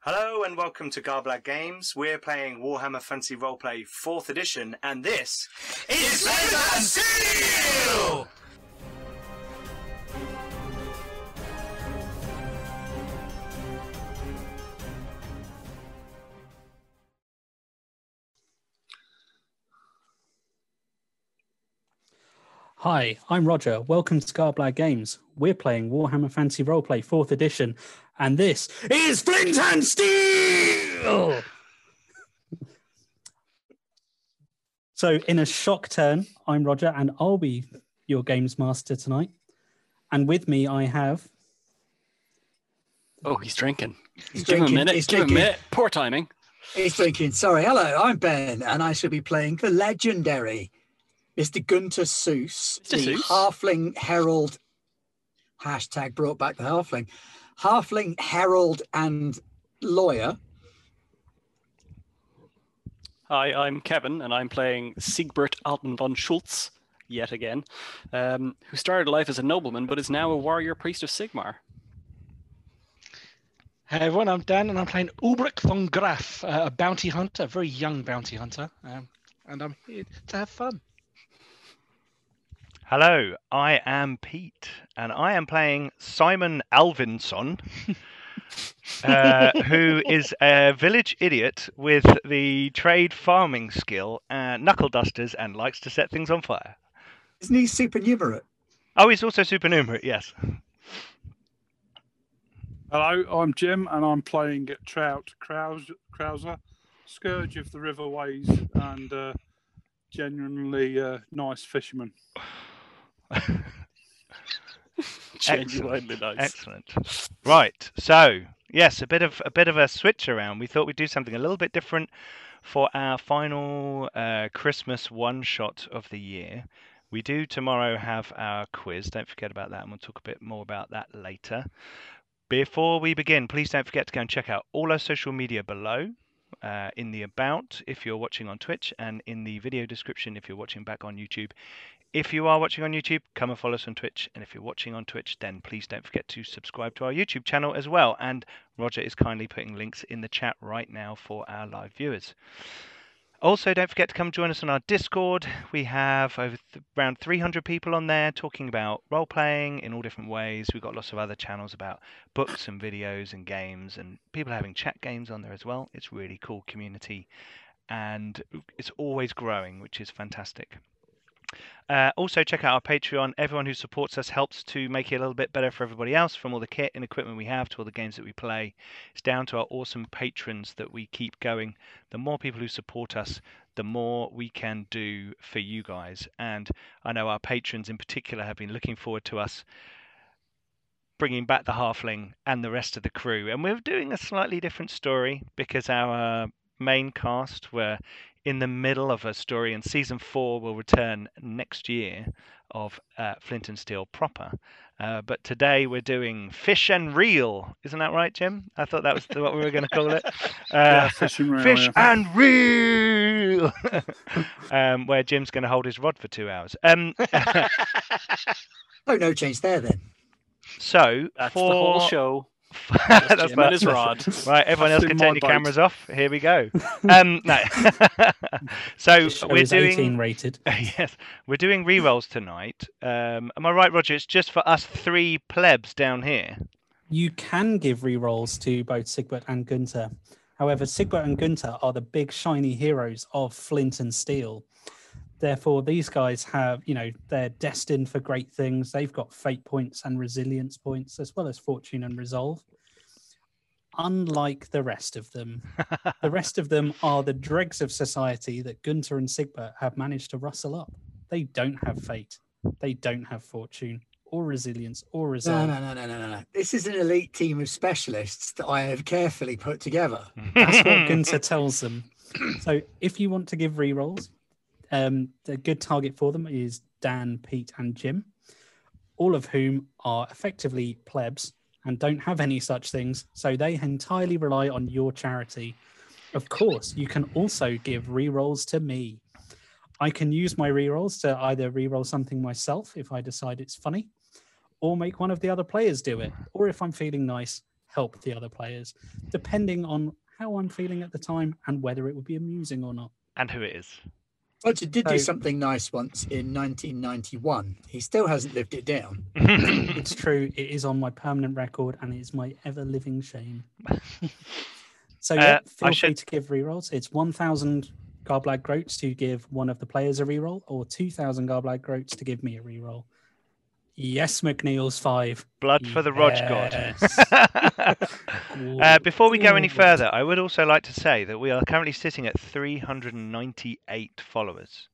Hello and welcome to Garblad Games. We're playing Warhammer Fantasy Roleplay 4th Edition, and this is Leather Steel! Hi, I'm Roger. Welcome to Scarblad Games. We're playing Warhammer Fantasy Roleplay 4th Edition, and this is Flint and Steel! so, in a shock turn, I'm Roger, and I'll be your games master tonight. And with me, I have. Oh, he's drinking. He's Give him a drinking. minute. He's Give him a drinking. minute. Poor timing. He's drinking. Sorry. Hello, I'm Ben, and I shall be playing the legendary Mr. Gunter Seuss, Mr. the Seuss. Halfling Herald. Hashtag brought back the Halfling. Halfling Herald and lawyer. Hi, I'm Kevin, and I'm playing Siegbert Alten von Schultz yet again, um, who started life as a nobleman but is now a warrior priest of Sigmar. Hey everyone, I'm Dan, and I'm playing Ulbrich von Graf, uh, a bounty hunter, a very young bounty hunter, um, and I'm here to have fun. Hello, I am Pete, and I am playing Simon Alvinson, uh, who is a village idiot with the trade farming skill, uh, knuckle dusters, and likes to set things on fire. Isn't he supernumerate? Oh, he's also supernumerate, yes. Hello, I'm Jim, and I'm playing at Trout Kraus- Krauser, Scourge of the Riverways, and uh, genuinely uh, nice fisherman. Genuinely nice. Excellent. Right. So, yes, a bit of a bit of a switch around. We thought we'd do something a little bit different for our final uh, Christmas one shot of the year. We do tomorrow have our quiz. Don't forget about that, and we'll talk a bit more about that later. Before we begin, please don't forget to go and check out all our social media below. Uh, in the about if you're watching on Twitch, and in the video description if you're watching back on YouTube. If you are watching on YouTube, come and follow us on Twitch. And if you're watching on Twitch, then please don't forget to subscribe to our YouTube channel as well. And Roger is kindly putting links in the chat right now for our live viewers. Also, don't forget to come join us on our Discord. We have over th- around 300 people on there talking about role playing in all different ways. We've got lots of other channels about books and videos and games, and people having chat games on there as well. It's really cool community, and it's always growing, which is fantastic. Uh, also, check out our Patreon. Everyone who supports us helps to make it a little bit better for everybody else, from all the kit and equipment we have to all the games that we play. It's down to our awesome patrons that we keep going. The more people who support us, the more we can do for you guys. And I know our patrons in particular have been looking forward to us bringing back the halfling and the rest of the crew. And we're doing a slightly different story because our uh, main cast were in the middle of a story, and season four will return next year of uh, Flint and Steel proper. Uh, but today we're doing Fish and Reel. Isn't that right, Jim? I thought that was what we were going to call it. Uh, yeah, fishing reel, Fish yeah. and reel, um, where Jim's going to hold his rod for two hours. Um, Oh, no change there then. so uh, That's for the whole show. that's That's Jim about- and his rod. Right, everyone That's else been can my turn your bite. cameras off. Here we go. Um, no, so This show we're is 18 doing rated. yes, we're doing rerolls tonight. Um, am I right, Roger? It's just for us three plebs down here. You can give rerolls to both Sigbert and Gunter. However, Sigbert and Gunter are the big shiny heroes of Flint and Steel. Therefore, these guys have, you know, they're destined for great things. They've got fate points and resilience points, as well as fortune and resolve. Unlike the rest of them, the rest of them are the dregs of society that Gunter and Sigbert have managed to rustle up. They don't have fate, they don't have fortune or resilience or resolve. No, no, no, no, no, no, no. This is an elite team of specialists that I have carefully put together. That's what Gunter tells them. So if you want to give rerolls, um, the good target for them is Dan, Pete, and Jim, all of whom are effectively plebs and don't have any such things. So they entirely rely on your charity. Of course, you can also give rerolls to me. I can use my rerolls to either reroll something myself if I decide it's funny, or make one of the other players do it, or if I'm feeling nice, help the other players, depending on how I'm feeling at the time and whether it would be amusing or not. and who it is. Roger did do So- something nice once in 1991. He still hasn't lived it down. It's true. It is on my permanent record, and it's my ever living shame. so yeah, Uh, I feel free should- to give rerolls. It's one thousand Garblad groats to give one of the players a reroll, or two thousand Garblad groats to give me a reroll. Yes, McNeil's five. Blood for the Yes. Rog God. Uh, before we go any further, I would also like to say that we are currently sitting at 398 followers.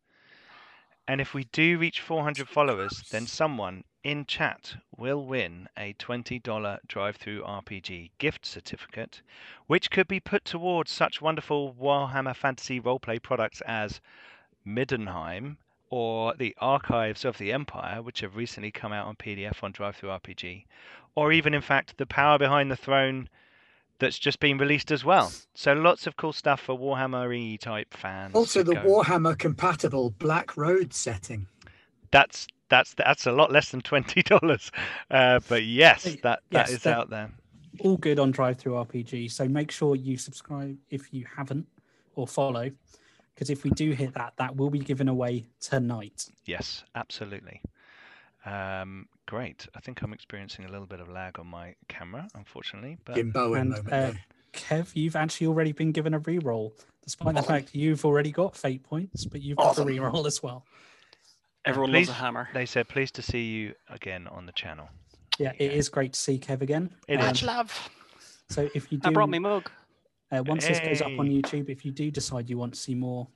And if we do reach 400 followers, then someone in chat will win a $20 drive through RPG gift certificate, which could be put towards such wonderful Warhammer Fantasy roleplay products as Middenheim or the Archives of the Empire, which have recently come out on PDF on Drive Through RPG, or even, in fact, The Power Behind the Throne that's just been released as well. So lots of cool stuff for Warhammer type fans. Also, to the go. Warhammer compatible Black Road setting. That's that's that's a lot less than twenty dollars, uh, but yes, Hey, that that yes, is that- out there. all good on drive through rpg so make sure you subscribe if you haven't or follow because if we do hit that that will be given away tonight Yes, absolutely. Um, great. I think I'm experiencing a little bit of lag on my camera, unfortunately, but Jimbo and, moment. uh, there. kev you've actually already been given a reroll despite the fact you've already got fate points but you've got a reroll as well Everyone please- loves a hammer. they said pleased to see you again on the channel. yeah it is great to see kev again It Um, is. love. so if you do I brought me mug. uh, once this goes up on Hey. youtube if you do decide you want to see more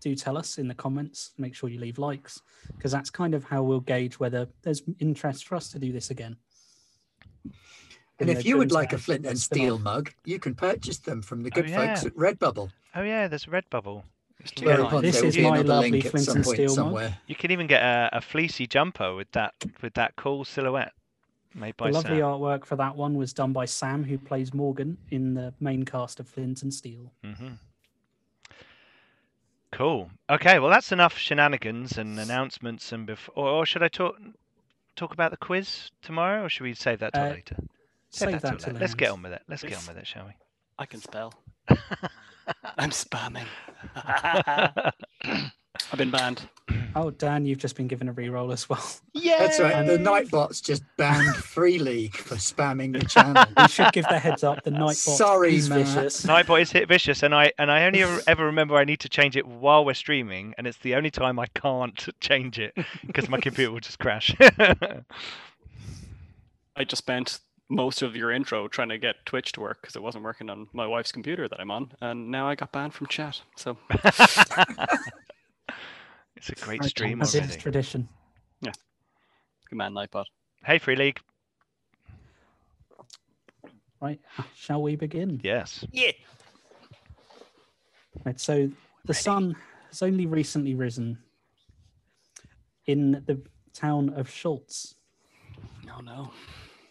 do tell us in the comments make sure you leave likes because that's kind of how we'll gauge whether there's interest for us to do this again in And if the you would Grimms like a app, flint and it's still steel on. mug, you can purchase them from the Oh, good folks yeah. at Redbubble. Oh yeah, there's Redbubble. It's Very lime. fun. This There will is be my another lovely link at flint some and point steel mug. somewhere. You can even get a, a fleecy jumper with that with that cool silhouette made by The lovely Sam. artwork for that one was done by Sam, who plays Morgan in the main cast of Flint and Steel. hmm Cool. Okay, well that's enough shenanigans and announcements and before. Or, or should I talk talk about the quiz tomorrow, or should we save that till Uh, later? Save Save till that till later. Let's get end. on with it. Let's get on Yes. with it, shall we? I can spell. I'm spamming. I've been banned. Oh, Dan, you've just been given a reroll as well. Yeah. That's right. The Yay! Nightbots just banned Free League for spamming the channel. We should give the heads up. The night Sorry, is Matt. vicious. Nightbot is hit vicious, and I and I only ever- ever remember I need to change it while we're streaming, and it's the only time I can't change it because my computer will just crash. I just spent most of your intro trying to get Twitch to work because it wasn't working on my wife's computer that I'm on, and now I got banned from chat. So it's a great I stream don't- As is already. tradition. good man, Nightbot. Hey, Free League. Right. Shall we begin? Yes. Right, so the sun has only recently risen in the town of Schultz. No, no.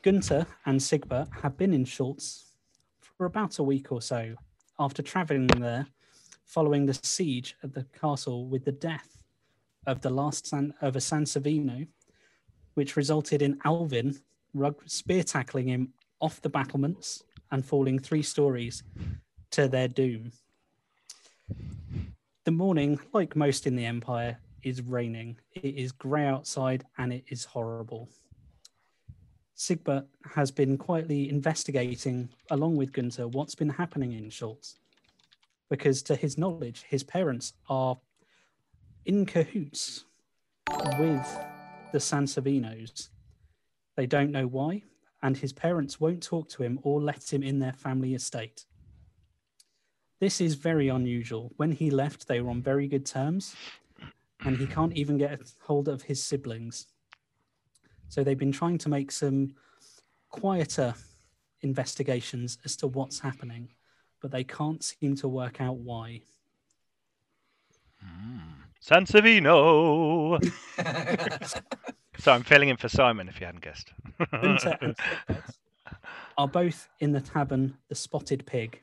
Gunther and Sigbert had been in Schultz for about a week or so after traveling there following the siege of the castle with the death of the last San, of a Sansovino, which resulted in Alvin rug, spear tackling him off the battlements and falling three stories to their doom. The morning, like most in the Empire, is raining. It is grey outside and it is horrible. Sigbert has been quietly investigating, along with Gunther, what's been happening in Schultz. Because to his knowledge, his parents are in cahoots with the Sansovinos. They don't know why, and his parents won't talk to him or let him in their family estate. This is very unusual. When he left, they were on very good terms, and he can't even get hold of his siblings. So they've been trying to make some quieter investigations as to what's happening, but they can't seem to work out why. Sansevino. so I'm filling in for Simon, if you hadn't guessed. Winter and Sigbert are both in the tavern, the Spotted Pig.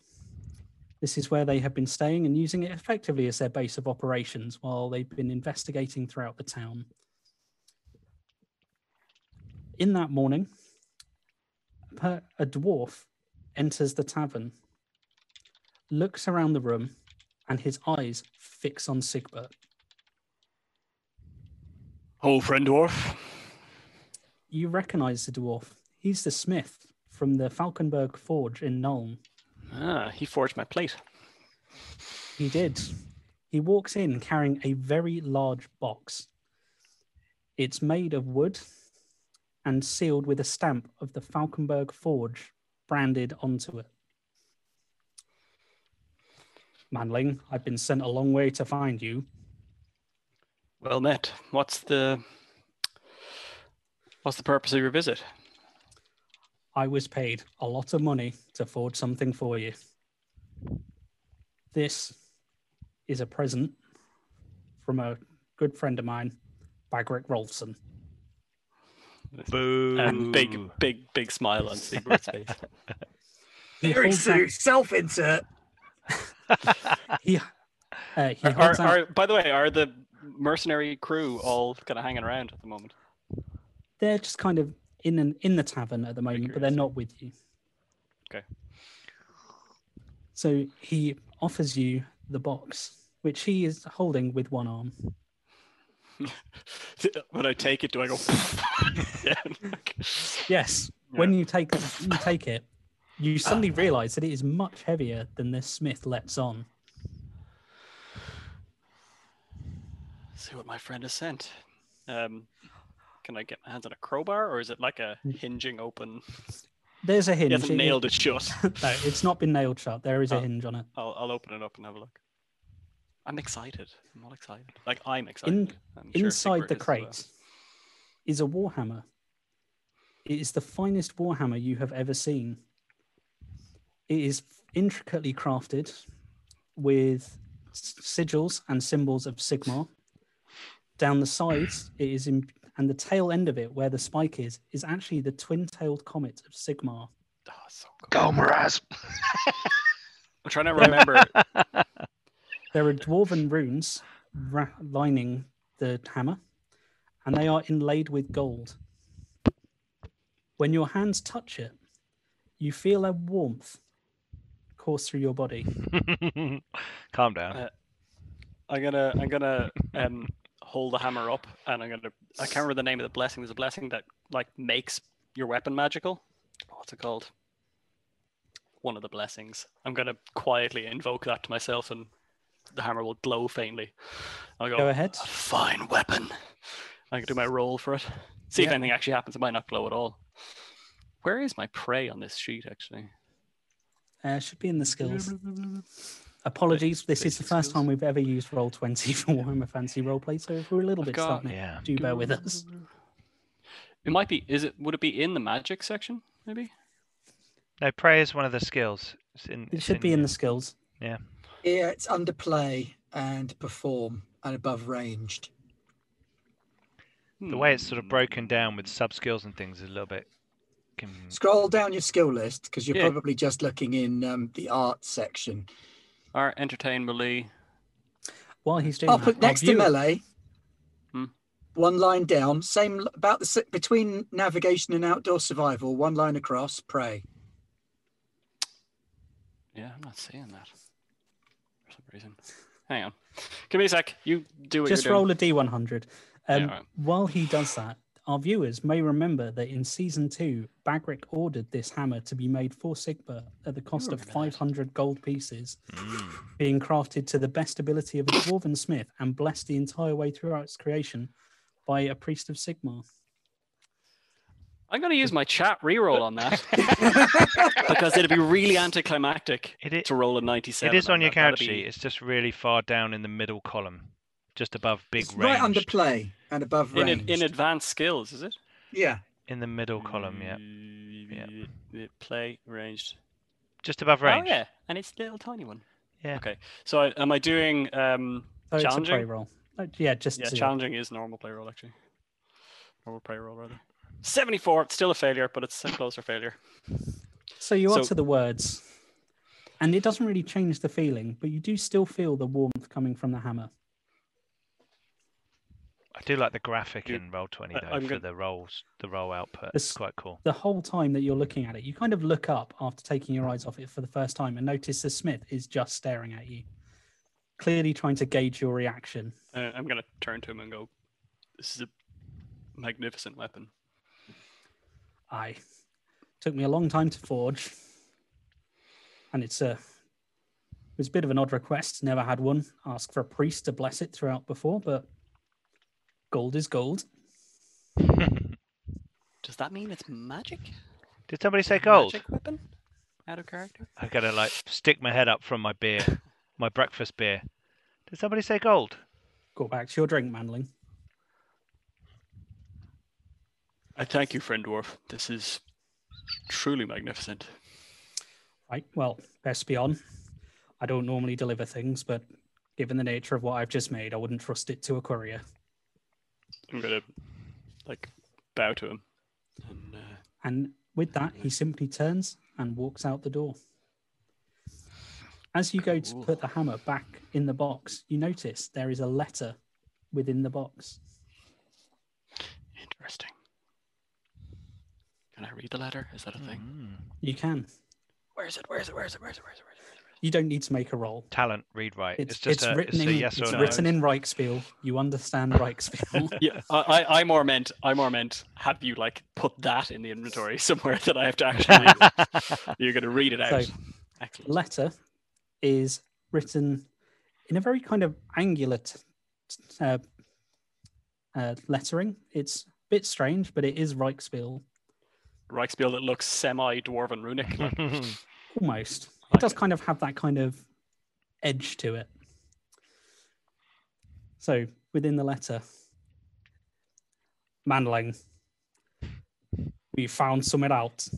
This is where they have been staying and using it effectively as their base of operations while they've been investigating throughout the town. In that morning, per- a dwarf enters the tavern, looks around the room, and his eyes fix on Sigbert. Oh, friend dwarf. You recognize the dwarf. He's the smith from the Falkenberg Forge in Nuln. Ah, he forged my plate. He did. He walks in carrying a very large box. It's made of wood and sealed with a stamp of the Falkenberg Forge branded onto it. Manling, I've been sent a long way to find you. Well met. What's the what's the purpose of your visit? I was paid a lot of money to forge something for you. This is a present from a good friend of mine, Bagrick Rolfson. Boo. And big, big, big smile on Sigurd's face. He Very holds out- soon, self insert. he- uh, he Are, holds out- are, by the way, are the mercenary crew all kind of hanging around at the moment? they're just kind of in and in the tavern at the moment, but they're curious. not with you. Okay. So he offers you the box, which he is holding with one arm. when I take it, do I go? down? Yes. When you take you take it, you suddenly realise that it is much heavier than this Smith lets on. See what my friend has sent. Um, can I get my hands on a crowbar, or is it like a hinging open? There's a hinge. He hasn't It- nailed it shut. No, it's not been nailed shut. There is a Oh. hinge on it. I'll, I'll open it up and have a look. I'm excited. I'm all excited. Like I'm excited. In- I'm sure Inside Sigbert the is uh, as crate well. is a warhammer. It is the finest warhammer you have ever seen. It is intricately crafted with s- sigils and symbols of Sigmar. Down the sides, it is in, and the tail end of it, where the spike is, is actually the twin-tailed comet of Sigmar. Oh, so good. Go, Miraz. I'm trying to remember. There are dwarven runes ra- lining the hammer, and they are inlaid with gold. When your hands touch it, you feel a warmth course through your body. Calm down. Uh, I'm gonna I'm gonna um hold the hammer up and I'm gonna I can't remember the name of the blessing. There's a blessing that like makes your weapon magical. Oh, What's it called? One of the blessings. I'm gonna quietly invoke that to myself and the hammer will glow faintly. I'll go, Go ahead. "A fine weapon. I can do my roll for it. See if Yeah. anything actually happens. It might not glow at all. Where is my prey on this sheet actually? Uh, should be in the skills. Apologies, this is the basic first skills. time we've ever used roll twenty for Warhammer Fantasy Roleplay, so if we're a little I've bit got- starting, Yeah. do bear with us. It might be is it would it be in the magic section, maybe? No, prayer is one of the skills. It's in, It it's should be in the skills. Yeah, it's under play and perform and above ranged. the way it's Hmm. sort of broken down with sub skills and things is a little bit. Hmm. Can... Scroll down your skill list because you're Yeah. probably just looking in um, the art section. Art, entertain, melee. While he's doing Up that, next our to view- melee, Hmm. one line down, same l- about the s- between navigation and outdoor survival, one line across, prey. Yeah, I'm not seeing that for some reason. Hang on. Give me a sec. You do what just you're doing. roll a d100 Yeah, um, alright. while he does that our viewers may remember that in season 2 bagrick ordered this hammer to be made for sigma at the cost of remember that. 500 gold pieces Mm. being crafted to the best ability of a dwarven smith and blessed the entire way throughout its creation by a priest of sigma I'm going to use my chat reroll on that because it'd be really anticlimactic It, i- to roll a 97. it is on your that. count That'd sheet. be- It's just really far down in the middle column, just above big It's range. right under play and above In, ranged. ad- in advanced skills, is it? yeah, in the middle column, Hmm. yeah. Mm, Play ranged. Just above range. Oh yeah, and it's a little tiny one. Yeah. Okay. So I, am I doing um so it's a prey Challenging? roll Uh, yeah just Yeah, zero. challenging is normal play roll actually. Normal play roll rather. Seventy-four. It's still a failure, but it's a closer failure. so you So- utter the words and it doesn't really change the feeling but you do still feel the warmth coming from the hammer I do like the graphic You- in Roll Twenty I- though I'm for gonna- the rolls, the roll output. It's- It's quite cool. the whole time that you're looking at it, you kind of look up after taking your eyes off it for the first time and notice that Smith is just staring at you, clearly trying to gauge your reaction. Uh, I'm gonna turn to him and go, "This is a magnificent weapon. I took me a long time to forge, and it's a it was a bit of an odd request. Never had one. Asked for a priest to bless it throughout before, but gold is gold. Does that mean it's magic? Did somebody say gold? Magic weapon? Out of character? I gotta like stick my head up from my beer, my breakfast beer. Did somebody say gold? Go back to your drink, Manling. I thank you, friend dwarf. This is truly magnificent. Right. Well, best be on. I don't normally deliver things, but given the nature of what I've just made, I wouldn't trust it to a courier. I'm gonna like bow to him. And uh, And with that, he simply turns and walks out the door. As you go to Cool. put the hammer back in the box, you notice there is a letter within the box. interesting. Can I read the letter? Is that a thing? Mm. You can. Where is it? Where is it? Where is it? Where is it? Where is it? Where is it? Where is it? Where is You don't need to make a roll. Talent read right. It's, It's, it's, just a, written, it's a in, yes it's or no. written in Reichsbiel. You understand Reichsbiel. it? Yeah, I, I, I more meant, I more meant, have you like put that in the inventory somewhere that I have to actually read? it? You're gonna read it out. So- Excellent. letter is written in a very kind of angular t- t- uh, uh, lettering. It's a bit strange, but it is Reichsbiel Reichsbill that looks semi dwarven Mm-hmm. runic. like, almost. like It does it. kind of have that kind of edge to it. So within the letter, Manling, we found something out.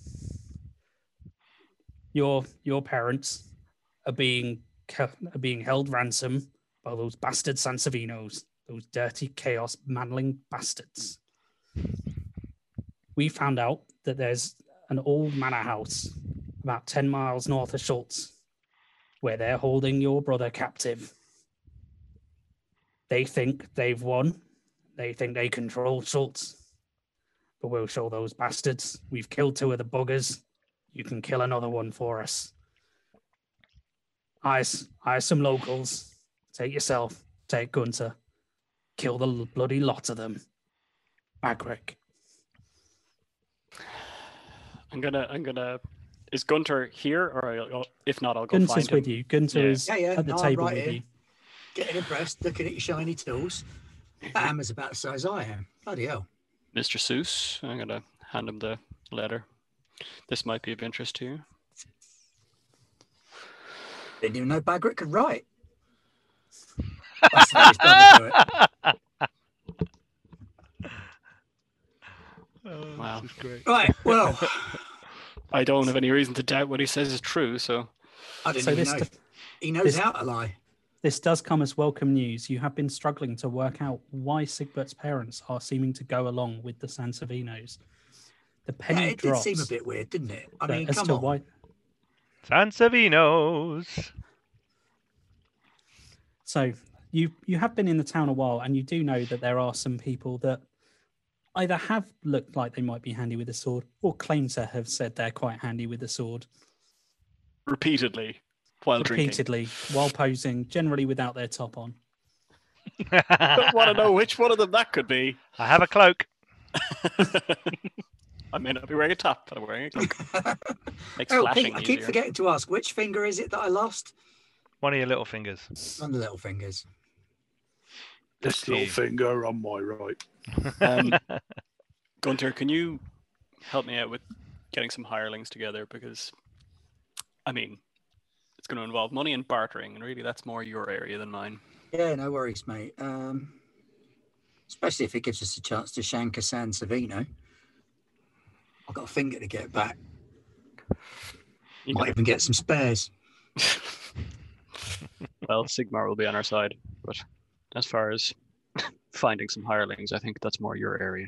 Your your parents are being kept, are being held ransom by those bastard Sansavinos, those dirty chaos Manling bastards. We found out that there's an old manor house about 10 miles north of Schultz, where they're holding your brother captive. They think they've won. They think they control Schultz. But we'll show those bastards. We've killed two of the buggers. You can kill another one for us. Hire, s- hire some locals. Take yourself. Take Gunter. Kill the l- bloody lot of them. Bagrick. I'm gonna, I'm gonna. Is Gunter here, or I'll, if not, I'll go Gunter's find him. with you. Gunter Yeah. is Yeah, yeah, at the no, I'm table right with here. you. Getting impressed, looking at your shiny tools. That hammer's about the size I am. Bloody hell. Mr. Seuss. I'm gonna hand him the letter. This might be of interest to you. Didn't even know Bagrick could write. That's how his brother do it. Wow. Right, well, I don't have any reason to doubt what he says is true. So I didn't So even this know. d- he knows this- how to lie. This does come as welcome news. You have been struggling to work out why Sigbert's parents are seeming to go along with the Sansavinos. The penny Yeah, it drops did seem a bit weird, didn't it? I that mean, as come to on. why. Sansavinos. So you you have been in the town a while, and you do know that there are some people that either have looked like they might be handy with a sword, or claim to have said they're quite handy with a sword repeatedly, while drinking. repeatedly while posing, generally without their top on. don't want to know which one of them that could be. I have a cloak. I may not be wearing a top, but I'm wearing a cloak. Makes Oh, flashing Pete, I keep easier. forgetting to ask which finger is it that I lost? One of your little fingers. On the little fingers. This little finger on my right. Um, Gunter, can you help me out with getting some hirelings together? Because, I mean, it's going to involve money and bartering, and really that's more your area than mine. Yeah, no worries, mate. Um, especially if it gives us a chance to shank a San Savino. I've got a finger to get back. You Might know, even get some spares. well, Sigmar will be on our side, but as far as finding some hirelings, I think that's more your area.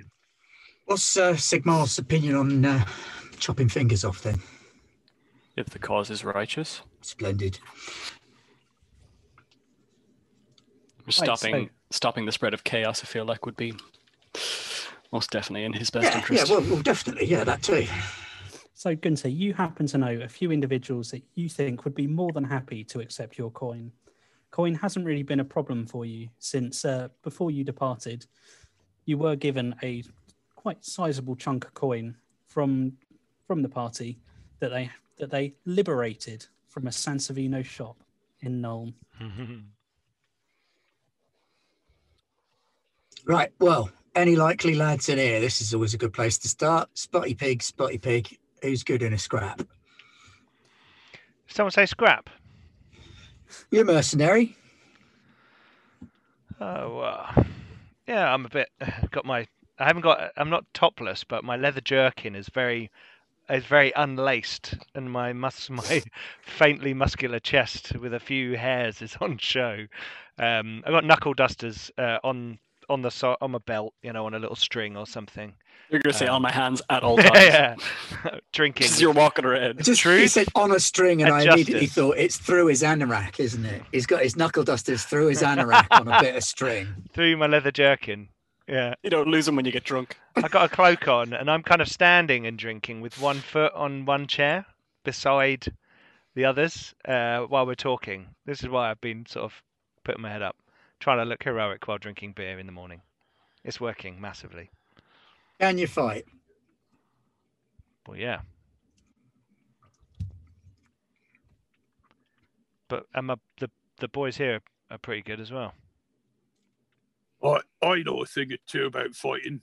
What's uh, Sigmar's opinion on uh, chopping fingers off then? If the cause is righteous, Splendid. I'm stopping stopping the spread of chaos, I feel like, would be most definitely in his best Yeah, yeah, interest. well, well, definitely, yeah, that too. So, Gunther, you happen to know a few individuals that you think would be more than happy to accept your coin. Coin hasn't really been a problem for you since uh, before you departed. You were given a quite sizable chunk of coin from from the party that they that they liberated from a Sansevino shop in Nuln. Right, well, any likely lads in here? This is always a good place to start. Spotty pig, spotty pig. Who's good in a scrap? Someone say scrap. You mercenary? Oh, uh, yeah, I'm a bit got my. I haven't got. I'm not topless, but my leather jerkin is very, is very unlaced, and my mus my faintly muscular chest with a few hairs is on show. Um, I got knuckle dusters uh, on on the so- on my belt, you know, on a little string or something. You're going to say Um, on my hands at all times. yeah, drinking. Because you're walking around. Just he Truth said on a string, and and I immediately justice. thought it's through his anorak, isn't it? He's got his knuckle dusters through his anorak on a bit of string. through my leather jerkin. Yeah, You don't lose them when you get drunk. I got a cloak on, and I'm kind of standing and drinking with one foot on one chair beside the others uh, while we're talking. This is why I've been sort of putting my head up, trying to look heroic while drinking beer in the morning. It's working massively. Can you fight? Well, yeah. But and my, the the boys here are pretty good as well. I, I know a thing or two about fighting.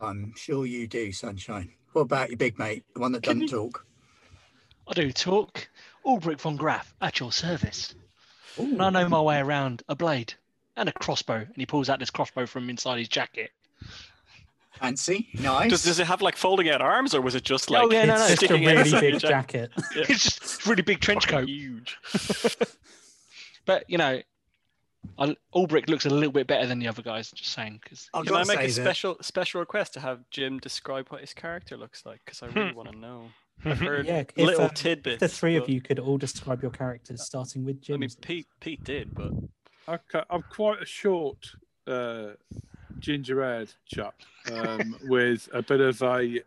I'm sure you do, Sunshine. What about your big mate, the one that Can doesn't you- talk? I do talk. Ulbrich von Graf at your service. And I know my way around a blade and a crossbow. And he pulls out this crossbow from inside his jacket. Fancy? Nice. Does, does it have like folding out arms or was it just like oh, yeah, no, no. it's It's, just a sticking it really inside big your jacket. jacket. it's just it's really big trench coat. huge? But, you know, I, Ulbrich looks a little bit better than the other guys, just saying. Because I've Can I got to make a say that. special special request to have Jim describe what his character looks like? Because I Hmm. really want to know. I've heard Yeah, if, little um, tidbits. The three of but- you could all describe your characters, starting with I Jim. mean, Pete Pete did, but Okay, I'm quite a short, uh, ginger-haired chap um, with a bit of a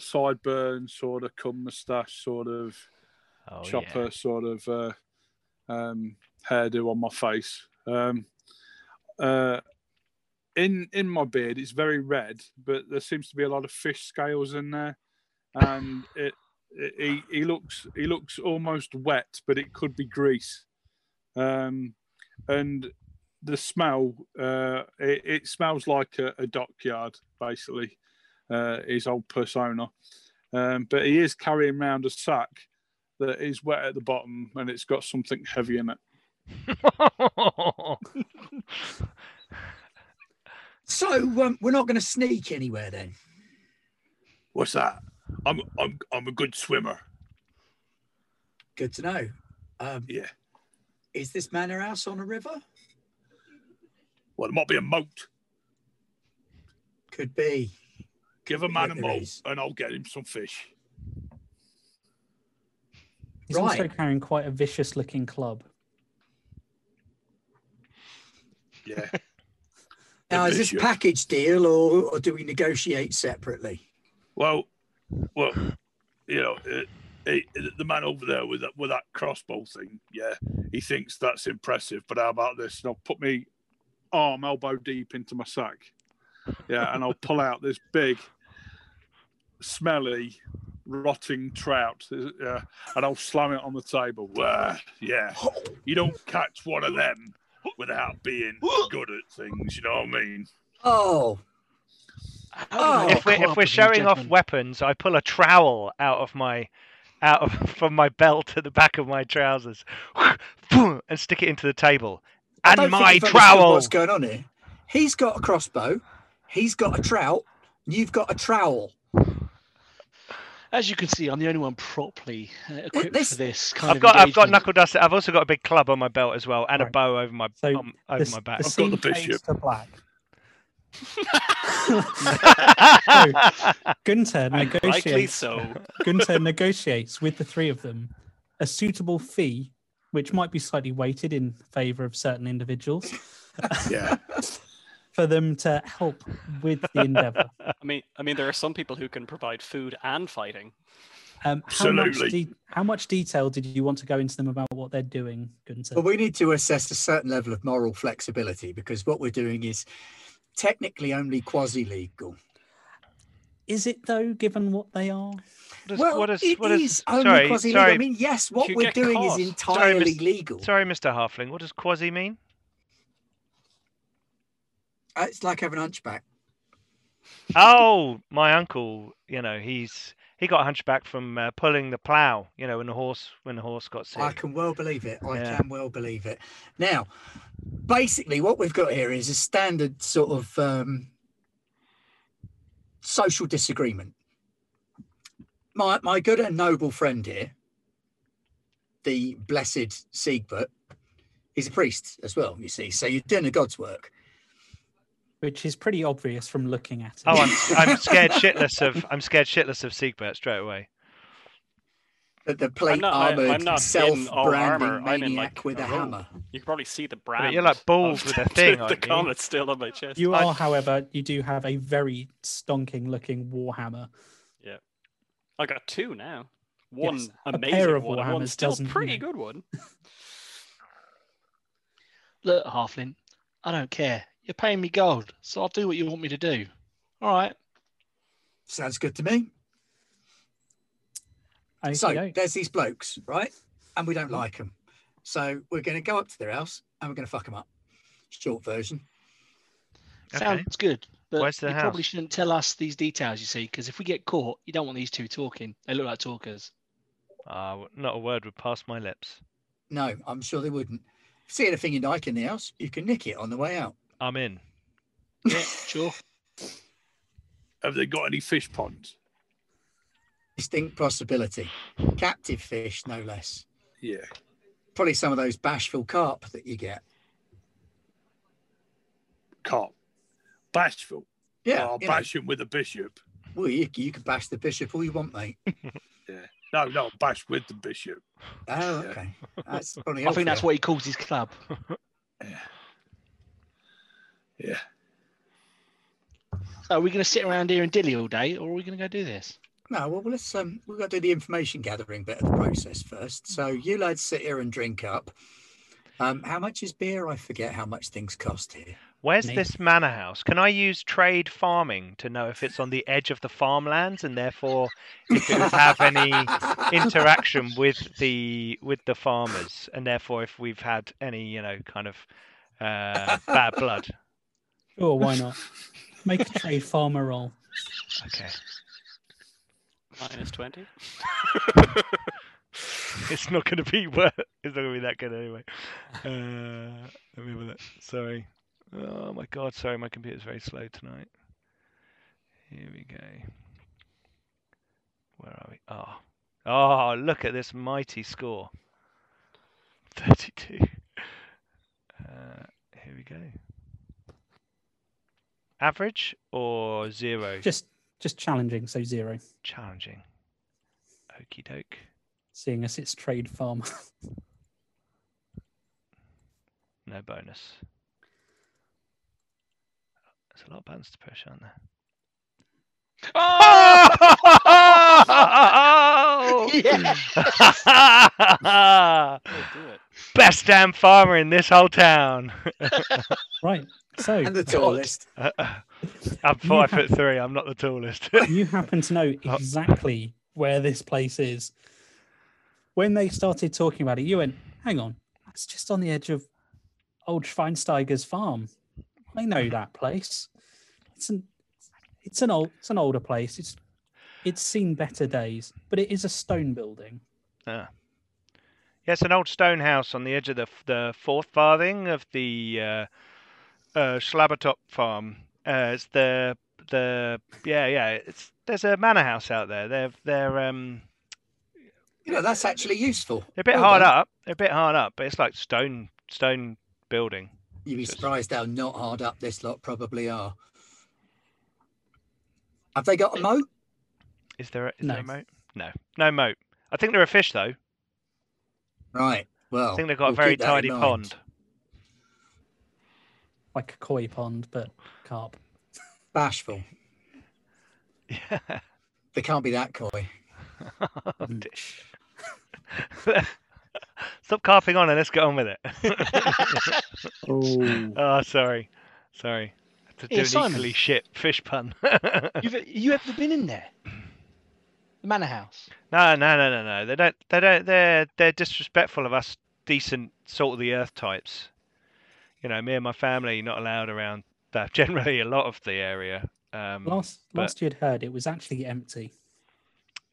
sideburn, sort of cum moustache, sort of Oh, chopper, sort of uh, um, hairdo on my face. Um, uh, in in my beard, it's very red, but there seems to be a lot of fish scales in there, and it. it- He, he looks he looks almost wet, but it could be grease. Um, and the smell uh, it, it smells like a, a dockyard basically uh, his old persona um, but he is carrying around a sack that is wet at the bottom and it's got something heavy in it yeah. So um, we're not going to sneak anywhere then. what's that i'm i'm, I'm a good swimmer Good to know. Um, Yeah. Is this manor house on a river? well it might be a moat Could be. give a man a moat and i'll get him some fish He's also Right. carrying quite a vicious looking club. yeah Now, is this Delicious. package deal or, or do we negotiate separately? Well, well, you know, it, it, the man over there with that with that crossbow thing, yeah, he thinks that's impressive. But how about this? And I'll put me arm elbow deep into my sack, yeah, and I'll pull out this big, smelly, rotting trout, yeah, and I'll slam it on the table. Well, yeah, Oh. you don't catch one of them without being good at things. You know what I mean? Oh, Oh, if we're, if we're showing off weapons, I pull a trowel out of my out of from my belt to the back of my trousers and stick it into the table. I don't And think my you've understood trowel. What's going on here? He's got a crossbow. He's got a trout. and You've got a trowel. As you can see, I'm the only one properly uh, equipped this- for this kind I've of got I've got engagement. knuckle duster. I've also got a big club on my belt as well, and a Right. bow over my So um, over my back. I've got the scene fades bishop. To black. Gunther likely negotiates. so. Gunther negotiates with the three of them a suitable fee which might be slightly weighted in favor of certain individuals, Yeah. for them to help with the endeavor. I mean, I mean, there are some people who can provide food and fighting. Um, how, much Absolutely. de- how much detail did you want to go into them about what they're doing, Gunther? Well, we need to assess a certain level of moral flexibility because what we're doing is technically only quasi legal. Is it though, given what they are? What is, well, what is, it what is, is only sorry, quasi legal. sorry, I mean, yes, what you we're get doing caught. is Sorry, entirely Miss- legal. sorry, Mr. Halfling. What does quasi mean? Uh, It's like having a hunchback. oh, my uncle, you know, he's he got a hunchback from uh, pulling the plow, you know, when the horse when the horse got sick. I can well believe it. I Yeah. can well believe it. Now, basically, what we've got here is a standard sort of um, social disagreement. My my good and noble friend here, the blessed Siegbert, is a priest as well. You see, so you're doing a God's work. Which is pretty obvious from looking at it. Oh, I'm, I'm scared shitless of I'm scared shitless of Siegbert straight away. The, the plate not- I- I'm armored, not in self all armor. branding I'm in, maniac like, with a a robe. hammer. You can probably see the brand. But you're like bald of with a the- thing, The aren't you? comet's still on my chest. You I- are, however, you do have a very stonking looking warhammer. I got two now. One Yes, a amazing pair of one. and One Warhammers still doesn't, you pretty know. good one. Look, Halfling, I don't care. You're paying me gold, so I'll do what you want me to do. All right. Sounds good to me. Okey So doke. there's these blokes, right? And we don't like them. So we're going to go up to their house and we're going to fuck them up. Short version. Okay. Sounds good. But Where's the you probably house? shouldn't tell us these details, you see, because if we get caught, you don't want these two talking. They look like talkers. Ah, w not a word would pass my lips. No, I'm sure they wouldn't. If you see anything you like in the house, you can nick it on the way out. I'm in. Yeah, sure. Have they got any fish ponds? Distinct possibility. Captive fish, no less. Yeah. Probably some of those bashful carp that you get. Carp. Bashful. Yeah. Oh, you know, bash him with a bishop. well, you, you can bash the bishop all you want, mate. No, no, bash with the bishop. Oh, Yeah. okay. That's probably. I think that's healthier. what he calls his club. Yeah. So are we going to sit around here and dilly all day, or are we going to go do this? No, well, let's um, we've got to do the information gathering bit of the process first. So Mm-hmm. you lads sit here and drink up. Um, how much is beer? I forget how much things cost here. Where's Nate? this manor house? Can I use trade farming to know if it's on the edge of the farmlands and therefore if it would have any interaction with the with the farmers and therefore if we've had any, you know, kind of uh, bad blood? Sure, why not? Make a trade farmer roll. Okay. Minus 20. it's not going to be worth. It's not going to be that good anyway. Uh, let me have a look. Sorry. Oh my god. Sorry, my computer's very slow tonight. Here we go. Where are we? Ah. Oh, look at this mighty score. Thirty-two. Uh, here we go. Average or zero? Just just challenging, so zero. Challenging. Okie doke. Seeing as it's trade farmer. No bonus. There's a lot of buttons to push, aren't there? Oh, do it. Best damn farmer in this whole town. right. So And the tallest. I'm five foot three. I'm not the tallest. you happen to know Oh. exactly where this place is. When they started talking about it, you went, hang on, that's just on the edge of old Schweinsteiger's farm. I know that place. It's an it's an old it's an older place. It's it's seen better days, but it is a stone building. yes, an old stone house on the edge of the the fourth farthing of the uh, uh, Schlabbertop farm. Uh, it's the the yeah yeah. It's there's a manor house out there. They're they're um You know, that's actually useful. They're a bit Well hard done. up. They're a bit hard up, but it's like stone stone building. You'd be Just- surprised how not hard up this lot probably are. Have they got a moat? Is there a, is there a No. moat? No, no moat. I think there are fish though. Right. Well, I think they've got Oh, we'll a very keep that tidy in mind. pond. like a koi pond, but carp. Bashful. Yeah. They can't be that coy. Oh, Mm. dear. Stop carping on and let's get on with it. Oh, oh, sorry. Sorry. Had To do Yeah, an Simon. equally shit fish pun. You've you ever been in there? The manor house. No, no, no, no, no. They don't. They don't. They're they're disrespectful of us decent salt of the earth types. You know, me and my family not allowed around that. Generally, a lot of the area. Um, last, Last but- last you'd heard, it was actually empty.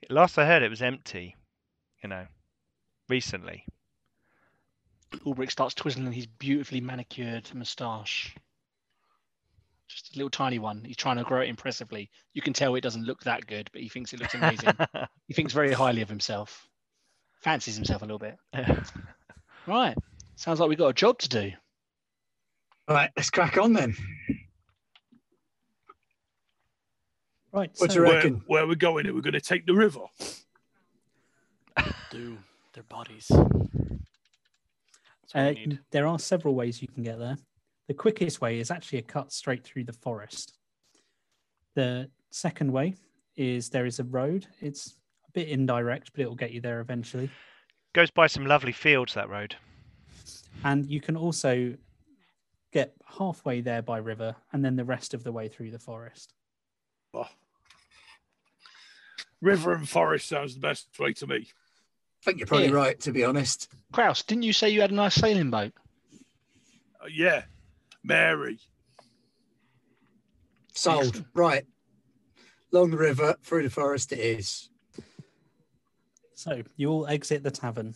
I heard, it was empty. You know, recently. Ulbrich starts twizzling his beautifully manicured moustache. Just a little tiny one. He's trying to grow it impressively. You can tell it doesn't look that good, but he thinks it looks amazing. he thinks very highly of himself. Fancies himself a little bit. Right. Sounds like we've got a job to do. Right, let's crack on then. Right. What do so you where, reckon? where are we going? Are we going to take the river? Do their bodies. That's what uh, we need. there are several ways you can get there. The quickest way is actually a cut straight through the forest. The second way is there is a road. It's a bit indirect, but it will get you there eventually. Goes by some lovely fields that road. And you can also get halfway there by river and then the rest of the way through the forest. Oh. River and forest sounds the best way to me. I think you're probably Yeah. right, to be honest. Kraus, didn't you say you had a nice sailing boat? Uh, yeah, Mary. Sold. Excellent. Right. Long the river, through the forest it is. So you all exit the tavern.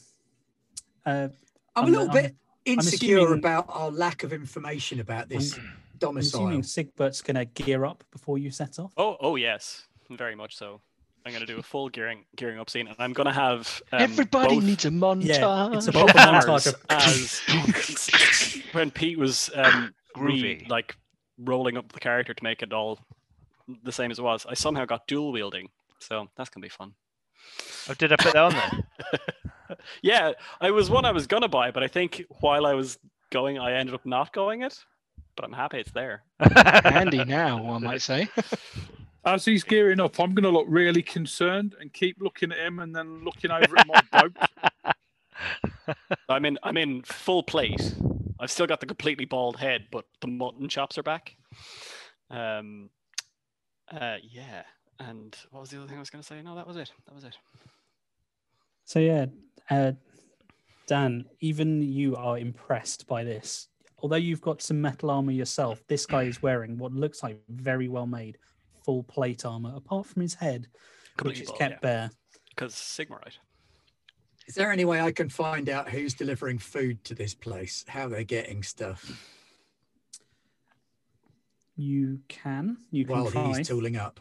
Uh, I'm, I'm- a little I'm- bit insecure assuming- about our lack of information about this I'm domicile. assuming Sigbert's going to gear up before you set off. Oh, oh yes, very much so. I'm gonna do a full gearing gearing up scene, and I'm gonna have um, Everybody both- needs a montage. Yeah, it's a both proper montage hammers of as when Pete was um, re, Groovy. like rolling up the character to make it all the same as it was. I somehow got dual wielding, so that's gonna be fun. Oh, did I put that on there? yeah, I was one I was gonna buy, but I think while I was going, I ended up not going it. But I'm happy it's there. Handy now, one might say. As he's gearing up, I'm going to look really concerned and keep looking at him and then looking over at my boat. I'm in. I'm in full plate. I've still got the completely bald head, but the mutton chops are back. Um, uh, yeah. And what was the other thing I was going to say? No, that was it. That was it. So yeah, uh, Dan, even you are impressed by this. Although you've got some metal armor yourself, this guy is wearing what looks like very well made full plate armor, apart from his head, which is kept bare. because Sigmarite. Is there any way I can find out who's delivering food to this place? How they're getting stuff You can, you can while try. he's tooling up?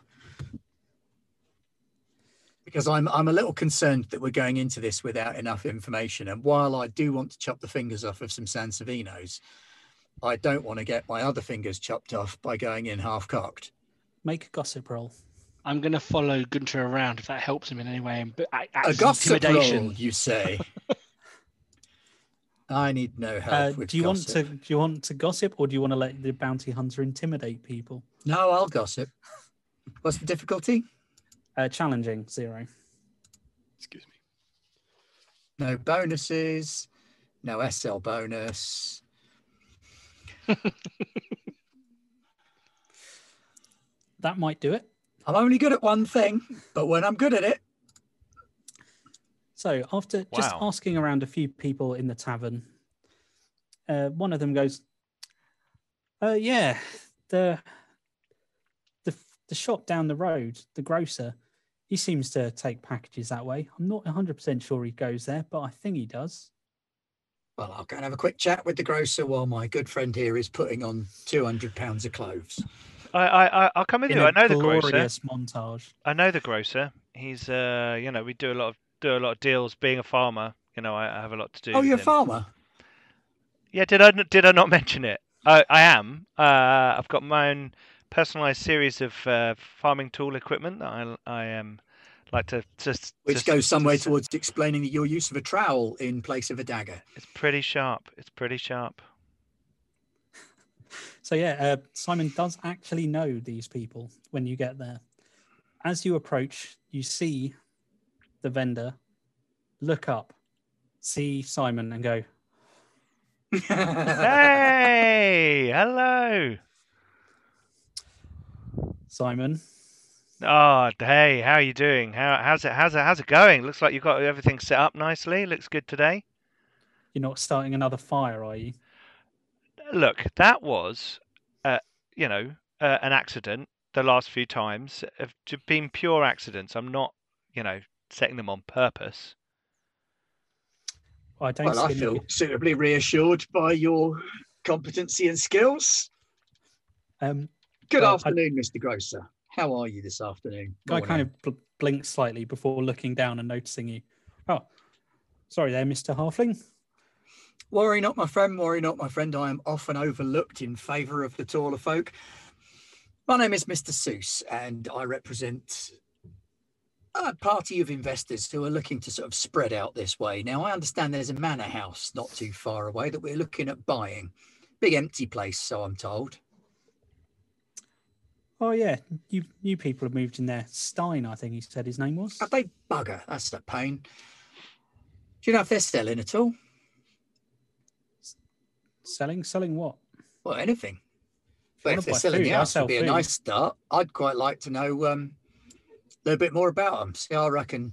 Because I'm I'm a little concerned that we're going into this without enough information. And while I do want to chop the fingers off of some Sansevinos, I don't want to get my other fingers chopped off by going in half cocked. Make a gossip roll. I'm going to follow Gunter around if that helps him in any way. And b- a- act A as gossip intimidation. roll, you say? I need no Uh, help. with do you want gossip. to do you want to gossip or do you want to let the bounty hunter intimidate people? No, I'll gossip. What's the difficulty? Uh, challenging zero. Excuse me. No bonuses, no SL bonus. That might do it. I'm only good at one thing, but when I'm good at it, So after just Wow. asking around a few people in the tavern, uh, one of them goes, uh, "Yeah, the the the shop down the road, the grocer, he seems to take packages that way. I'm not 100 percent sure he goes there, but I think he does. well, I'll go and have a quick chat with the grocer while my good friend here is putting on 200 pounds of clothes. I, I, I, I'll come with In you. I a know the grocer. glorious montage. I know the grocer. He's, uh, you know, we do a lot of do a lot of deals. Being a farmer, you know, I, I have a lot to do. Oh, with you're a him. farmer? Yeah, did I n- did I not mention it? I I am. Uh, I've got my own personalised series of uh, farming tool equipment that I I um, Like to just which just- goes some way just- towards explaining your use of a trowel in place of a dagger. It's pretty sharp. It's pretty sharp. So yeah, uh, Simon does actually know these people when you get there. As you approach, you see the vendor look up, see Simon, and go, Hey, hello. Simon. Oh, hey, how are you doing? How how's it how's it how's it going? Looks like you've got everything set up nicely. Looks good today. You're not starting another fire, are you? Look, that was, uh, you know, uh, an accident. The last few times have ju- been pure accidents. I'm not, you know, setting them on purpose. I don't well, I see any- feel suitably reassured by your competency and skills. Um, Good Well, I- afternoon, Mr. Grocer. How are you this afternoon? guy Morning. kind of bl- blinks slightly before looking down and noticing you. Oh, sorry there, Mister Halfling. worry not, my friend. Worry not, my friend. I am often overlooked in favour of the taller folk. My name is Mr. Seuss, and I represent a party of investors who are looking to sort of spread out this way. Now, I understand there's a manor house not too far away that we're looking at buying. Big empty place, so I'm told. Oh yeah, you new people have moved in there. Stein, I think he said his name was. Are they bugger? That's a pain. Do you know if they're selling at all? Selling, selling what? Well, anything. I But wanna if they're buy selling food, the I'll house, sell would be food. a nice start. I'd quite like to know um, a little bit more about them. See, I reckon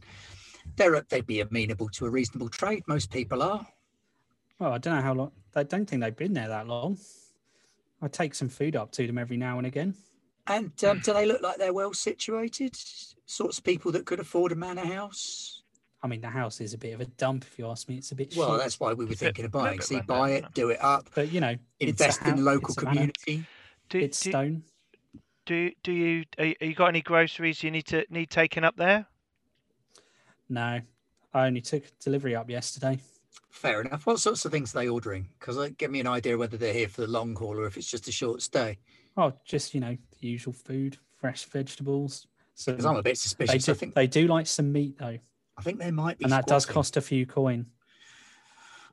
they're they'd be amenable to a reasonable trade. Most people are. Well, I don't know how long. I don't think they've been there that long. I take some food up to them every now and again. And Hmm. um, do they look like they're well situated? Sorts of people that could afford a manor house. I mean, the house is a bit of a dump, if you ask me. It's a bit Well, shit, that's why we were It's a bit- thinking of a buying. bit See, rundown, buy isn't it, it? do it up, but you know, it's a invest in hou- the local it's a manor. community. Do It's do, stone. do do you are, you- are you got any groceries you need to need taken up there? No, I only took delivery up yesterday. Fair enough. What sorts of things are they ordering? Because like, give me an idea whether they're here for the long haul or if it's just a short stay. Oh, just you know, the usual food, fresh vegetables. So Because I'm a bit they suspicious. do, I think they do like some meat though, I think there might be. and that does squatting. cost a few coin.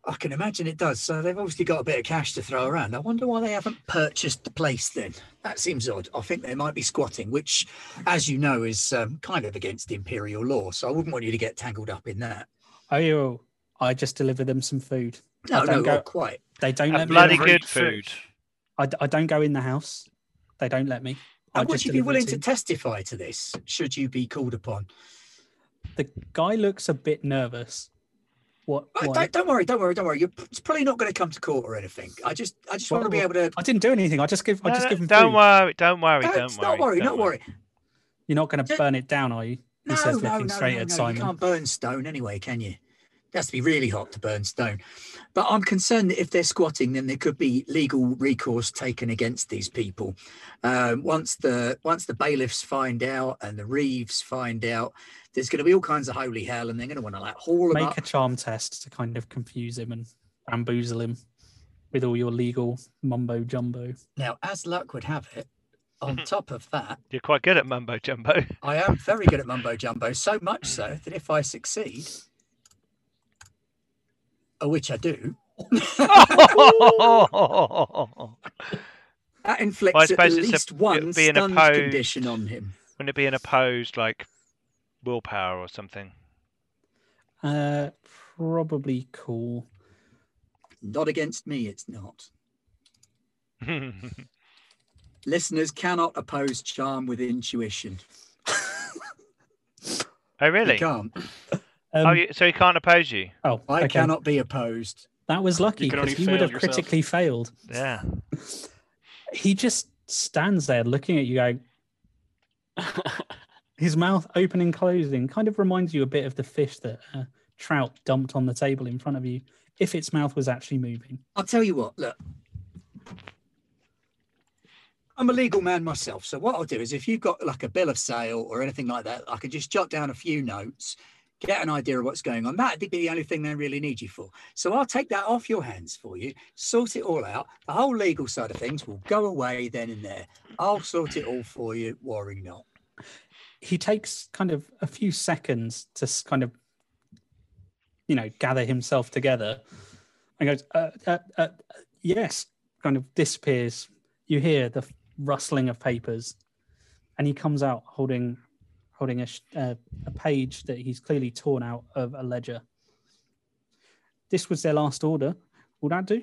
I can imagine it does. So they've obviously got a bit of cash to throw around. I wonder why they haven't purchased the place then. That seems odd. I think they might be squatting, which, as you know, is um, kind of against imperial law. So I wouldn't want you to get tangled up in that. Oh, you- I just deliver them some food. No, don't no, go- not quite. They don't And let bloody me. good Very food. thick. I, d- I don't go in the house. They don't let me. I And would just you be deliver it willing to to- testify to this should you be called upon? The guy looks a bit nervous. What? But why? don't, don't worry, don't worry, don't worry. You're, p- it's probably not going to come to court or anything. I just, I just want to be Well, able to. I didn't do anything. I just give. I No, just no, give him don't food. worry, don't worry, No, don't worry. it's not worry, not worry. You're not going to Don't- burn it down, are you? He No, says, no, looking no, straight no, at no. You Simon. can't burn stone anyway, can you? It has to be really hot to burn stone. But I'm concerned that if they're squatting, then there could be legal recourse taken against these people. Um, once the once the bailiffs find out and the reeves find out, there's going to be all kinds of holy hell, and they're going to want to like haul them Make up. a charm test to kind of confuse him and bamboozle him with all your legal mumbo jumbo. Now, as luck would have it, Mm-hmm. on top of that, You're quite good at mumbo jumbo. I am very good at mumbo jumbo, so much so that if I succeed, uh, which I do, That Well, I inflicts at suppose it's a- least it one would be an stunned opposed- condition on him. Wouldn't it be an opposed like willpower or something? Uh, probably cool. Not against me, it's not. Oh, That's Listeners cannot oppose charm with intuition. Oh, They really? can't. Um, oh, you, so he can't oppose you? oh, I okay. cannot be opposed. That was lucky You can only because you would fail have yourself. critically failed. Yeah. He just stands there looking at you, going, his mouth open and closing kind of reminds you a bit of the fish that uh, trout dumped on the table in front of you if its mouth was actually moving I'll tell you what, look. I'm a legal man myself, so what I'll do is if you've got like a bill of sale or anything like that, I can just jot down a few notes, get an idea of what's going on. That'd be the only thing they really need you for. So I'll take that off your hands for you, sort it all out. The whole legal side of things will go away then and there. I'll sort it all for you, worry not. he takes kind of a few seconds to s- kind of you know gather himself together and goes uh, uh, uh, uh, yes kind of disappears you hear the rustling of papers and he comes out holding holding a, sh- uh, a page that he's clearly torn out of a ledger this was their last order will that do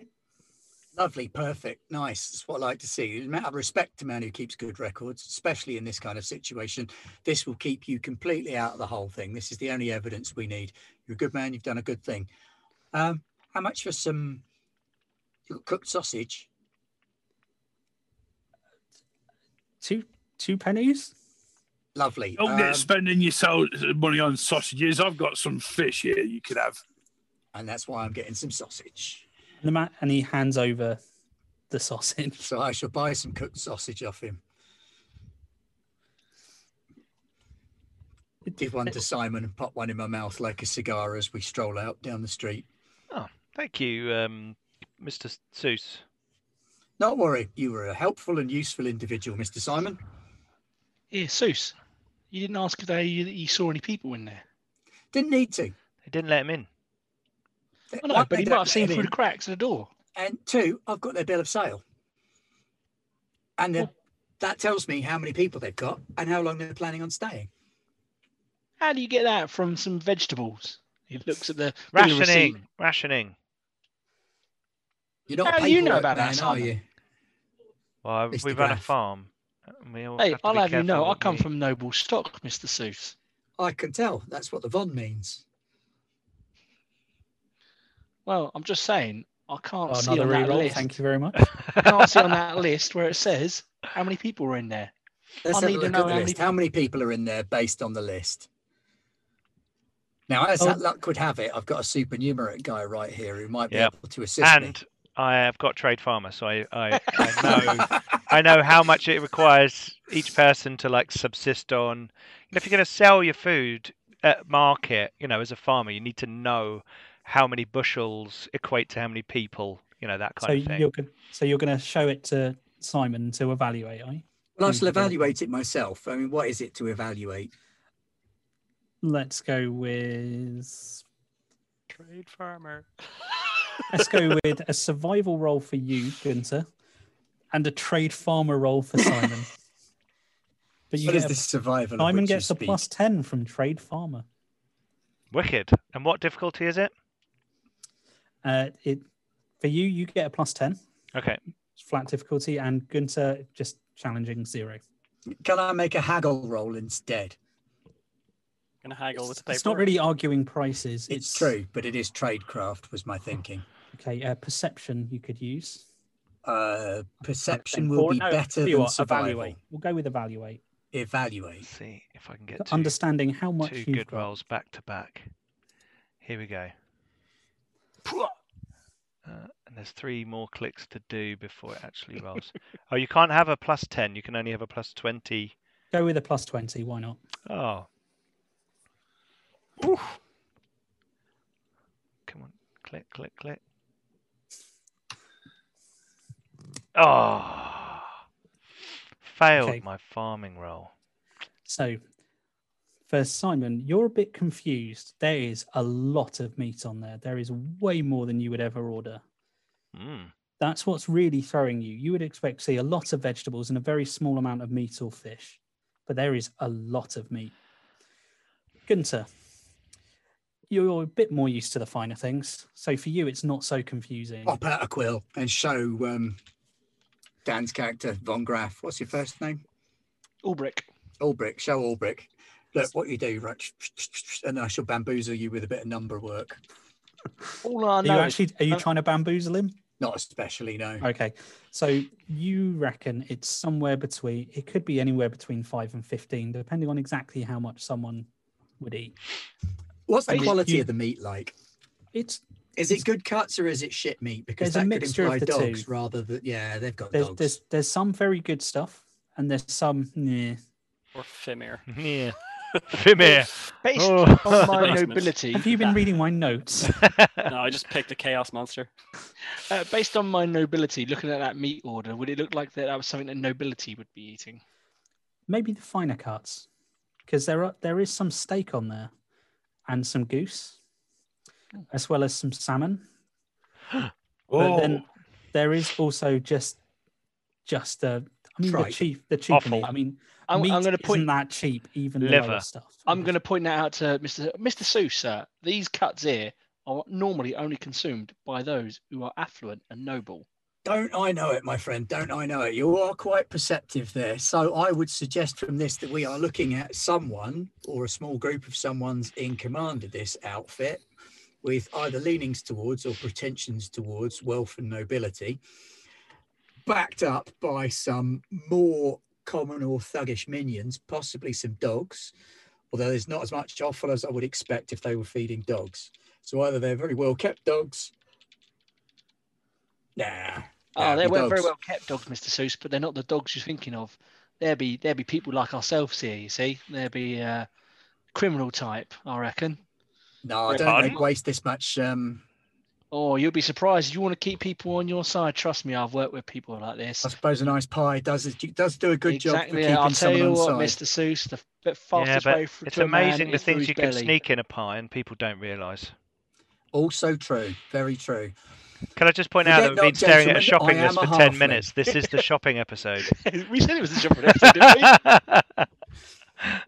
Lovely, perfect, nice. That's what I like to see. The amount of respect to man who keeps good records, especially in this kind of situation. This will keep you completely out of the whole thing. This is the only evidence we need. You're a good man. You've done a good thing. Um, how much for some cooked sausage? two two pennies Lovely. Don't Um, get spending your so- money on sausages. I've got some fish here you could have. and that's why I'm getting some sausage. and, the ma- and he hands over the sausage So I shall buy some cooked sausage off him. Give one to Simon and pop one in my mouth like a cigar as we stroll out down the street. Thank you, um, Mr. Seuss. Not worry, you were a helpful and useful individual, Mr. Simon. Yeah, Seuss, you didn't ask if they you saw any people in there. Didn't need to. They didn't let him in. I know, One, they but he don't might have seen let him through in, the cracks of the door. And two, I've got their bill of sale. And then Well- that tells me how many people they've got and how long they're planning on staying. How do you get that from some vegetables? He looks at the bill of receipt. Rationing, rationing. You're not a How do you know paperwork about that, man, are Simon? you? Well, Mr. we run a Graff. farm. and We all Hey, have to I'll be have you careful know, I what come we- from noble stock, Mr. Seuss. I can tell. That's what the Von means. Well, I'm just saying, I can't Oh, see another on that re-roll list. thank you very much I can't see on that list where it says how many people were in there. Let's I have a need to look know at the how list. many- How many people are in there based on the list? Now, as that Oh. luck would have it, I've got a supernumerate guy right here who might be Yep. able to assist me. And I have got trade farmer, so I, I, I know I know how much it requires each person to like subsist on. You know, if you're going to sell your food at market, you know, as a farmer, you need to know how many bushels equate to how many people. You know that so kind of thing. you're go- so you're going to show it to simon to evaluate are you? Well, I shall evaluate it myself. I mean, what is it to evaluate? let's go with Trade farmer. Let's go with a survival role for you, Gunter, and a trade farmer role for Simon. But you What is get a- this survival? of Simon which you gets a speak? plus 10 from trade farmer. Wicked. And what difficulty is it? Uh, it For you, you get a plus 10, Okay. it's flat difficulty, and Gunter just challenging zero. Can I make a haggle roll instead? Gonna haggle with the paper. It's not really arguing prices. It's, true, but it is tradecraft, was my thinking. Okay, uh, perception you could use. Uh, perception will Or- be no, better tell you than what, survival. Evaluate. We'll go with evaluate. Evaluate. Let's see if I can get But two, Understanding how much two you've good got. rolls back to back. Here we go. Uh, and there's three more clicks to do before it actually rolls. oh, you can't have a plus 10. You can only have a plus 20. Go with a plus 20, why not? Oh. Come on. Click, click, click. Oh. Failed Okay. my farming roll. So, for Simon, you're a bit confused. There is a lot of meat on there. There is way more than you would ever order. Mm. That's what's really throwing you. You would expect to see a lot of vegetables and a very small amount of meat or fish, but there is a lot of meat. Gunter, you're a bit more used to the finer things. So, for you, it's not so confusing. Pop out a quill and show um, Dan's character, Von Graff. What's your first name? Ulbrich. Albrick, show Albrick. Look, what you do, right? And I shall bamboozle you with a bit of number work. All I Are you know is actually are you uh, trying to bamboozle him? Not especially, no. Okay. So you reckon it's somewhere between, it could be anywhere between five and 15, depending on exactly how much someone would eat. What's the Basically- quality of the meat like? It's, Is it good cuts or is it shit meat? Because There's a that mixture of could imply the two. dogs rather than yeah, they've got there's, dogs. there's, there's some very good stuff and there's some, yeah. Or Fimir. Yeah. Fimir. based Oh. on my Basement. nobility. Have you been reading my notes? No, I just picked a chaos monster. Uh, based on my nobility, looking at that meat order, would it look like that, that was something that nobility would be eating? Maybe the finer cuts. because there are there is some steak on there, and some goose, as well as some salmon. But Oh, then there is also just just uh, I mean the Tripe. cheap the cheap. in it. Offal. I mean, I'm, meat I'm going to isn't point. that cheap, even the Liver. lower stuff. Mm-hmm. I'm going to point that out to Mr. Mr. Sousa. These cuts here are normally only consumed by those who are affluent and noble. Don't I know it, my friend? Don't I know it? You are quite perceptive there. So I would suggest from this that we are looking at someone or a small group of someone's in command of this outfit with either leanings towards or pretensions towards wealth and nobility, backed up by some more common or thuggish minions, possibly some dogs, although there's not as much offal as I would expect if they were feeding dogs. So either they're very well kept dogs. Nah. Oh, they the were very dogs. well kept dogs, Mr. Seuss, but they're not the dogs you're thinking of. There be there be people like ourselves here, you see. There be uh, criminal type, I reckon. No, I Yeah, don't pardon? think waste this much. Um, Oh, you'll be surprised. You want to keep people on your side. Trust me, I've worked with people like this. I suppose a nice pie does it does do a good exactly. job for I'll keeping tell you someone what, on side. Mr. Seuss, the f- fastest yeah, way but for it's to a man amazing the is through things his you can belly. sneak in a pie and people don't realise. Also true, very true. Can I just point You out get that we've been not, staring at a gentlemen, shopping I list am for a 10 halfling. minutes? This is the shopping episode. we said it was a different episode, didn't we?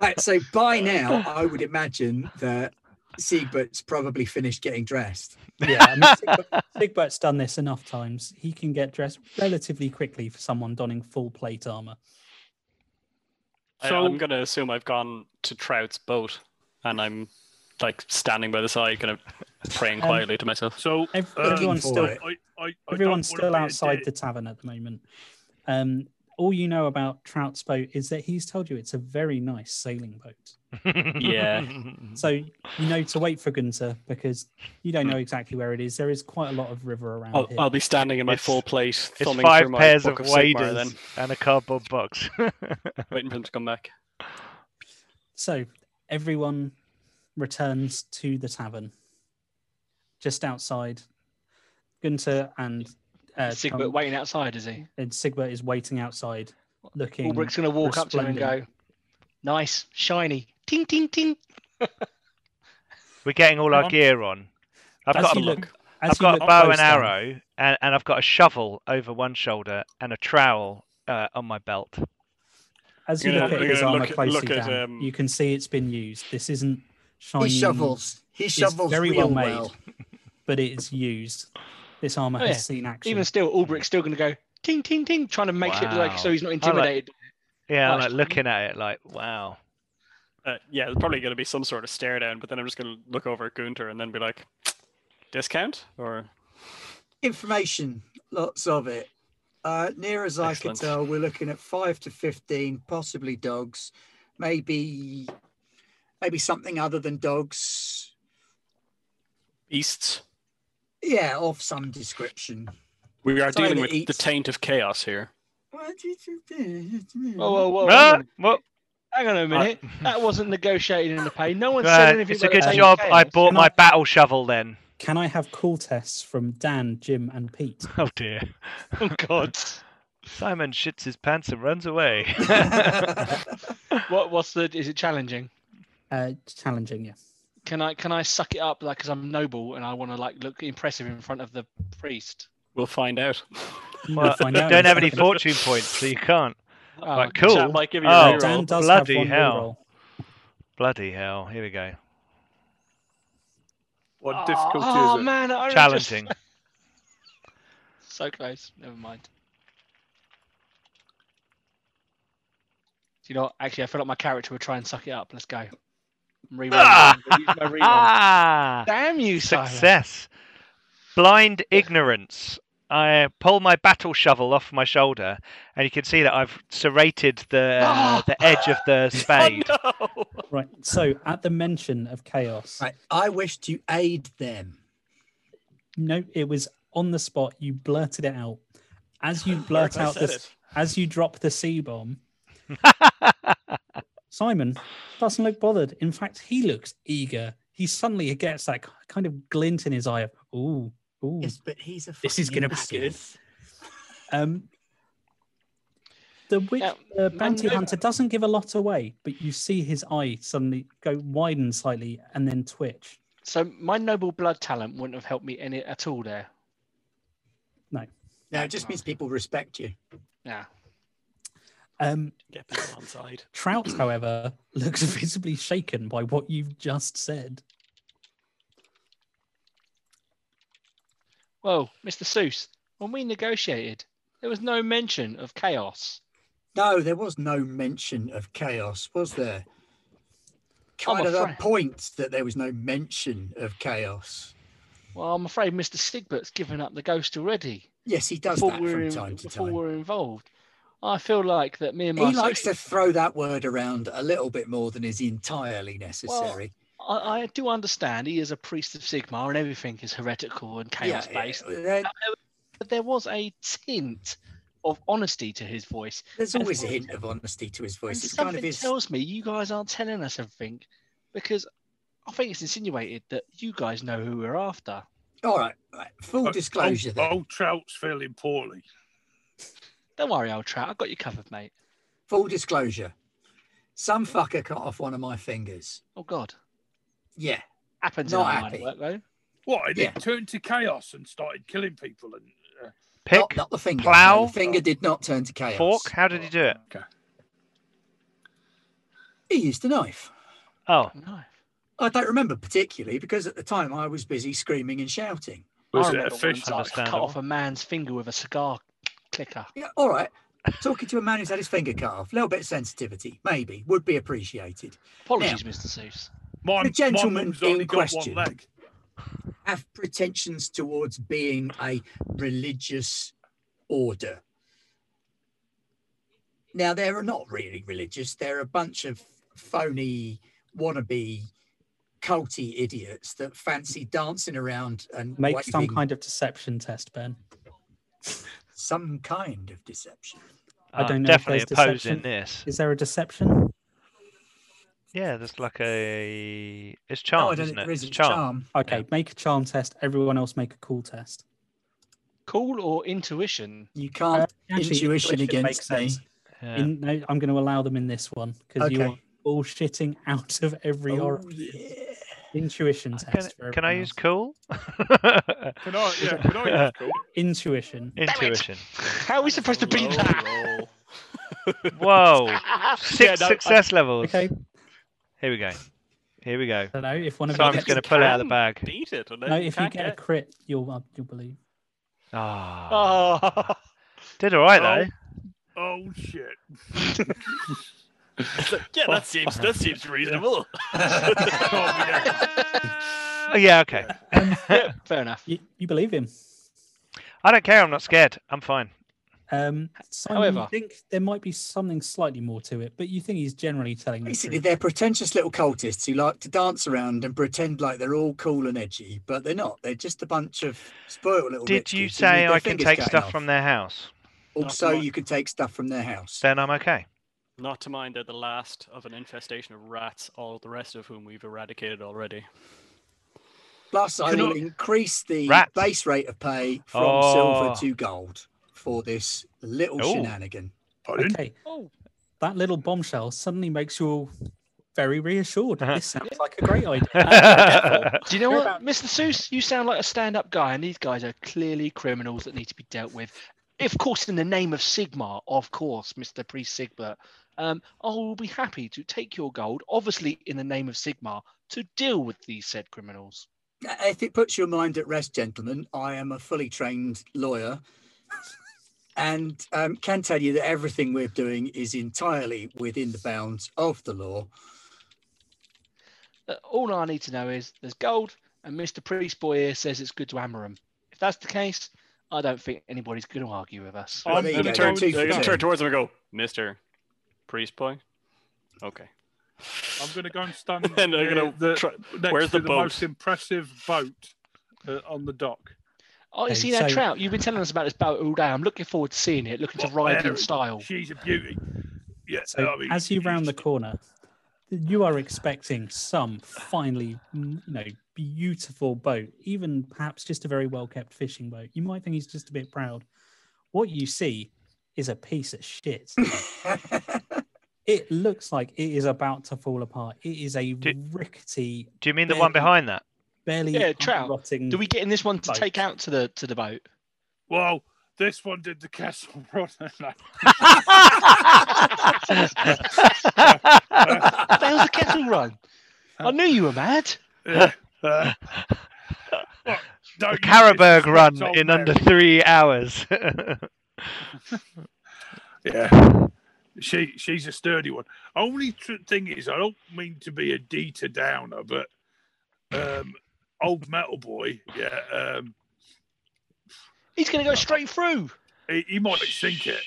Right, so by now, I would imagine that Siegbert's probably finished getting dressed. Yeah, I mean, Sigbert- Sigbert's done this enough times. He can get dressed relatively quickly for someone donning full plate armor. I, So- I'm gonna assume I've gone to Trout's boat, and I'm like standing by the side, kind of praying Um, quietly to myself. so Ev- Uh, everyone's Looking still for it. I, I, I everyone's still don't wanna be a outside dick. the tavern at the moment. Um, all you know about Trout's boat is that he's told you it's a very nice sailing boat. Yeah. So you know to wait for Gunter because you don't know exactly where it is. There is quite a lot of river around Oh, I'll, here. I'll be standing in my It's- full plate, It's thumbing five through my pairs of book of, Sigmar waders then and a cardboard box. waiting for him to come back. So everyone returns to the tavern, just outside. Gunter and uh, Sigbert Tom- waiting outside, is he? and Sigbert is waiting outside, looking. Ulbricht's going to walk up to him and go, resplendent. nice, shiny, ting, ting, ting. We're getting all Come our on. gear on. I've As got, you a, look, as I've you got a look bow and close down- arrow, and, and I've got a shovel over one shoulder and a trowel uh, on my belt. As you We're look gonna- at we're his gonna armor look at- closely look at, down, um, you can see it's been used. This isn't shiny, He shovels. He shovels Oh, very well real made. well. but it's used. This armor Oh, has yeah. seen action. Even still, Ulbricht's still going to go, ting, ting, ting, trying to make sure Wow. like, so he's not I like- intimidated. Yeah, I'm Nice. like looking at it like, wow. Uh, yeah, there's probably gonna be some sort of stare down, but then I'm just gonna look over at Gunter and then be like, discount or Information, lots of it. Uh, near as I Excellent. can tell, we're looking at five to fifteen, possibly dogs, maybe, maybe something other than dogs. beasts. Yeah, of some description. We are Sorry, dealing that with the eats. taint of chaos here. What did you do? Whoa, whoa, whoa. Oh, hang Ah, on a- well, Hang on a minute. That wasn't negotiated in the pay. No one said right, anything it's a about good the chain job of I chaos. bought Can my I- battle shovel then. Can I have cool tests from Dan, Jim, and Pete? Oh dear. Oh, God. Simon shits his pants and runs away. What, what's the? Is it challenging? Uh, challenging, yeah. Can I can I suck it up like because I'm noble and I want to like look impressive in front of the priest? We'll find out. You Well, will find you out in don't a have any second. fortune points, so you can't. Oh, Right, okay. cool. Chat might give you Oh. a Uh, reroll. Dan does Bloody have one hell. hell. Bloody hell. Here we go. What Oh, difficulty oh, is it? man, I only just- Challenging. So close. Never mind. Do you know? What? Actually, I feel like my character would try and suck it up. Let's go. I'm rerolling. Ah! I'm gonna use my Ah! reroll. Damn you, Simon. Success. Blind ignorance. I pull my battle shovel off my shoulder, and you can see that I've serrated the um, Ah! the edge of the spade. Oh, no! Right. So at the mention of chaos, Right, I wish to aid them. no, it was on the spot. You blurted it out. As you blurt I out said the, it. as you drop the C bomb, Simon doesn't look bothered. In fact, he looks eager. He suddenly gets that k- kind of glint in his eye of, ooh, ooh, Yes, but he's a. this is fucking going to be good. imbecile. Um, The witch, Now, the bounty no- hunter, doesn't give a lot away, but you see his eye suddenly go widen slightly and then twitch. So my noble blood talent wouldn't have helped me any at all there. No, it just means people respect you. Yeah. Um, Get people on side. Trout, however, looks visibly shaken by what you've just said. Well, Mr. Seuss, when we negotiated, there was no mention of chaos. No, there was no mention of chaos, was there? I'm Kind of a afraid- point that there was no mention of chaos. Well, I'm afraid Mr. Sigbert's given up the ghost already. Yes, he does before that we're from in- time to before time. we're involved. I feel like that me and my He likes to throw that word around a little bit more than is entirely necessary. I, I do understand he is a priest of Sigma and everything is heretical and chaos based. yeah, there- But there was a tint of honesty to his voice. there's And always a something- hint of honesty to his voice. and It's something kind of his. tells me you guys aren't telling us everything because I think it's insinuated that you guys know who we're after. All right, all right, full Oh, disclosure. Old, then. old Trout's feeling poorly. Don't worry, old trout. I've got you covered, mate. Full disclosure. Some fucker cut off one of my fingers. Oh, God. Yeah, Happens Not in our line of happy. work, though. What? And Yeah. it turned to chaos and started killing people. And uh, Pick, not, not the finger. plough, no, the finger did not turn to chaos. fork. How did he do it? okay. He used a knife. Oh, No. I don't remember particularly because at the time I was busy screaming and shouting. Was I it a remember fish? once I was cut Understandable. off a man's finger with a cigar clicker. Yeah, all right. Talking to a man who's had his finger cut off, a little bit of sensitivity, maybe, would be appreciated. Apologies, Mr. Seuss. My, The gentleman my mum's in only got question. one leg. Have pretensions towards being a religious order. Now, they're not really religious, they're a bunch of phony, wannabe, culty idiots that fancy dancing around and Make some waving kind of deception test, Ben. some kind of deception. I I'm don't know if definitely there's opposed deception. in this. Is there a deception? Yeah, there's like a it's Oh, no, Oh, charm, I don't isn't think it? there It's is a charm. charm. Okay, make a charm test. Everyone else make a cool test. Cool or intuition? You can't Actually, Uh, Intuition intuition against makes sense. me. Yeah. In, no, I'm going to allow them in this one because you Okay. are bullshitting out of every or- Oh, yeah. intuition Can, test. for can I everyone use else. cool? Can I? Yeah, can I use cool? intuition? Intuition. How are we supposed to beat that? Whoa. Six Yeah, no, I- success levels. Okay, Here we go. Here we go. I don't know if one of you Simon's gets going to pull out of the can. bag. Beat it. And then no, you if you can't get a crit, you'll uh, you'll believe. Ah. Oh. Did all right though. Oh shit! yeah, that seems that seems reasonable. Oh, Oh, yeah. Okay. yeah, fair enough. You, you believe him. I don't care. I'm not scared. I'm fine. Um, Simon, However, you However- think there might be something slightly more to it, but you think he's generally telling the Basically, truth. they're pretentious little cultists who like to dance around and pretend like they're all cool and edgy, but they're not. They're just a bunch of spoiled little. Did rich you kids who need say their I can fingers take cutting stuff off. from their house? Also, Not- you can take stuff from their house. Then I'm okay. Not to mind, they're the last of an infestation of rats, all the rest of whom we've eradicated already. Plus, I Can will I- increase the Rats. base rate of pay from Oh. silver to gold for this little Oh. shenanigan. Pardon? Okay, Oh, that little bombshell suddenly makes you all very reassured. This sounds like a great idea. do you know what, Mr. Seuss? You sound like a stand-up guy, and these guys are clearly criminals that need to be dealt with. Of course, in the name of Sigma, of course, Mr. Priest Sigma. Um, I will be happy to take your gold, obviously in the name of Sigma, to deal with these said criminals. Uh, If it puts your mind at rest, gentlemen, I am a fully trained lawyer and um, can tell you that everything we're doing is entirely within the bounds of the law. Uh, all I need to know is there's gold, and Mr. Priest Boy here says it's good to hammer 'em. If that's the case, I don't think anybody's going to argue with us. Well, there you gonna go, turn, they're two for I'm gonna two. turn towards him and go, Mister Priest Boy. Okay. I'm going to go and stand. And they're near gonna the- try- next where's to the the boat? most impressive boat uh, on the dock. Oh, you Okay, see that so- trout? You've been telling us about this boat all day. I'm looking forward to seeing it, looking to Well, ride there uh, in it- style. She's a beauty. Yeah. So I mean, as you she's- round the corner, you are expecting some finely, mm, you know, beautiful boat, even perhaps just a very well kept fishing boat. You might think he's just a bit proud. What you see is a piece of shit. it looks like it is about to fall apart. It is a Do- rickety, Do you mean the one Barely. behind that? barely Yeah, Trout, rotting. Do we get in this one to Boat. take out to the to the boat? Well, this one did the castle run. What the hell's a kettle run? I knew you were mad. Yeah, uh, what, don't the you Karaberg disrespect run old in Mary. under three hours. Yeah. She she's a sturdy one. Only tr- thing is, I don't mean to be a Dieter downer, but um, old metal boy, yeah, um, He's going to go straight through. he, he might sink it.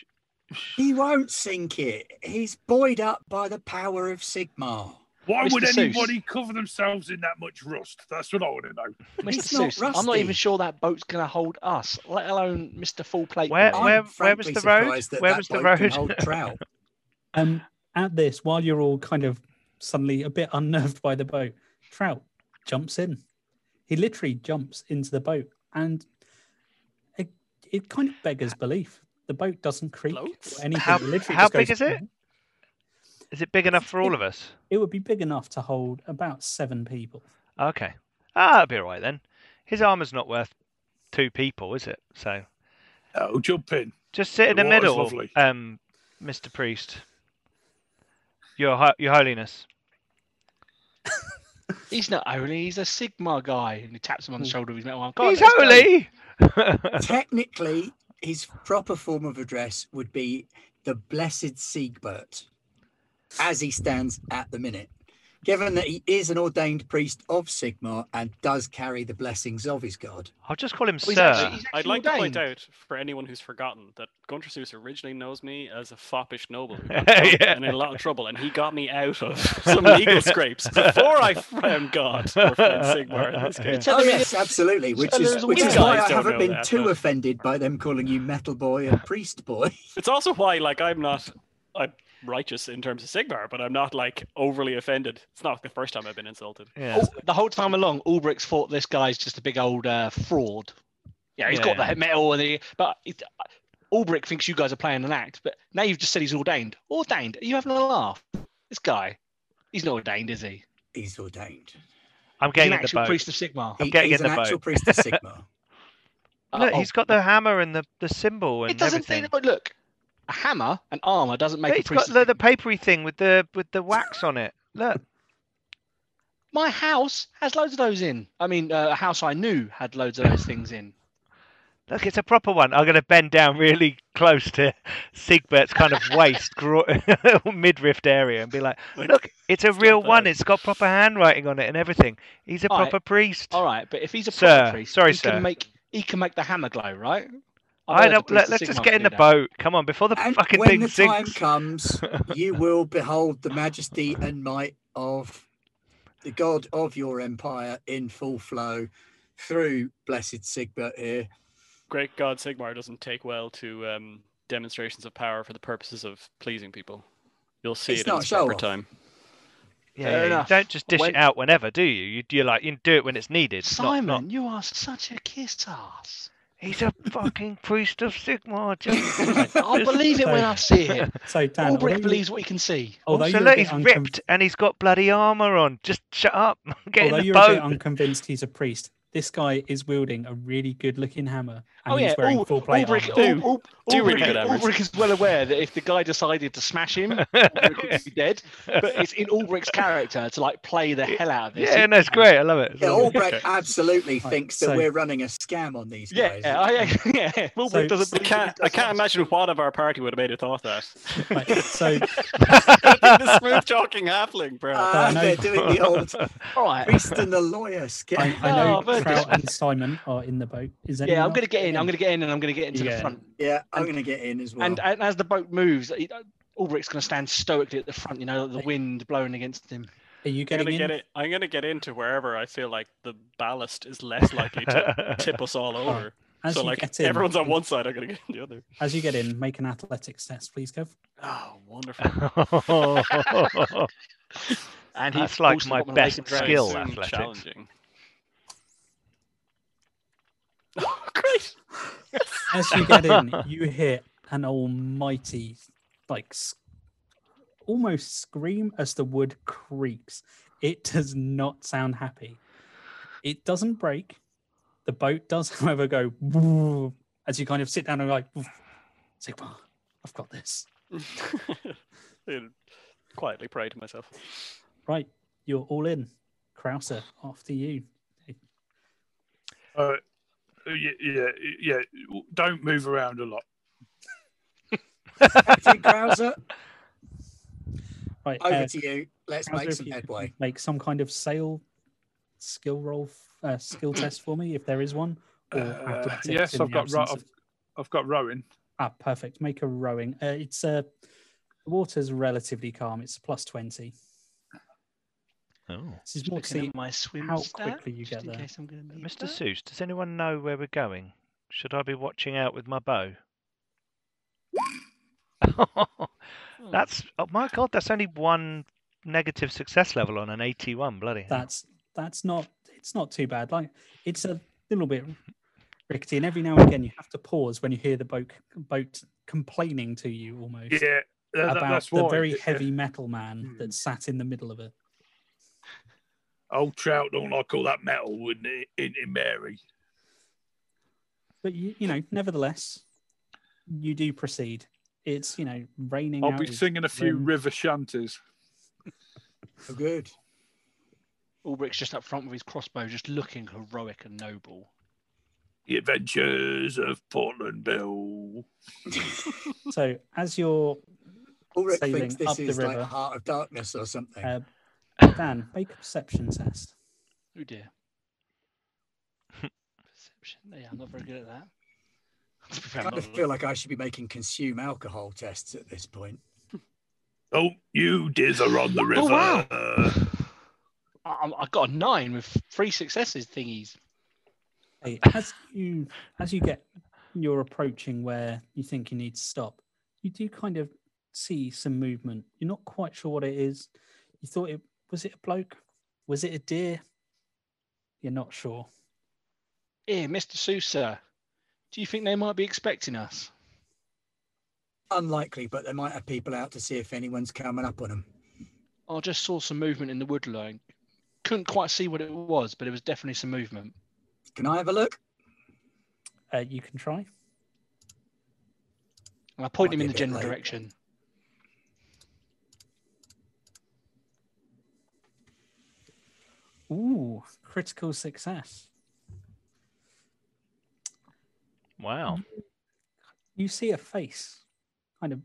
He won't sink it. He's buoyed up by the power of Sigma. Why Mr. would Seuss. anybody cover themselves in that much rust? That's what I want to know. Mr. It's not Seuss, I'm not even rusty. sure that boat's going to hold us, let alone Mr. Full Plate. Where- man. I'm where was frankly the road? surprised That Where that was the bloke can road? Hold trout. Um, at this, while you're all kind of suddenly a bit unnerved by the boat, Trout jumps in. He literally jumps into the boat, and it, it kind of beggars belief. The boat doesn't creak or Floats? anything. How- It literally how just big goes- is it? Is it big enough for all of us? It would be big enough to hold about seven people. Okay. Ah, it'll be all right then. His armor's not worth two people, is it? So Oh, jump in. just sit in the The water's middle, lovely. um, Mr. Priest. Your ho- Your Holiness. He's not holy, he's a Sigma guy. And he taps him on the Hmm. shoulder with his metal arm. Go on, He's let's go. holy. Technically, his proper form of address would be the Blessed Siegbert, as he stands at the minute. Given that he is an ordained priest of Sigma and does carry the blessings of his god, I'll just call him Well, Oh, he's Sir. actually- he's I'd actually like to point ordained. out for anyone who's forgotten that Gunter Seuss originally knows me as a foppish noble who got dumped Yeah. and in a lot of trouble, and he got me out of some legal scrapes before I found God or found Sigmar in this case. oh Tell him he- yes, absolutely. Which tell is there's a which is window. why You I guys don't haven't know been that, too but- offended by them calling you metal boy and priest boy. It's also why, like, I'm not I'm righteous in terms of Sigmar, but I'm not like overly offended. It's not the first time I've been insulted. Yeah. Oh, the whole time along, Ulbricht's thought this guy's just a big old uh, fraud. Yeah, he's Yeah. got the metal and he, but it, Ulbricht thinks you guys are playing an act. But now you've just said he's ordained. Ordained? Are you having a laugh? This guy, he's not ordained, is he? He's ordained. I'm He's getting an in the actual boat. priest of Sigma. I'm He- getting he's in an the actual boat. priest of Sigma. Look, Uh, he's got the hammer and the, the symbol and It doesn't. everything. Think, look, a hammer and armor doesn't make Look, a It's got priest. the, the papery thing with the with the wax on it. Look, My house has loads of those in. I mean, uh, a house I knew had loads of those things in. look, it's a proper one. I'm going to bend down really close to Sigbert's kind of waist, gro- midriff area, and be like, Like, "Look, it's a stop real one. that. It's got proper handwriting on it and everything. He's a All right. proper priest." All right, but if he's a Sir, proper priest, sorry, he sir. can make he can make the hammer glow, right? I've I heard the don't. priest Let, of let's just Sigma get can in do the that. boat. Come on, before the And fucking when thing the time sinks. comes, you will behold the majesty and might of the god of your empire in full flow through blessed Sigbert here. Great God Sigmar doesn't take well to um, demonstrations of power for the purposes of pleasing people. You'll see It's it in not its show proper off. time. Yeah, Fair yeah, you enough. don't just dish When- it out whenever, do you? You you like you do it when it's needed. Simon, Not, not... you are such a kiss ass. He's a fucking priest of Sigma. Just... I believe it when I see it. So Dan, although Ulbricht you- believes what he can see. although also, you're a look, bit he's uncon- ripped and he's got bloody armor on. Just shut up. Get although in the you're a boat. bit unconvinced he's a priest, this guy is wielding a really good-looking hammer, and Oh he's yeah, wearing Ul- full plate Ulbricht, armor. Ul- Ul- Do really Ulbricht- good hammers. Ulbricht is well aware that if the guy decided to smash him, Ulbricht would be dead. But it's in Ulbricht's character to like play the hell out of this. yeah, no, it's great. I love it. It's Yeah, lovely. Albrecht absolutely Right, thinks that so- we're running a scam on these Yeah, guys. I, yeah, yeah. Ulbricht I So- doesn't believe what he can't, I does. can't imagine what of our party would have made it thought that. Right, so the smooth talking halfling, bro. Ah, I know- they're doing the old All right. priest and the I, lawyer scam. I know Oh, very Trout and Simon are in the boat. Is anyone Yeah, I'm else? gonna get in. I'm gonna get in, and I'm gonna get into Yeah. the front. Yeah, I'm going to get in as well. And, and as the boat moves, he- Ulbricht's gonna stand stoically at the front. You know, the wind blowing against him. Are you I'm getting gonna in? get it. I'm gonna get into wherever I feel like the ballast is less likely to tip us all over. As so you like get in, everyone's on one side, I'm gonna get on the other. As you get in, make an athletics test, please, Kev. Oh, wonderful! And he That's like also my got one leg best and I drag. skill. assume athletics. Challenging. Oh, great! Oh, As you get in, you hear an almighty, like, s- almost scream as the wood creaks. It does not sound happy. It doesn't break. The boat does, however, go "Woo," as you kind of sit down and like, "Oof, Sigmar, I've got this. And Quietly pray to myself. Right, you're all in. Krauser, after you. Uh, yeah, yeah, yeah. Don't move around a lot. Captain Krauser, Right, over uh, to you. Let's Krauser, make if some you- headway. make some kind of sail skill roll, f- uh, skill test for me if there is one. Or Uh, athletics yes, in I've the got ro- absence of- I've got rowing. Ah, perfect. Make a rowing. Uh, it's uh, the water's relatively calm. It's plus twenty. Oh. This is more to Looking see at my swim how stat, quickly you just get in there. case I'm gonna need Mr. that. Seuss, does anyone know where we're going? Should I be watching out with my bow? that's oh my god, that's only one negative success level on an 81, bloody. hell. that's that's not it's not too bad. Like it's a little bit rickety, and every now and again you have to pause when you hear the boat boat complaining to you almost Yeah, that- that- about that's the why. very Yeah. heavy metal man Hmm. that sat in the middle of it. Old trout don't like all that metal, wouldn't it? In, in Mary. But you, you know, nevertheless, you do proceed. It's you know raining. I'll out be with singing a few rim. river shanties. Oh, good. Ulbricht's just up front with his crossbow, just looking heroic and noble. The Adventures of Portland Bill. So as you're Ulrich Sailing thinks up this the is like river. Heart of Darkness or something. Uh, Dan, make a perception test. Oh dear. Perception. Oh, Yeah, I'm not very good at that. To be fair, I I'm kind of not- feel like I should be making consume alcohol tests at this point. Oh, you dither on the river. wow. I, I'm- I got a nine with three successes thingies. Hey, as you as you get you're approaching where you think you need to stop, you do kind of see some movement. You're not quite sure what it is. You thought it was it a bloke? Was it a deer? You're not sure. Here, Mr. Sousa, do you think they might be expecting us? Unlikely, but they might have people out to see if anyone's coming up on them. I just saw some movement in the wood line. Couldn't quite see what it was, but it was definitely some movement. Can I have a look? Uh, you can try. And I point Might him be in a the bit general late. direction. Ooh, critical success. Wow. You see a face kind of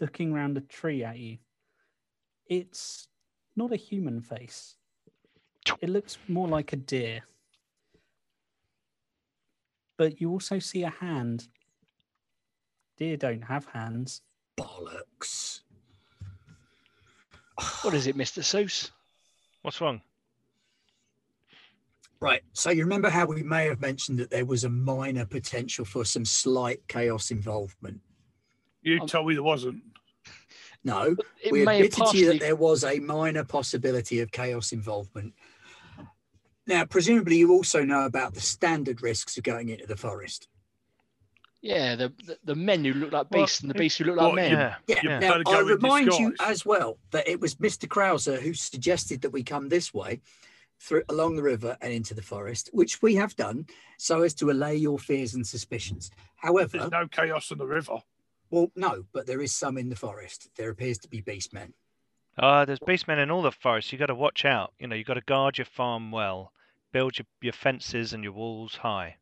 looking round a tree at you. It's not a human face. It looks more like a deer. But you also see a hand. Deer don't have hands. Bollocks. What is it, Mr. Seuss? What's wrong? Right. So you remember how we may have mentioned that there was a minor potential for some slight chaos involvement? You Um, told me there wasn't. No. It we may have admitted to you partially. that there was a minor possibility of chaos involvement. Now, presumably, you also know about the standard risks of going into the forest. Yeah, the, the, the men who look like Well, beasts and the it- beasts who look well, like men. Yeah. Yeah. Yeah. Now, Better go I in remind you disguise. as well that it was Mr. Krauser who suggested that we come this way through along the river and into the forest, which we have done so as to allay your fears and suspicions. However, There's no chaos in the river. well, no, but there is some in the forest. There appears to be beastmen. Uh, there's beastmen in all the forests. You got to watch out. You know, you got to guard your farm well. Build your, your fences and your walls high.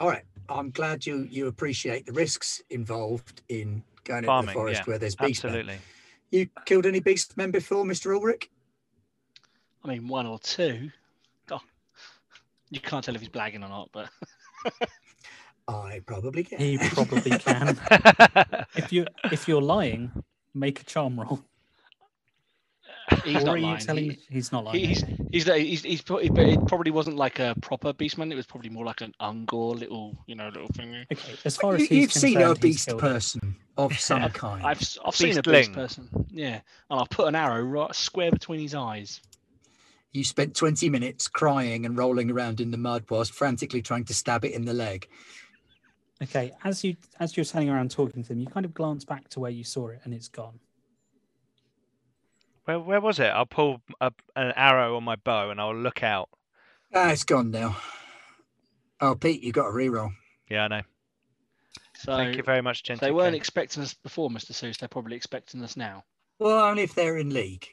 All right. I'm glad you you appreciate the risks involved in going into Farming, the forest yeah, where there's beastmen. Absolutely. You killed any beastmen before, Mr. Ulrich? I mean, one or two. God. You can't tell if he's blagging or not, but I probably can. He probably can. if you if you're lying, make a charm roll. he's or not are lying. you telling He- he's not lying? He- he's he's like- he's he's probably, but it probably wasn't like a proper beastman. It was probably more like an ungor little, you know, little thingy. okay, as far as you, he's you've seen a concerned, he's beast killed it. person of some kind. I've s- I've seen a beast Beastling. person, yeah, and I'll put an arrow right square between his eyes. You spent 20 minutes crying and rolling around in the mud whilst frantically trying to stab it in the leg. Okay, as you as you're standing around talking to them, you kind of glance back to where you saw it, and it's gone. Where where was it? I'll pull a, an arrow on my bow and I'll look out. Ah, it's gone now. Oh, Pete, you got a reroll. Yeah, I know. So Thank you very much, if gentlemen. they weren't expecting us before, Mr. Seuss. They're probably expecting us now. Well, only if they're in league.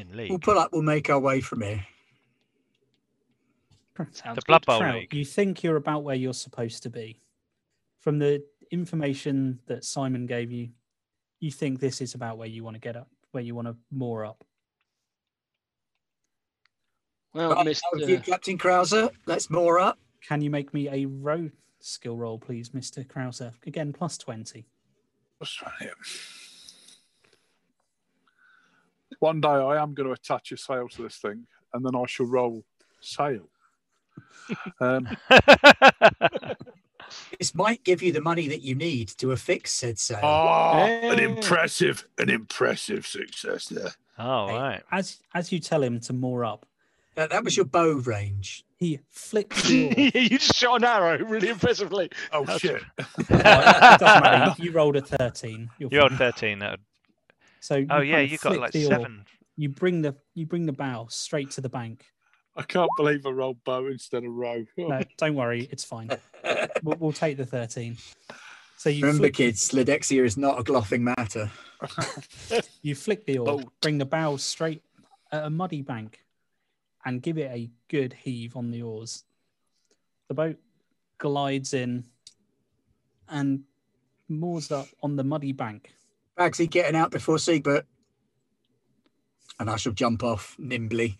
in We'll league. pull up. We'll make our way from here. Sounds The Blood good. Bowl Trout, league. you think you're about where you're supposed to be. From the information that Simon gave you, you think this is about where you want to get up, where you want to moor up. Well, Right, Mr. now, with you, Captain Krauser, let's moor up. Can you make me a road skill roll, please, Mr. Krauser? Again, plus 20. What's wrong here? One day I am going to attach a sail to this thing, and then I shall roll sail. um, This might give you the money that you need to affix said sail. ah, an Hey. impressive, an impressive success there. oh, Okay. right. As as you tell him to moor up, Uh, That, that was your bow range. he flicks you. off. you just shot an arrow really impressively. Oh That's- shit! Oh, it doesn't matter. You rolled a 13. You're You're fine. 13. That would... So you Oh, yeah, kind of you got flick like the oar. seven. You bring the you bring the bow straight to the bank. I can't believe I rolled bow instead of row. Oh, No, don't worry, it's fine. We'll, we'll take the thirteen. So you Remember, flick, kids, Slidexia is not a gloffing matter. you flick the oar, Boat. bring the bow straight at a muddy bank, and give it a good heave on the oars. The boat glides in and moors up on the muddy bank. Bagsy getting out before Siegbert. And I shall jump off nimbly.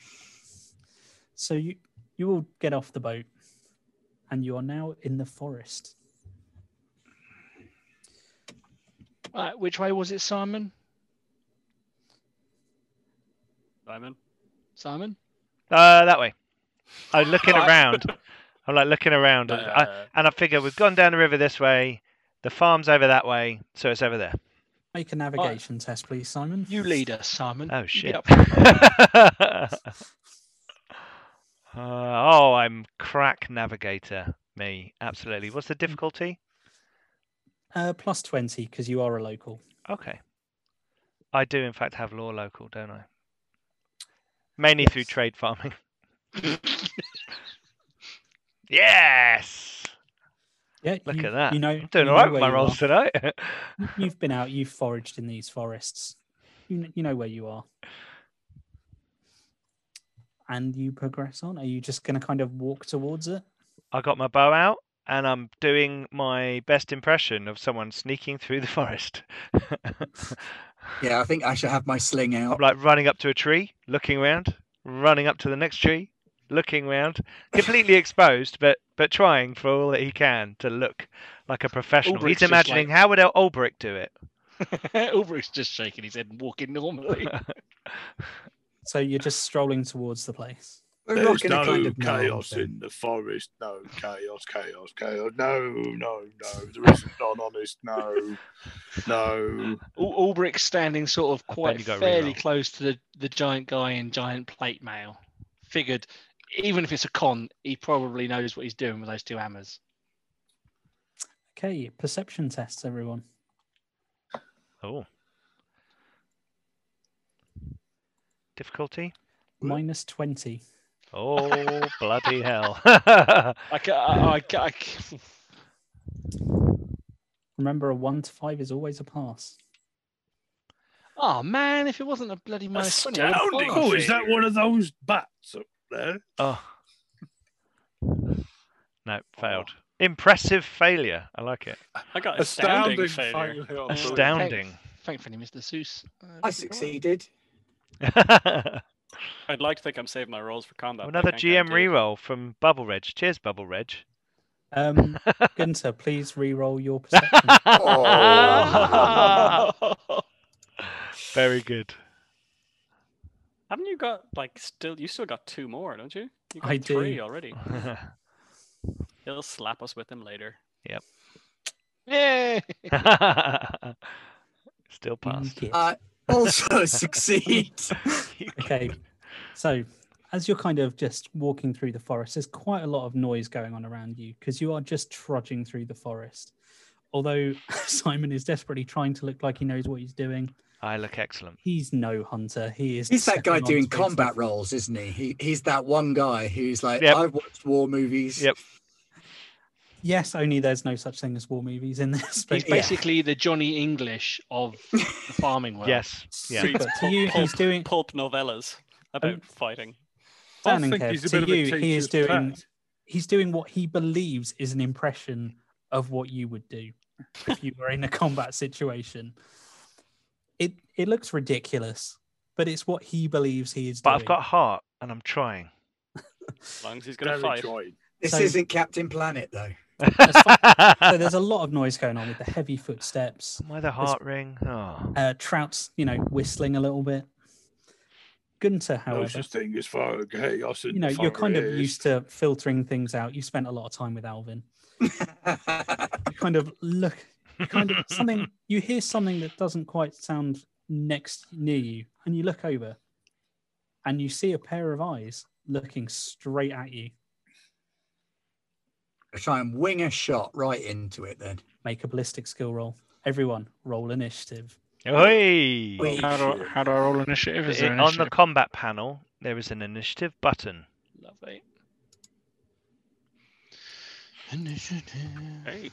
So you you all get off the boat, and you are now in the forest. Right, which way was it, Simon? Simon. Simon? Uh, that way. I'm looking around. I'm like looking around. and I, Uh, and I figure we've gone down the river this way. The farm's over that way. So it's over there. Make a navigation test, please, Simon. You lead us, Simon. Oh, You shit. get up uh, oh, I'm crack navigator. Me. Absolutely. What's the Mm. difficulty? Uh, plus twenty because you are a local. Okay. I do, in fact, have law local, don't I? Mainly through Yes. trade farming. yes. Yeah, Look you- at that. You know, I'm doing you all know right with my where you rolls are. tonight. You've been out. You've foraged in these forests. You know, you know where you are. And you progress on. Are you just going to kind of walk towards it? I got my bow out and I'm doing my best impression of someone sneaking through the forest. Yeah, I think I shall have my sling Oh. I'm out. like running up to a tree, looking around, running up to the next tree, looking round, completely exposed, but but trying for all that he can to look like a professional. Ulbricht's He's just imagining like- how would El Ulbricht do it? Ulbricht's just shaking his head and walking normally. So you're just strolling towards the place. We're There's rocking no a kind of chaos thing. in the forest. No chaos, chaos, chaos. No, no, no. There isn't none. Honest, no, no. Ul- Ulbricht's standing sort of I bet quite you got a fairly reroll. close to the, the giant guy in giant plate mail. Figured, even if it's a con, he probably knows what he's doing with those two hammers. Okay, perception tests, everyone. Oh. Difficulty? Minus twenty. Oh bloody hell. I ca Oh, I, I, ca- I ca- Remember, a one to five is always a pass. oh man, if it wasn't a bloody minus 20, I would've Astounding! passed. Oh, is that one of those bats up there? oh. No, failed. Impressive failure. I like it. I got astounding, Astounding, failure. failure. Astounding. Thankfully, Mr. Seuss. I uh, did all right. succeeded. I'd like to think I'm saving my rolls for combat. but I Another can't GM guarantee it. reroll from Bubble Reg. Cheers, Bubble Reg. Um, Gunter, please re-roll your perception. Oh. Very good. Haven't you got like still? You still got two more, don't you? You got I do. three already. He'll slap us with them later. Yeah. Still Ah, passed. Kid. I also succeed. Okay, so as you're kind of just walking through the forest, there's quite a lot of noise going on around you because you are just trudging through the forest. Although Simon is desperately trying to look like he knows what he's doing, I look excellent. he's no hunter. He is. He's that guy stepping on doing twigs and combat roles, isn't he? he? He's that one guy who's like, Yep. I've watched war movies. Yep. Yes, only there's no such thing as war movies in this. He's But Yeah. basically the Johnny English of the farming world. Yes. Yeah. Sweet. but to you, he's doing. Pulp novellas about fighting. I Dan and think Kev, he's a to bit of you, a he is teacher's doing- pet. He's doing what he believes is an impression of what you would do if you were in a combat situation. It it looks ridiculous, but it's what he believes he is But doing. I've got heart and I'm trying. As long as he's going to Very fight. joy. This So- isn't Captain Planet, though. so there's a lot of noise going on with the heavy footsteps. My the heart ring. Oh. Uh, Trout's, you know, whistling a little bit. Gunther, No however, such thing as fire chaos. you know, you're kind of used to filtering things out. You spent a lot of time with Alvin. You kind of look, you kind of something. You hear something that doesn't quite sound next near you, and you look over, and you see a pair of eyes looking straight at you. Try and wing a shot right into it then. Make a ballistic skill roll. Everyone, roll initiative. Ahoy! Wait. How do, how do I roll initiative? Is there It- on the initiative? combat panel, there is an initiative button. Lovely. Initiative. Hey.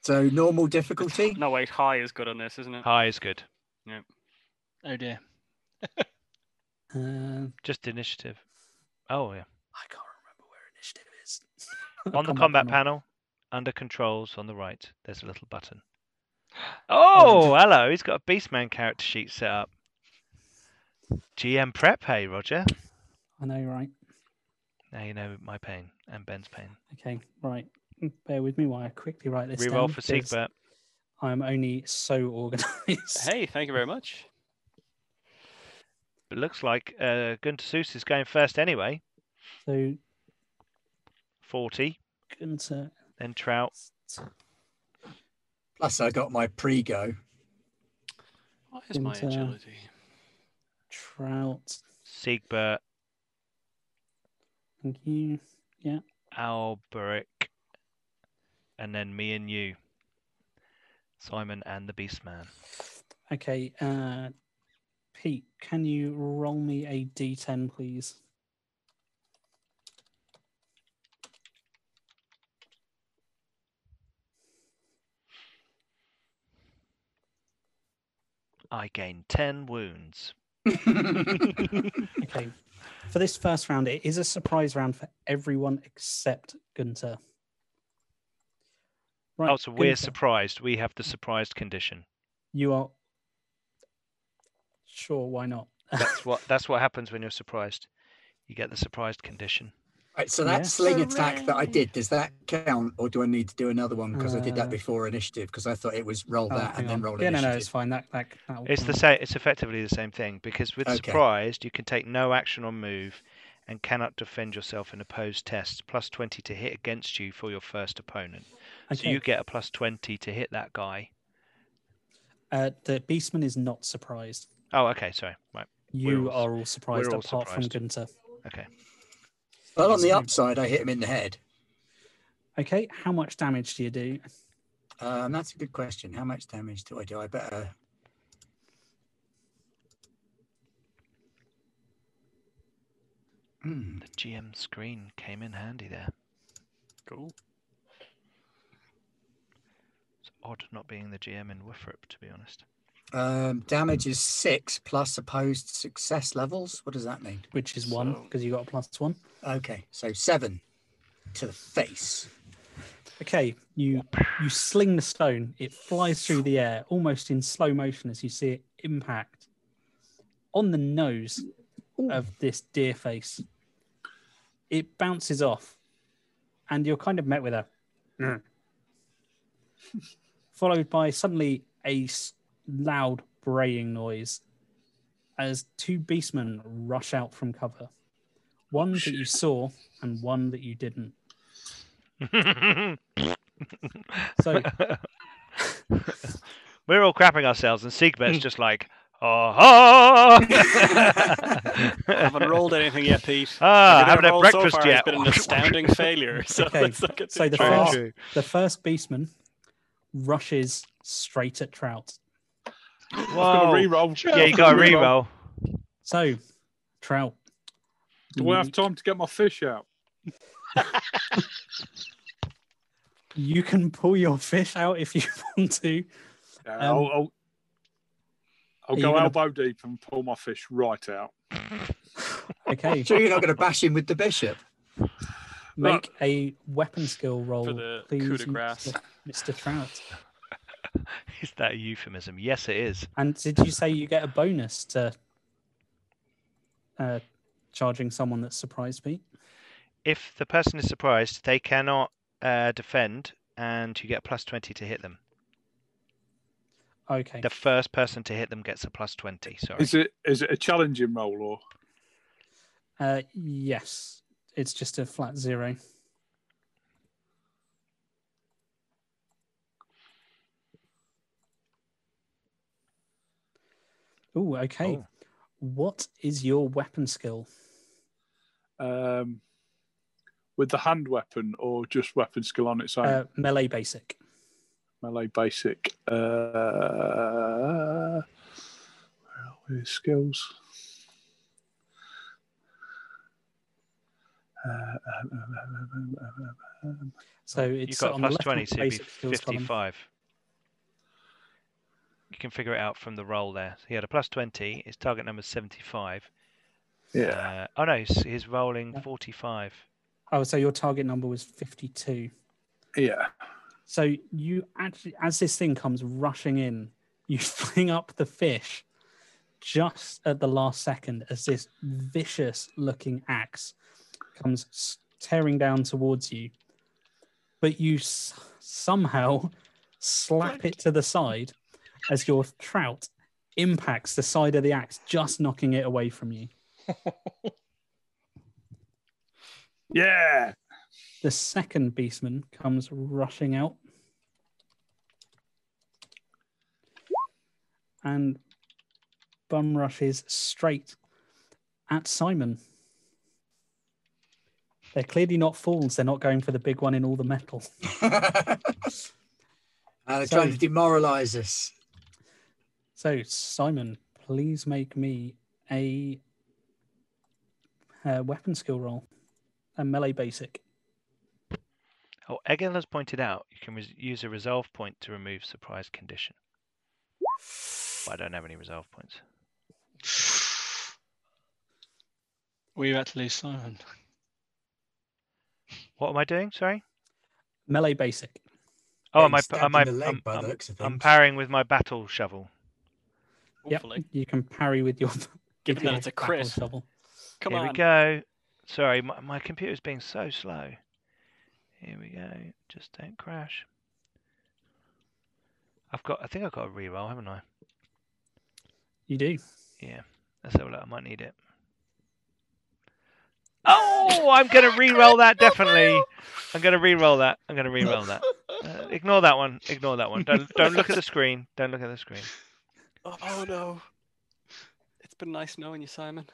So normal difficulty. No, wait, high is good on this, isn't it? High is good. Oh dear. Uh, I can't remember Just initiative. Oh yeah. where initiative is. On the combat panel. under controls on the right, there's a little button. Oh, hello! He's got a Beastman character sheet set up. GM prep, hey Roger. I know, right? Now you know my pain and Ben's pain. Okay, right. Bear with me while I quickly write this down. Reroll for because Siegbert. I'm only so organized. Hey, thank you very much. But looks like uh, Gunter Seuss is going first anyway. So, Forty, Gunther. then Trout. Plus, I got my pre-go. What is my Into- agility? Trout. Siegbert, Thank you. Alberic, and then me and you. Simon and the Beastman. Okay, uh, Pete, can you roll me a d10, please? I gain ten wounds. Okay. For this first round, it is a surprise round for everyone except Gunther. Right, oh, so we're Gunther, surprised. We have the surprised condition. You are. Sure, why not? That's what that's what happens when you're surprised. You get the surprised condition. Right, so that Yeah. sling attack that I did, does that count, or do I need to do another one because I did Uh, that before initiative? Because I thought it was roll Oh, that hang and then on. roll Yeah, no, initiative. no, it's fine. That that that'll It's the count. same. It's effectively the same thing because with Okay. surprised you can take no action or move, and cannot defend yourself in opposed tests. Plus twenty to hit against you for your first opponent. So Okay. you get a plus twenty to hit that guy. Uh, the beastman is not surprised. Oh, okay. Sorry. Right. You all s- are all surprised, all apart from surprised. Gunther. Okay. Well, on the So- upside, I hit him in the head. Okay, how much damage do you do? Um, that's a good question. How much damage do I do? I better. Hmm. The GM screen came in handy there. Cool. It's odd not being the GM in Wifrip, to be honest. Um, damage is six plus opposed success levels. What does that mean? Which is one So- because you got a plus one. Okay, so seven to the face. Okay, you you sling the stone. It flies through the air almost in slow motion as you see it impact on the nose of this deer face. It bounces off, and you're kind of met with a followed by suddenly a s- loud braying noise as two beastmen rush out from cover. One that you saw and one that you didn't. We're So all crapping ourselves, and Siegbert's just like, Aha! haven't rolled anything yet, Pete. Ah, Everything haven't I've had rolled so breakfast far has yet. been an astounding failure. So Okay, let's look at so the the True, fast- first. true. The first beastman rushes straight at Trout. I've got Whoa. to re-roll. Yeah, you got a reroll. So, Trout, Do I have time to get my fish out? you can pull your fish out if you want to. Yeah, Um, I'll, I'll, I'll are you go gonna- elbow deep and pull my fish right out. Okay, So you're not going to bash him with the bishop. make a weapon skill roll, the please, coup de grace. Mr. Mr. Trout. Is that a euphemism? Yes, it is. And did you say you get a bonus to uh, charging someone that's surprised, Pete? If the person is surprised, they cannot uh, defend, and you get plus 20 to hit them. Okay. The first person to hit them gets a plus 20. Sorry. Is it is it a challenging roll or Uh, yes, it's just a flat zero. Ooh, okay. Oh. What is your weapon skill? um, with the hand weapon or just weapon skill on its own? Uh, melee basic. melee basic. Uh, where are we? Skills. Uh, um, um, um, um, um, um, So you it's got on plus the left 20, hand so you'd be basic skills column. 55. You can figure it out from the roll there. So he had a plus 20. His target number is 75. yeah, Uh, oh, no, he's, he's rolling Yeah. 45. Oh, so your target number was 52. yeah. So you actually, as this thing comes rushing in, you fling up the fish just at the last second as this vicious looking axe comes s- tearing down towards you. But you s- somehow slap it to the side as your trout impacts the side of the axe, just knocking it away from you. Yeah. The second beastman comes rushing out. And bum rushes straight at Simon. They're clearly not fools. They're not going for the big one in all the metal. uh, they're So- trying to demoralise us. So, Simon, please make me a, uh weapon skill roll, a melee basic. Oh, Egil has pointed out you can res- use a resolve point to remove surprise condition. But I don't have any resolve points. We about to lose Simon. What am I doing? Sorry. Melee basic. Oh, Yeah, am you I? stabbed Am in I? the leg I'm, by the I'm- looks of I'm things. parrying with my battle shovel. Hopefully, Yep, you can parry with your. given your that it's a battle crit. shovel. Come Here on. we go. Sorry, my, my computer's being so slow. Here we go. Just don't crash. I've got. I think I've got a reroll, haven't I? You do. Let's have a look. I might need it. Oh, I'm gonna re-roll that definitely. I'm gonna re-roll that. I'm gonna re-roll that. Uh, ignore that one. Ignore that one. Don't don't look at the screen. Don't look at the screen. Oh no. It's been nice knowing you, Simon.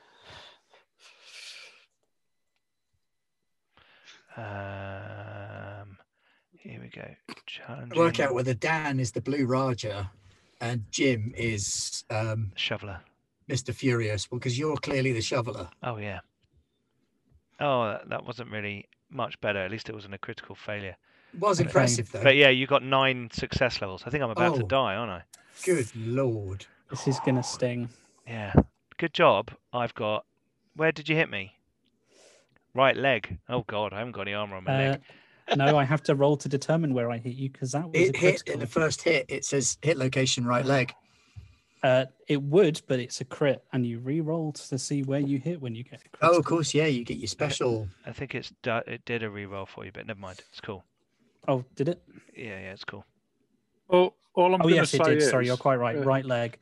Um, here we go. Challenging Work out whether Dan is the Blue Raja and Jim is um, shoveler. Mr. Furious because you're clearly the shoveler. Oh yeah. Oh, that, that wasn't really much better. At least it wasn't a critical failure. Was impressive though. But yeah, you got nine success levels. I think I'm about to Oh. die, aren't I? Good lord. This is gonna sting. Yeah. Good job. I've got. Where did you hit me? Right leg. Oh God, I haven't got any armor on my Uh, leg. no, I have to roll to determine where I hit you because that was It a hit critical. in the first hit. It says hit location right leg. Oh, uh, it would, but it's a crit, and you re-rolled to see where you hit when you get. a Oh, critical. of course, yeah. You get your special. I think it's do- it did a reroll for you, but never mind. It's cool. Oh, did it? Yeah, yeah, it's cool. Oh, all I'm oh gonna yes, say it did. is, Sorry, you're quite right. yeah. Right leg.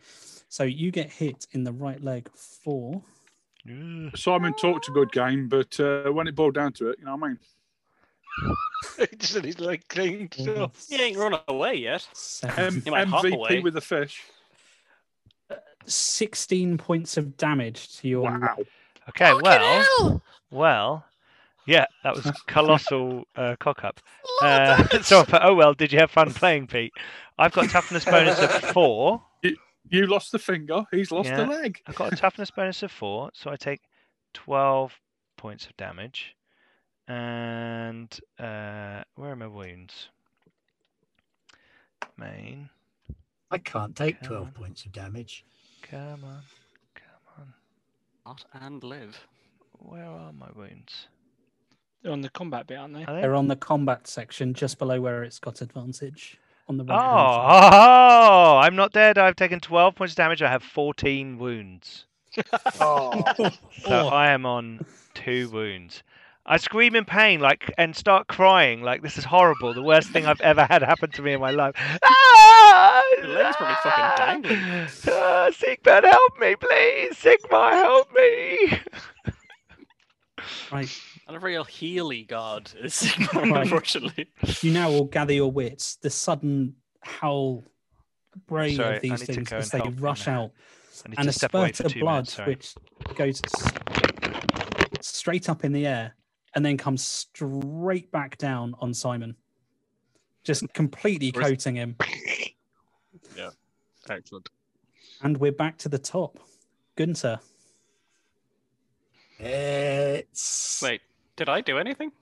So you get hit in the right leg for. Yeah. Simon talked a good game, but uh, when it boiled down to it, you know what I mean. Just that he's like clinged Mm-hmm. to- He ain't run away yet. seven. M- You might hop away. MVP with the fish. 16 points of damage to your. Okay, well, well, yeah, that was colossal uh, cock up. Uh, so, but, oh well, did you have fun playing, Pete? I've got toughness bonus of four. You lost the finger. He's lost Yeah. the leg. I've got a toughness bonus of four, so I take twelve points of damage. And uh, where are my wounds? Main. I can't take Come on. 12 points of damage. Come on, come on. Not and live. Where are my wounds? They're on the combat bit, aren't they? Are they? They're on the combat section just below where it's got advantage on the Oh, right. hand side. oh, I'm not dead. I've taken 12 points of damage. I have 14 wounds. Oh, So I am on two wounds. I scream in pain like and start crying like this is horrible. The worst thing I've ever had happen to me in my life. Ah! Your leg's probably fucking dangling. Ah, Sigmund, help me, please. Sigma, help me. Right. And a real healy god is Right. unfortunately. You now all gather your wits. The sudden howl brave Sorry, I of these need to things go as and they help rush Anna. out. I need and to a step away spurt for of two blood minutes. Sorry. which goes s- straight up in the air and then comes straight back down on Simon, just completely Or is- coating him. excellent. And we're back to the top. Gunter, It's. Wait, did I do anything?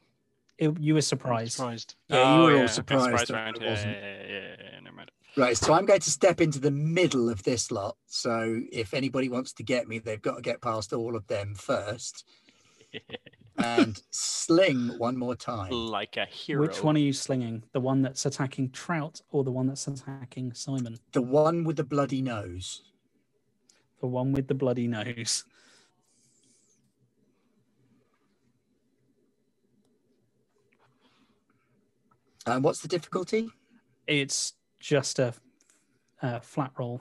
it- you were I'm surprised. surprised. Yeah, you Oh, were yeah, all surprised. Surprise that I round. Yeah, wasn't. yeah, yeah, yeah, yeah, never mind. Right, so I'm going to step into the middle of this lot. So if anybody wants to get me, they've got to get past all of them first and sling one more time. Like a hero. Which one are you slinging? The one that's attacking Trout or the one that's attacking Simon? The one with the bloody nose. The one with the bloody nose. And what's the difficulty? It's just a, uh flat roll.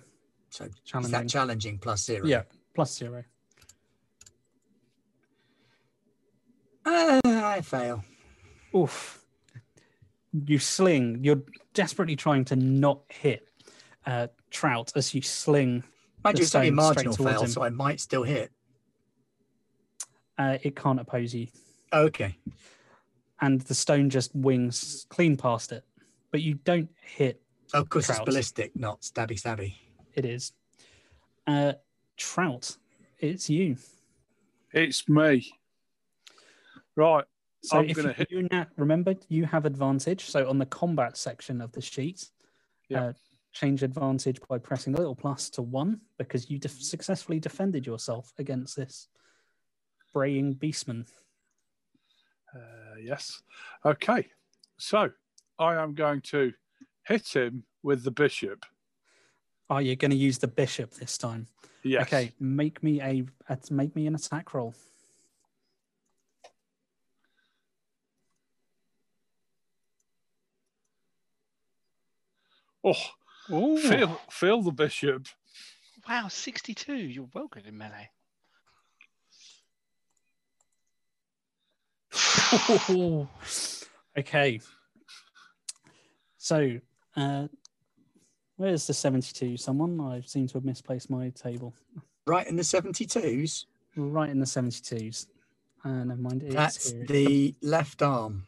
So is Challenging. that challenging plus zero? Yeah, plus zero. Ah, I fail. Oof. You sling. You're desperately trying to not hit uh, Trout as you sling. Mind The you, it's only a stone straight marginal towards fail, him. so I might still hit. Uh, it can't oppose you. Okay. And the stone just wings clean past it. But you don't hit Of course, Trout. it's ballistic, not stabby stabby. it is. Uh, Trout, it's you. It's me. Right. So I'm if gonna you, hit- you na- remember, you have advantage. So on the combat section of the sheet, Yeah. uh, change advantage by pressing the little plus to one because you def- successfully defended yourself against this braying beastman. Uh, yes. Okay. So I am going to hit him with the bishop. Are you going to Oh, use the bishop this time? Yes. Okay, make me a at- make me an attack roll. Oh, Ooh. feel feel the bishop. Wow, 62. You're well good in melee. okay. So, uh, where's the seventy-two? Someone I seem to have misplaced my table. Right in the 72s, Right in the seventy-twos. Uh, never mind. It's that's here. the left arm.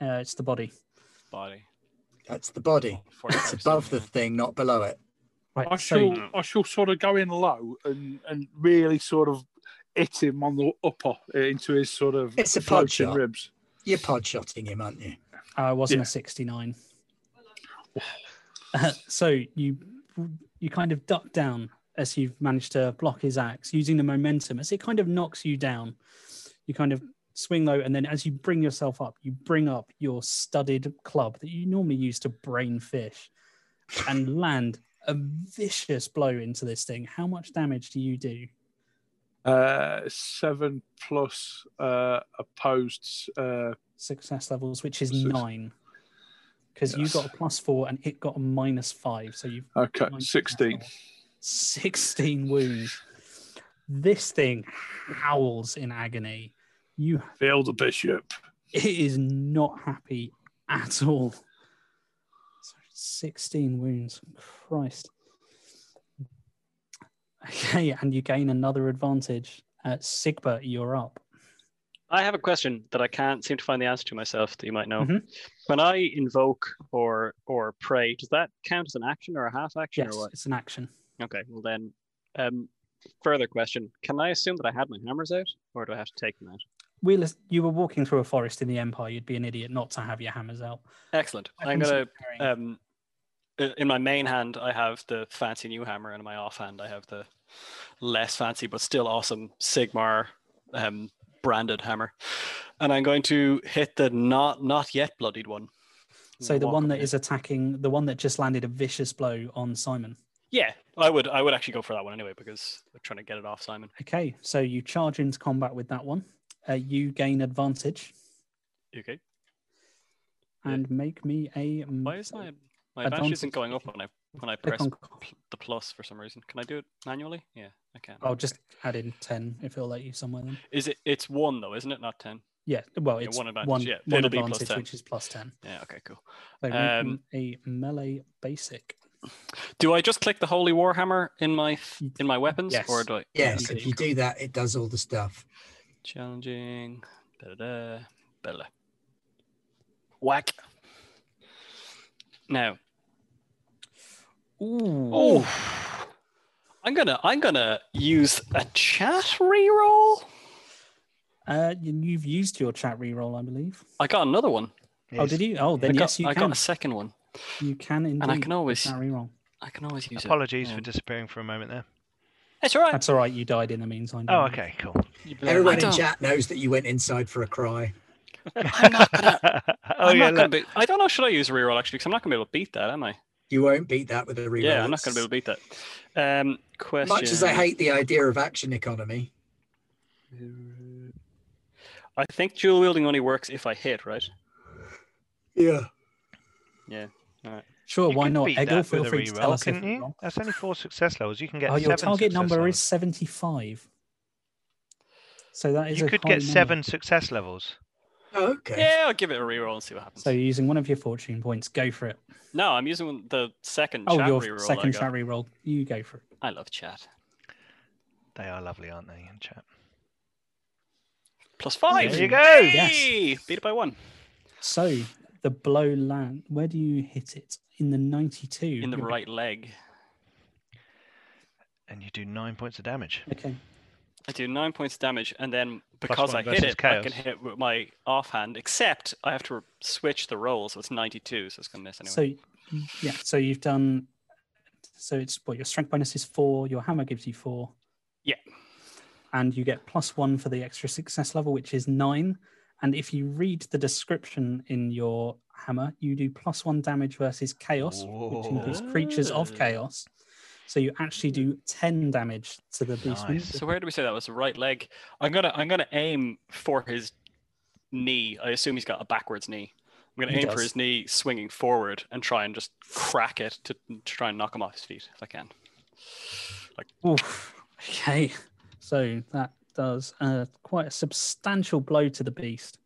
Uh, it's the body. Body. That's the body. Oh. It's above the thing, not below it. Right. I so shall I shall sort of go in low and and really sort of hit him on the upper uh, into his sort of It's a pod floating shot. ribs. You're pod shotting him, aren't you? I wasn't Yeah. a 69. Uh, so you you kind of duck down as you've managed to block his axe using the momentum as it kind of knocks you down. You kind of swing low, and then as you bring yourself up, you bring up your studded club that you normally use to brain fish and land a vicious blow into this thing. How much damage do you do? Uh, seven plus uh, opposed. Uh, Success levels, which is Six. nine, because you Yes. got a plus four and it got a minus five. So you've okay, Nine sixteen. success levels. 16 wounds. This thing howls in agony. You Feel the bishop. it is not happy at all. So 16 wounds. Christ. Okay, and you gain another advantage. Uh, Sigba, you're up. I have a question that I can't seem to find the answer to myself that you might know. Mhm. When I invoke or or pray, does that count as an action or a half action Yes, or what? it's an action. Okay, well then um further question. Can I assume that I had my hammers out or do I have to take them out? Wheelis, you were walking through a forest in the Empire. You'd be an idiot not to have your hammers out. Excellent. I'm Weapons gonna you're carrying. um i- in my main hand I have the fancy new hammer and in my offhand I have the less fancy but still awesome Sigmar um branded hammer. And I'm going to hit the not not yet bloodied one. I'm so gonna the walk one up that to- is attacking, the one that just landed a vicious blow on Simon. Yeah, I would. I would actually go for that one anyway because I'm trying to get it off Simon. Okay, so you charge into combat with that one. Uh, you gain advantage Okay. Yeah. and make me a. mm, Why is my my advantage isn't Advantage. going up when I when I Click press on, pl- the plus for some reason? Can I do it manually? Yeah, I can. I'll just add in 10 if it'll let you somewhere then. Is it? It's one though, isn't it? Not ten. Yeah, well, Yeah, it's one one advantage, advantage, yeah. one It'll be plus advantage 10. which is plus 10. Yeah. Okay. Cool. So make Um, me a melee basic. Do I just click the holy warhammer in my f- in my weapons, Yes. or do I? Yes, Okay, if you do that, it does all the stuff. Challenging. Da da da. da. Whack. Now, Ooh. Oh, I'm gonna I'm gonna use a chat reroll. Uh, you- you've used your chat reroll, I believe. I got another one. Oh, did you? Oh, then I got, yes, you I can. got a second one, You can indeed. and I can always chat reroll. I can always use Apologies it. Oh. for Um, disappearing for a moment there. It's all right. That's all right. You died in the meantime. Oh, didn't you? okay, cool. You blow Everyone it. in don't- chat knows that you went inside for a cry. I'm not gonna. oh I'm yeah, not gonna be, I don't know. Should I use a reroll actually? Because I'm not gonna be able to beat that, am I? You won't beat that with a reroll. Yeah, I'm not gonna be able to beat that. Um, It's- question. Much as I hate the idea of action economy, I think dual wielding only works if I hit, right? yeah, Sure, You why could not? beat Egil, that feel with a free to tell reroll, us if couldn't you're you? wrong. That's only four success levels. You can get Oh, your seven target success number levels. is 75. So that is You a could high get number. seven success levels. Oh, okay. Yeah, I'll give it a reroll and see what happens. So you're using one of your fortune points. Go for it. no, I'm using the second Oh, chat your reroll. I, second got. chat reroll. You go for it. I love chat. They are lovely, aren't they, in chat? Plus five. There you go. Yay! Beat it by one. So the blow land. Where do you hit it? In the 92. In the You're- right leg. And you do nine points of damage. Okay. I do nine points damage, and then Plus because one I hit versus it, I can chaos. hit with my offhand. Except I have to re- switch the roll, so it's ninety-two, so it's gonna miss anyway. So yeah, so you've done. So it's what your strength bonus is four. Your hammer gives you four. Yeah. And you get plus one for the extra success level, which is nine. And if you read the description in your hammer, you do plus one damage versus chaos, which includes creatures of Whoa. chaos. So you actually do ten damage to the beast. Nice. So where do we say that was the right leg? I'm gonna I'm gonna aim for his knee. I assume he's got a backwards knee. I'm gonna He aim for does. his knee, swinging forward, and try and just crack it to, to try and knock him off his feet if I can. Like Oof. Okay. So that does uh, quite a substantial blow to the beast.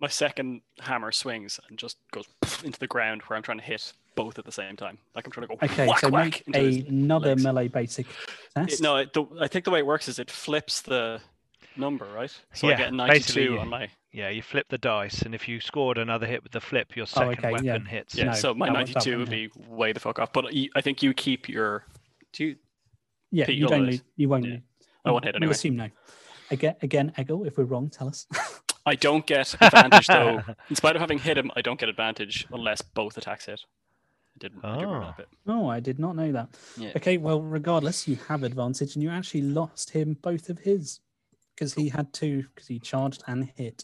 my second hammer swings and just goes into the ground where I'm trying to hit both at the same time. Like I'm trying to go Okay, whack so whack make into his another legs. melee basic It- test. no, it, the, I think the way it works is it flips the number, right? So I Yeah, get basically, 92 yeah. on my. Yeah, you flip the dice, and if you scored another hit with the flip, your second Oh, okay, weapon yeah. hits. Yeah, No, so my that worked out 92 would be way the fuck off. But you, I think you keep your. Do you, yeah, Pete, you you'll don't. know Lose. You won't. Yeah. lose. I won't hit We'll anyway. assume no. Again, again, Egil, if we're wrong, tell us. I don't get advantage though. In spite of having hit him, I don't get advantage unless both attacks hit. I didn't. I didn't remember Oh. that bit. no, I did not know that. Yeah. Okay, well, regardless, you have advantage, and you actually lost him both of his because he had two because he charged and hit.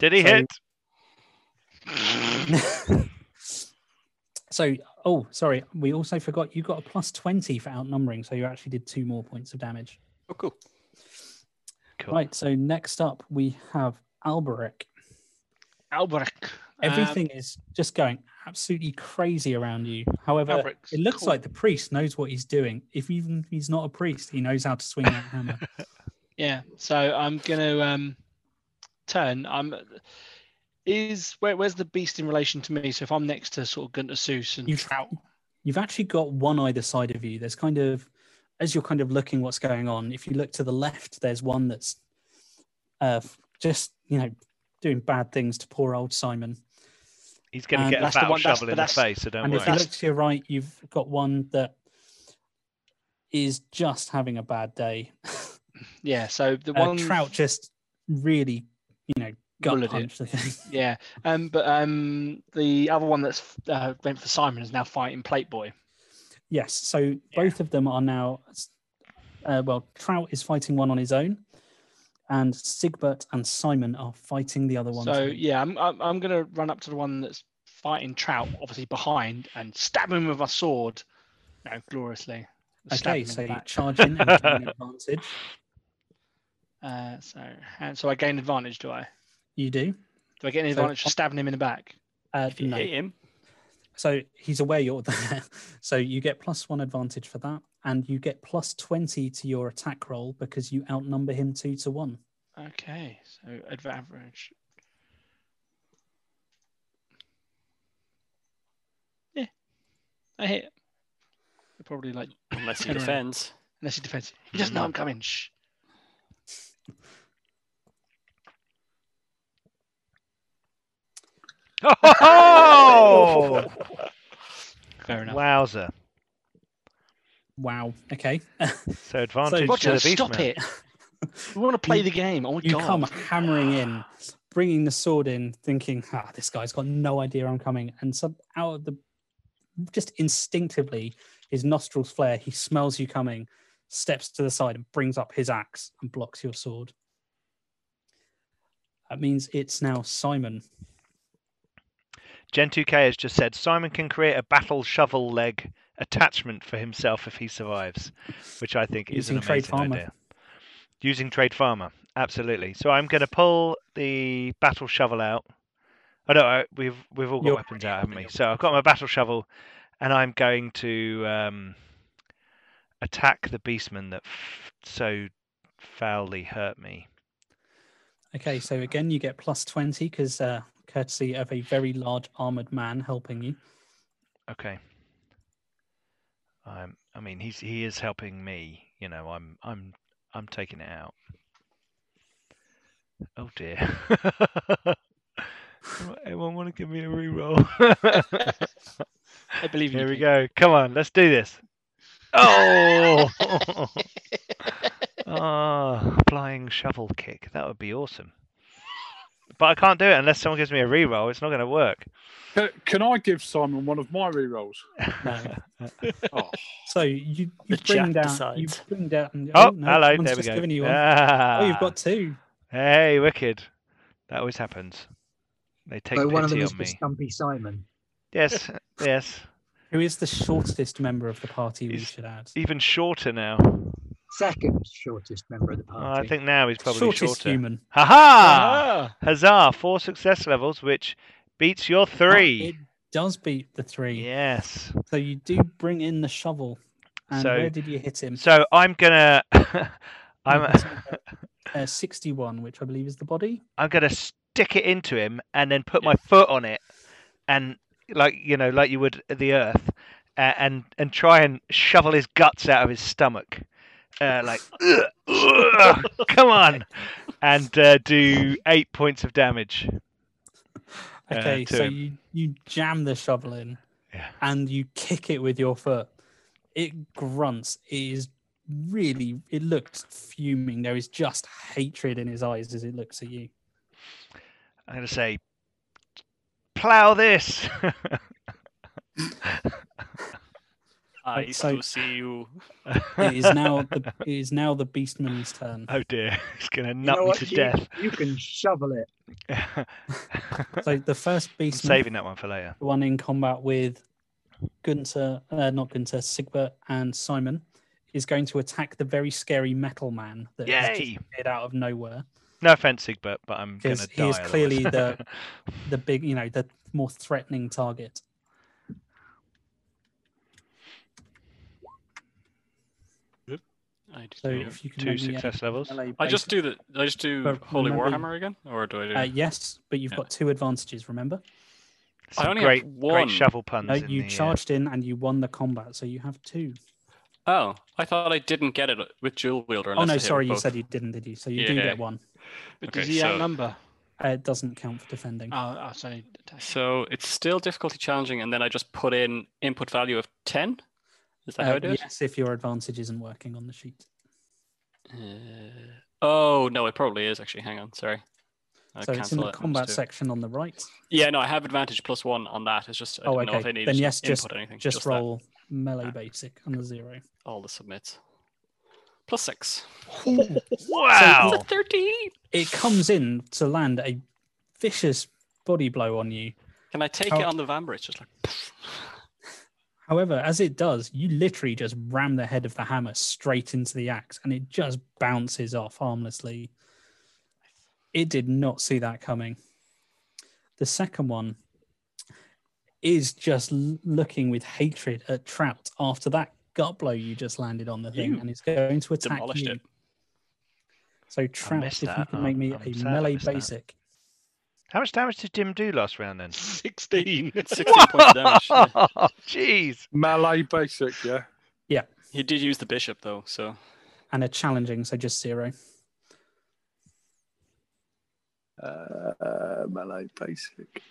Did he So- hit? So, oh, sorry, we also forgot you got a plus twenty for outnumbering, so you actually did two more points of damage. Oh, cool. Cool. Right. So next up, we have Alberic. Albrecht. Um, Everything is just going absolutely crazy around you. However, Alberic's it looks Um, cool. like the priest knows what he's doing. If even if he's not a priest, he knows how to swing that hammer. Yeah, so I'm gonna um turn. I'm is where, where's the beast in relation to me? So if I'm next to sort of Gunter Seuss and You- Trout, You've actually got one either side of you. There's kind of as you're kind of looking what's going on, if you look to the left, there's one that's uh, just you know doing bad things to poor old Simon. He's going to And get a that's the battle one- that's- shovel in the that's- face, so don't and worry. if you look to your right, you've got one that is just having a bad day. Yeah. So the Uh, one Trout just really, you know, gut Bullet it. punched the thing. Yeah. Um. But um. The other one that's uh, went for Simon is now fighting Plate Boy. Yes, so both of them are now. Uh, well, Trout is fighting one on his own, and Sigbert and Simon are fighting the other one. So too. yeah, I'm, I'm I'm gonna run up to the one that's fighting Trout, obviously behind, and stab him with my sword. No, gloriously. Stab okay, him in the so you back. charge in and gain advantage. Uh, so and so I gain advantage, do I? You do. Do I get any So- advantage for stabbing him in the back? Uh, If you no. hit him, So he's aware you're there. So you get plus one advantage for that, and you get plus twenty to your attack roll because you outnumber him two to one. Okay, so advantage. Yeah, I hit. They're Probably like unless he Turn around. defends. unless he defends. He doesn't know I'm coming. Shh. Oh! Fair enough. Wowzer. Wow. Okay. So advantage to Roger, the beast stop man. it. We want to play You- the game. Oh my you god. come hammering in, bringing the sword in, thinking, "Ah, this guy's got no idea I'm coming." And some out of the, just instinctively, his nostrils flare. He smells you coming, steps to the side and brings up his axe and blocks your sword. That means it's now Simon. Gen2K has just said Simon can create a battle shovel leg attachment for himself if he survives, which I think is an Using trade amazing farmer. idea. Using trade farmer, absolutely. So I'm going to pull the battle shovel out. Oh no, I, we've we've all got You're weapons out, haven't we? So I've got my battle shovel, and I'm going to um, attack the beastman that f- so foully hurt me. Okay, so again, you get plus twenty because uh, courtesy of a very large armored man helping you. Okay. Um, I mean, he's he is helping me. You know, I'm I'm I'm taking it out. Oh dear. Anyone- Anyone want to give me a reroll? I believe in Here you. we go. Come on, let's do this. Oh, Ah, flying shovel kick. That would be awesome. But I can't do it unless someone gives me a reroll. It's not going to work. Can, can I give Simon one of my rerolls? No. Oh, So you, you The bring jack down you decides. bring down. Oh, no, hello. There someone's we just go. given you one. Ah. Oh, you've got two. Hey, wicked. That always happens. They take So pity one of them on is for me. Stumpy Simon. Yes, yes. Who is the shortest member of the party? We He's- should add. Even shorter now. Second shortest member of the Oh, party. I think now he's probably shortest shorter. human. Ha ha! Ah, Huzzah! Four success levels, which beats your Oh, three. it does beat the three. Yes. So you do bring in the shovel. And So- where did you hit him? So I'm gonna, I'm, uh, sixty-one, which I believe is the body. I'm gonna stick it into him and then put my foot on it, and like you know, like you would the earth, uh, and and try and shovel his guts out of his stomach, uh, like "Ugh, ugh, come on, and uh, do eight points of damage. Uh, Okay, so to- you, you jam the shovel in Yeah. and you kick it with your foot. It grunts. It is really, it looks fuming. There is just hatred in his eyes as it looks at you. I'm gonna say, plow this. I Right, so- still see you. It is now the, it is now the beastman's turn. oh dear, it's gonna You nut know me what? to You- death. You can shovel it. So the first I'm beastman, saving that one for later. the one in combat with Gunter, uh, not Gunter, Sigbert and Simon, is going to attack the very scary metal man that has just Yay! appeared out of nowhere. No offense, Sigbert, but I'm gonna die. Because he is otherwise. clearly the- The big, you know, the more threatening target. I, do So too. if you can two make me uh, a success levels. melee I just do base- the. I just do But Holy remember- Warhammer again, or do I do? Uh, yes, but you've Yeah. got two advantages. Remember, Some only have great, one. great shovel puns. no, in you the, uh, charged in and you won the combat, so you have two. Oh, I thought I didn't get it with Jewel Wielder. Oh unless I no, hit sorry, with you both. said you didn't, did you? So you do Yeah. get one. But Okay, does he so- outnumber? Uh, it doesn't count for defending. Ah, Oh, oh, so only attack. So it's still difficulty challenging, and then I just put in input value of 10. Is that how Uh, I do it? yes, if your advantage isn't working on the sheet. Uh, oh, no, it probably is actually. Hang on, sorry. I so it's in cancel the it, combat just do- section on the right. Yeah, no, I have advantage plus one on that. It's just, I Oh, don't know if okay. I need Then to yes, just- input anything. Just, that, roll melee Ah. basic on the zero. all the submits. Plus six. Wow. Is that 13? It comes in to land a vicious body blow on you. Can I take How- it on the Vamber? It's just like, However, as it does, you literally just ram the head of the hammer straight into the axe and it just bounces off harmlessly. It did not see that coming. The second one is just l- looking with hatred at Trout after that gut blow you just landed on the thing You and it's going to attack demolished you. it. So, Trout, missed if you that. can make I'm- me I'm a sad I melee missed that. basic. How much damage did Jim do last round then? 16. 16 points of damage. yeah. Jeez. Melee basic, yeah. He did use the bishop, though, so. and a challenging, so just zero. Uh, melee basic.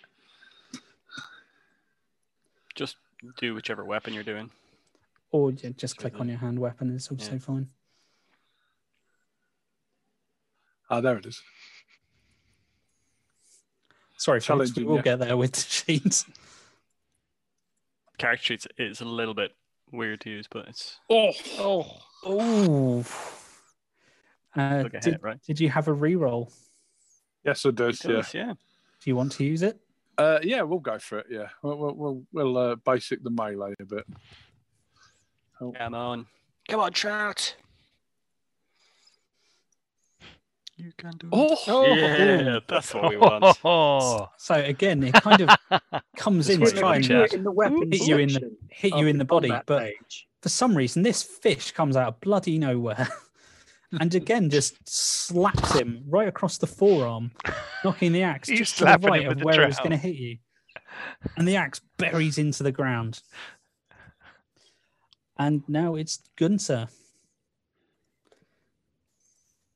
just do whichever weapon you're doing. Or ju- just Sure, click on your hand weapon, it's also Yeah. fine. Ah, there it is. Sorry, folks, we Challenging, will yeah. get there with the sheets. Character sheets is a little bit weird to use, but it's oh, oh. Ooh. Uh, like a did, hit, right? did you have a reroll? Yes, I did. It Yeah, does, yeah. Do you want to use it? uh, yeah, we'll go for it. Yeah, we'll we'll, we'll, we'll uh, basic the melee a bit. Come on. Come on, Trout. You can do Oh, Yeah, that's what we want. Oh, So again, it kind of comes in to That's try what and you want, in the weapon Hit you in the- section hit you of in the body, combat but page. for some reason, this fish comes out of bloody nowhere and again just slaps him right across the forearm, knocking the axe He's just to the slapping him right with of the where it was trowel. going to hit you. And the axe buries into the ground. And now it's Gunther.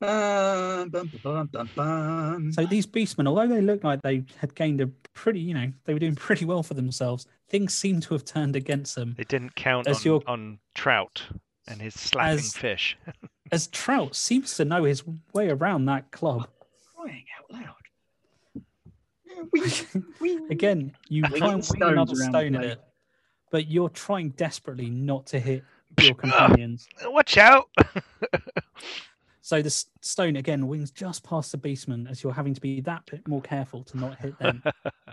Bum, bum, bum, bum, bum. So these beastmen, although they looked like they had gained a pretty, you know, they were doing pretty well for themselves, things seem to have turned against them. they didn't count on, As your- on Trout and his slapping As- fish. As Trout seems to know his way around that club. crying out loud. We, we, Again, you We try and need wing another stones around stone the at lake. it, but you're trying desperately not to hit your companions. Watch out! So the s- stone again wings just past the beastmen as you're having to be that bit more careful to not hit them.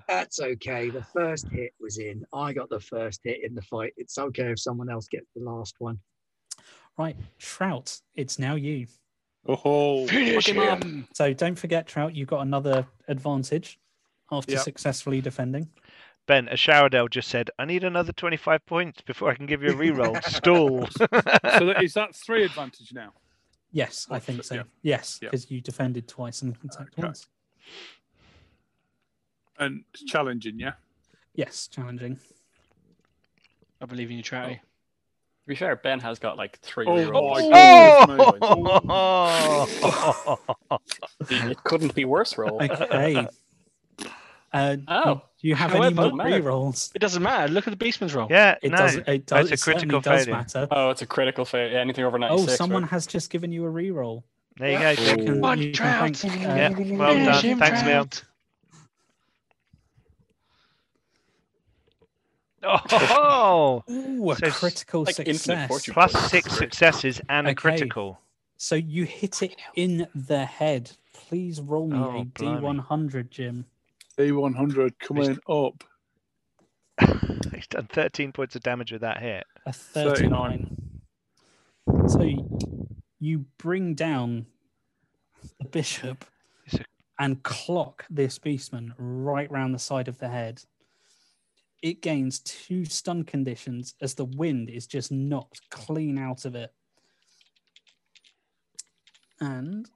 That's okay. The first hit was in. I got the first hit in the fight. It's okay if someone else gets the last one. right, Trout, it's now you. oh, Finish Look at him. So don't forget, Trout, you've got another advantage after Yep. successfully defending. Ben, a Showerdale just said, I need another 25 points before I can give you a reroll. Stall. so that, is that three advantage now? Yes, I Or think th- so. yeah. Yes, Yeah. because you defended twice and attacked Okay. once. And it's challenging, yeah. Yes, challenging. I believe in you, Oh. To Trouty. be fair, Ben has got like three Oh, rerolls. my oh! It couldn't be worse roll. Okay. Uh, Oh, do you have any however, more doesn't matter. rerolls? It doesn't matter. Look at the Beastman's roll. yeah, It no. does. It does. that's a it certainly critical does failure. matter. Oh, it's a critical failure. Anything over Oh, 96. someone right? has just given you a reroll. There you go, You Jim. Ooh. can- Come on, you can Trout. thank, uh, Yeah, well Finish done. him, Thanks, Leon. Trout. Oh! ooh, a So s- critical like infinite success. fortune. Plus six successes and a Okay. critical. So you hit it in the head. Please roll me Oh, a D100, Jim. D one hundred coming up. He's done 13 points of damage with that hit. A 39. 39. So y- you bring down the bishop It's a- and clock this beastman right round the side of the head. It gains two stun conditions as the wind is just knocked clean out of it. And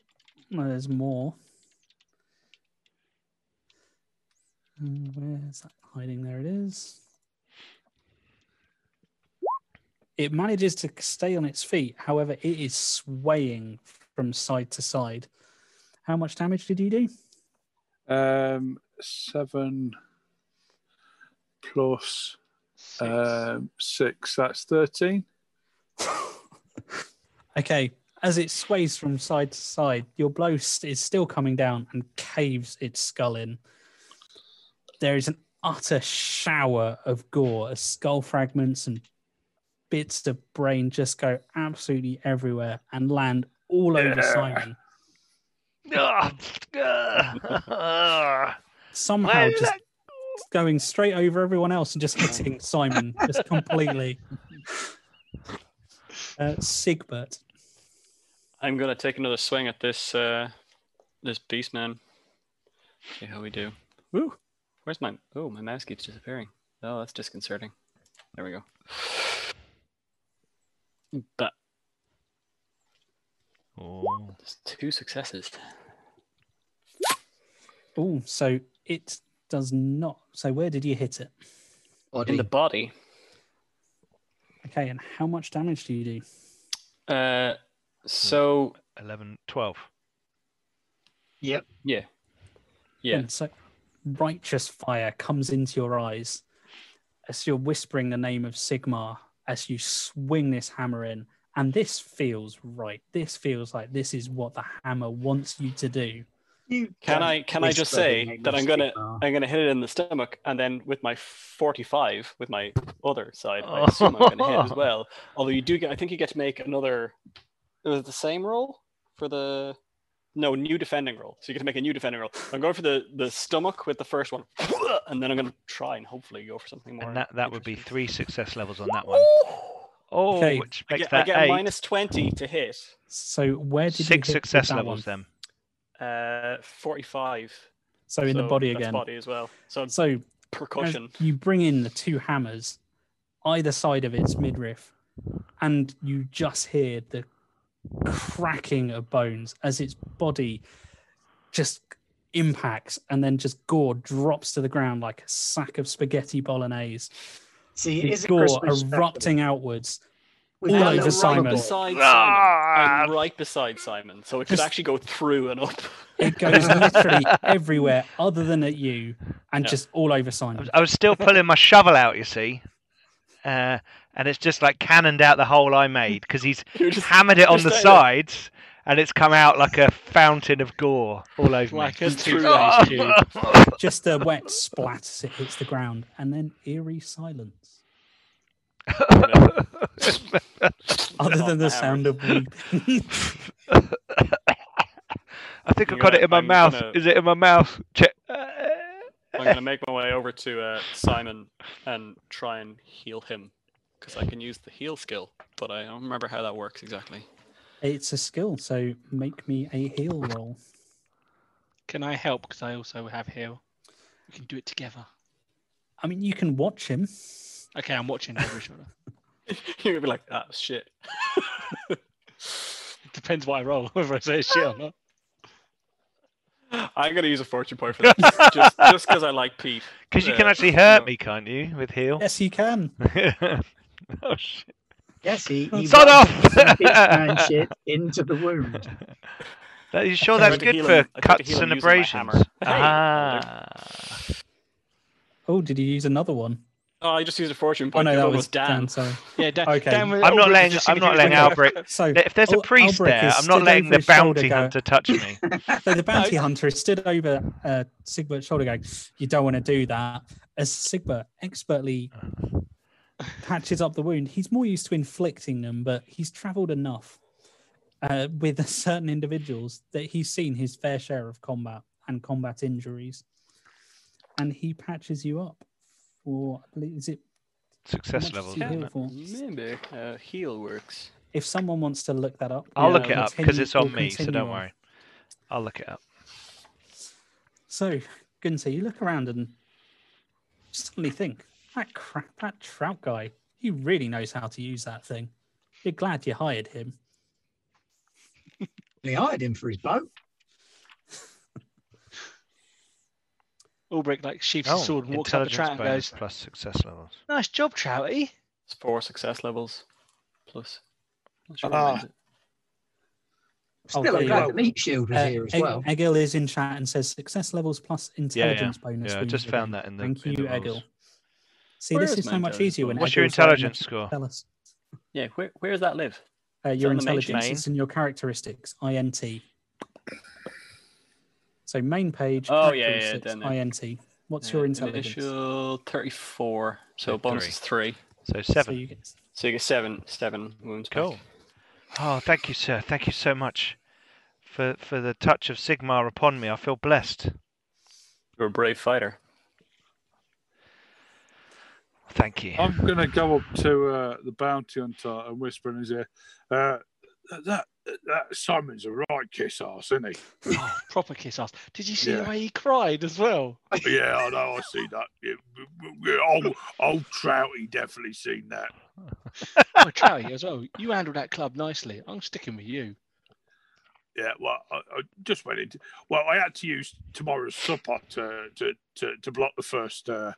well, there's more. And where's that hiding? There it is. It manages to stay on its feet. However, it is swaying from side to side. How much damage did you do? Um, seven plus Six. um, six. That's thirteen. Okay, as it sways from side to side, your blow s- is still coming down and caves its skull in. There is an utter shower of gore as skull fragments and bits of brain just go absolutely everywhere and land all over Yeah. Simon. Ah, ah, Somehow Why just going straight over everyone else and just hitting Simon just completely. Uh, Sigbert. I'm gonna take another swing at this uh, this beast man. See how we do. Woo! Where's my? Oh, my mouse keeps disappearing. Oh, that's disconcerting. There we go. But Oh. there's two successes. Oh, so it does not. So where did you hit it? In Body. the body, Okay, and how much damage do you do? Uh, so 11, 12. Yep. yeah, And Hmm, so righteous fire comes into your eyes as you're whispering the name of Sigmar as you swing this hammer in. And this feels right. This feels like this is what the hammer wants you to do. You Can don't I- can I just whisper the say name that of I'm gonna- Sigmar. I'm gonna hit it in the stomach, and then with my 45, with my other side, Oh. I assume I'm gonna hit as well. Although you do get, I think you get to make another. It was the same roll for the. No, new defending roll. So you get to make a new defending roll. I'm going for the the stomach with the first one, and then I'm gonna try and hopefully go for something more. And that, that would be interesting. three success levels on that one. Oh, Okay, which I makes get, I that get eight. minus 20 to hit. So where did you hit Six with success that levels one? then. Uh, 45. So in the So body that's again. Body as well. So it's So as percussion. you bring in the two hammers either side of its midriff and you just hear the cracking of bones as its body just impacts and then just gore drops to the ground like a sack of spaghetti bolognese See, it The is a gore Christmas special. erupting outwards Without all a over I'm little Simon. Right rumble. beside Simon. Ah! I'm right beside Simon, so it could Just- actually go through and up. it goes literally everywhere other than at you and Yeah. just all over I was, simon I was still pulling my shovel out, you see. Uh, and it's just like cannoned out the hole I made because he's You're just hammered it you're on the standing there. sides and it's come out like a fountain of gore all over me. Like a Through two that. ice cube. just a wet splat as it hits the ground and then eerie silence other Off than the the sound of weeping I think I'm I've got it gonna- in my I'm mouth. gonna- Is it in my mouth? Check. I'm gonna make my way over to uh, Simon and try and heal him because I can use the heal skill, but I don't remember how that works exactly. It's a skill, so make me a heal roll. Can I help? Because I also have heal. We can do it together. I mean, you can watch him. Okay, I'm watching over your shoulder. You're gonna be like, ah, shit. It depends what I roll, whether I say it's shit or not. I'm gonna use a fortune point for that, just just because I like Pete. Because you Yeah, can actually you hurt know. me, can't you, with heal? Yes, you can. oh, shit. Yes, he, he Sod off! rubs some big man shit into the wound. That- you sure I that's tried to good heal for him- I tried to cuts heal him and using my abrasions? hammer. Hey, Ah. Oh, did you use another one? Oh, I just used a fortune Oh point. no, the that other was was Dan. Dan. Sorry. Yeah, Dan, Okay. Dan was- I'm oh, not we were letting. just seeing I'm if he not was letting gonna- Albrecht. So, If there's a Al- priest Albrecht there, is I'm not stood letting over the his shoulder bounty go- hunter touch me. so the bounty hunter is stood over uh, Sigbert's shoulder, going, "You don't want to do that." As Sigbert expertly patches up the wound, he's more used to inflicting them, but he's travelled enough uh, with certain individuals that he's seen his fair share of combat and combat injuries, and he patches you up for, I believe, is it Success levels. much does he isn't heal it? for? Maybe uh, heal works. If someone wants to look that up, I'll we'll look it up because continue- it's on we'll me, so continue don't on. worry. I'll look it up. So, Gunther, you look around and suddenly think that crap, that trout guy, he really knows how to use that thing. You're glad you hired him. And he hired him for his Oh, boat. Albrecht like sheaves his Oh, sword and walks up the intelligence track and bonus goes, plus success levels. "Nice job, Trouty." It's four success levels. plus. Not sure Ah. what it is. Oh, Still, there I'm you glad go. the meat shield was Uh, here as Egg- well. Egil is in chat and says success levels plus intelligence bonus. Yeah, I when just you found win." that in the. Thank in you, the rules. Egil. See, Where this is is my so much easier when What's your Egil's there and intelligence actually score? Tell us. Yeah, where, where is that live? Uh, your on the main sheet. intelligence is in your characteristics, INT. So main page, Oh, yeah, yeah, characteristics, down there. INT. What's your Uh, intelligence? Initial 34. So So bonus three. is 3. So So seven. you get So you get 7 seven wounds. back. Cool. Oh, thank you, sir. Thank you so much for for the touch of Sigmar upon me. I feel blessed. You're a brave fighter. Thank you. I'm going to go up to uh, the bounty hunter and whisper in his ear, uh, that, that Simon's a right kiss ass, isn't Oh, proper kiss ass. Did you see the Yeah. way he cried as well? he? yeah, I know, I see that. Yeah, w- w- yeah, old, old Trouty definitely seen that. Oh, Trouty as well. You handled that club nicely. I'm sticking with you. Yeah, well, I, I just went into. Well, I had to use tomorrow's supper to to to, to block the first uh,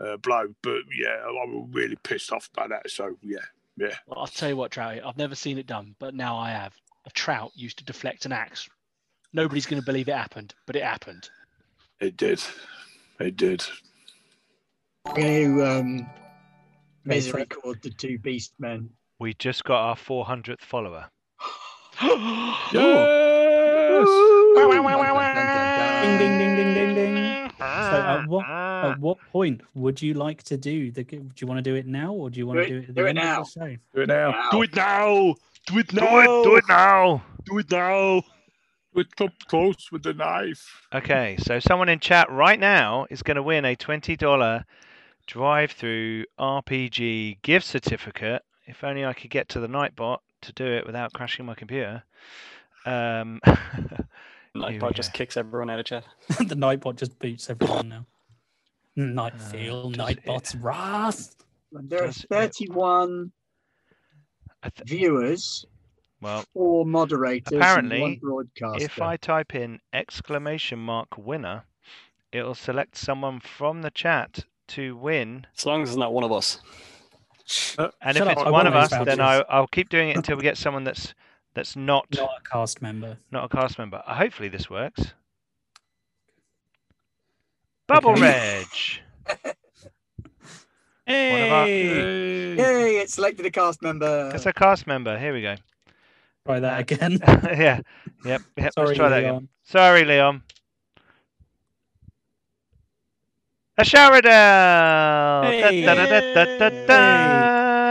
uh, blow, but yeah, I was really pissed off by that. So yeah, Well, I'll tell you what, Trouty. I've never seen it done, but now I have. A trout used to deflect an axe. Nobody's going to believe it happened, but it happened. it did, it did. I'm going to um, Right, misery so- cord the two beast men. We just got our 400th follower. Yes. ding ding ding ding ding ding. So at what at what point would you like to do the? g- Do you want to do it now, or do you want Do to it- do it at the do it end now. of the show? Do it now. Do it now. Do it Do it! Do it now! Do it now. We're up close with the knife. Okay, so someone in chat right now is going to win a $20 drive through RPG gift certificate. If only I could get to the Nightbot to do it without crashing my computer. Um, Here we Nightbot just go. kicks everyone out of chat. the Nightbot just boots everyone now. Night Uh, feel, does it- Nightbot's wrath. And there are Does it- 31 I th- viewers, well, four moderators, and one apparently, broadcaster. if I type in exclamation mark winner, it'll select someone from the chat to win. As long as it's not one of us. And Shut if up, it's I one want of those us, then I, vouchers. I'll keep doing it until we get someone that's that's not Not a cast member. not a cast member. Uh, Hopefully this works. Bubble Okay. Reg. our- Hey, Yay, it selected a cast Uh, member. It's a cast member. Here we go. try that again. yeah. Yep. Yep. Sorry, Let's try that again. Leon. Sorry, Leon. A Sharadel! Hey.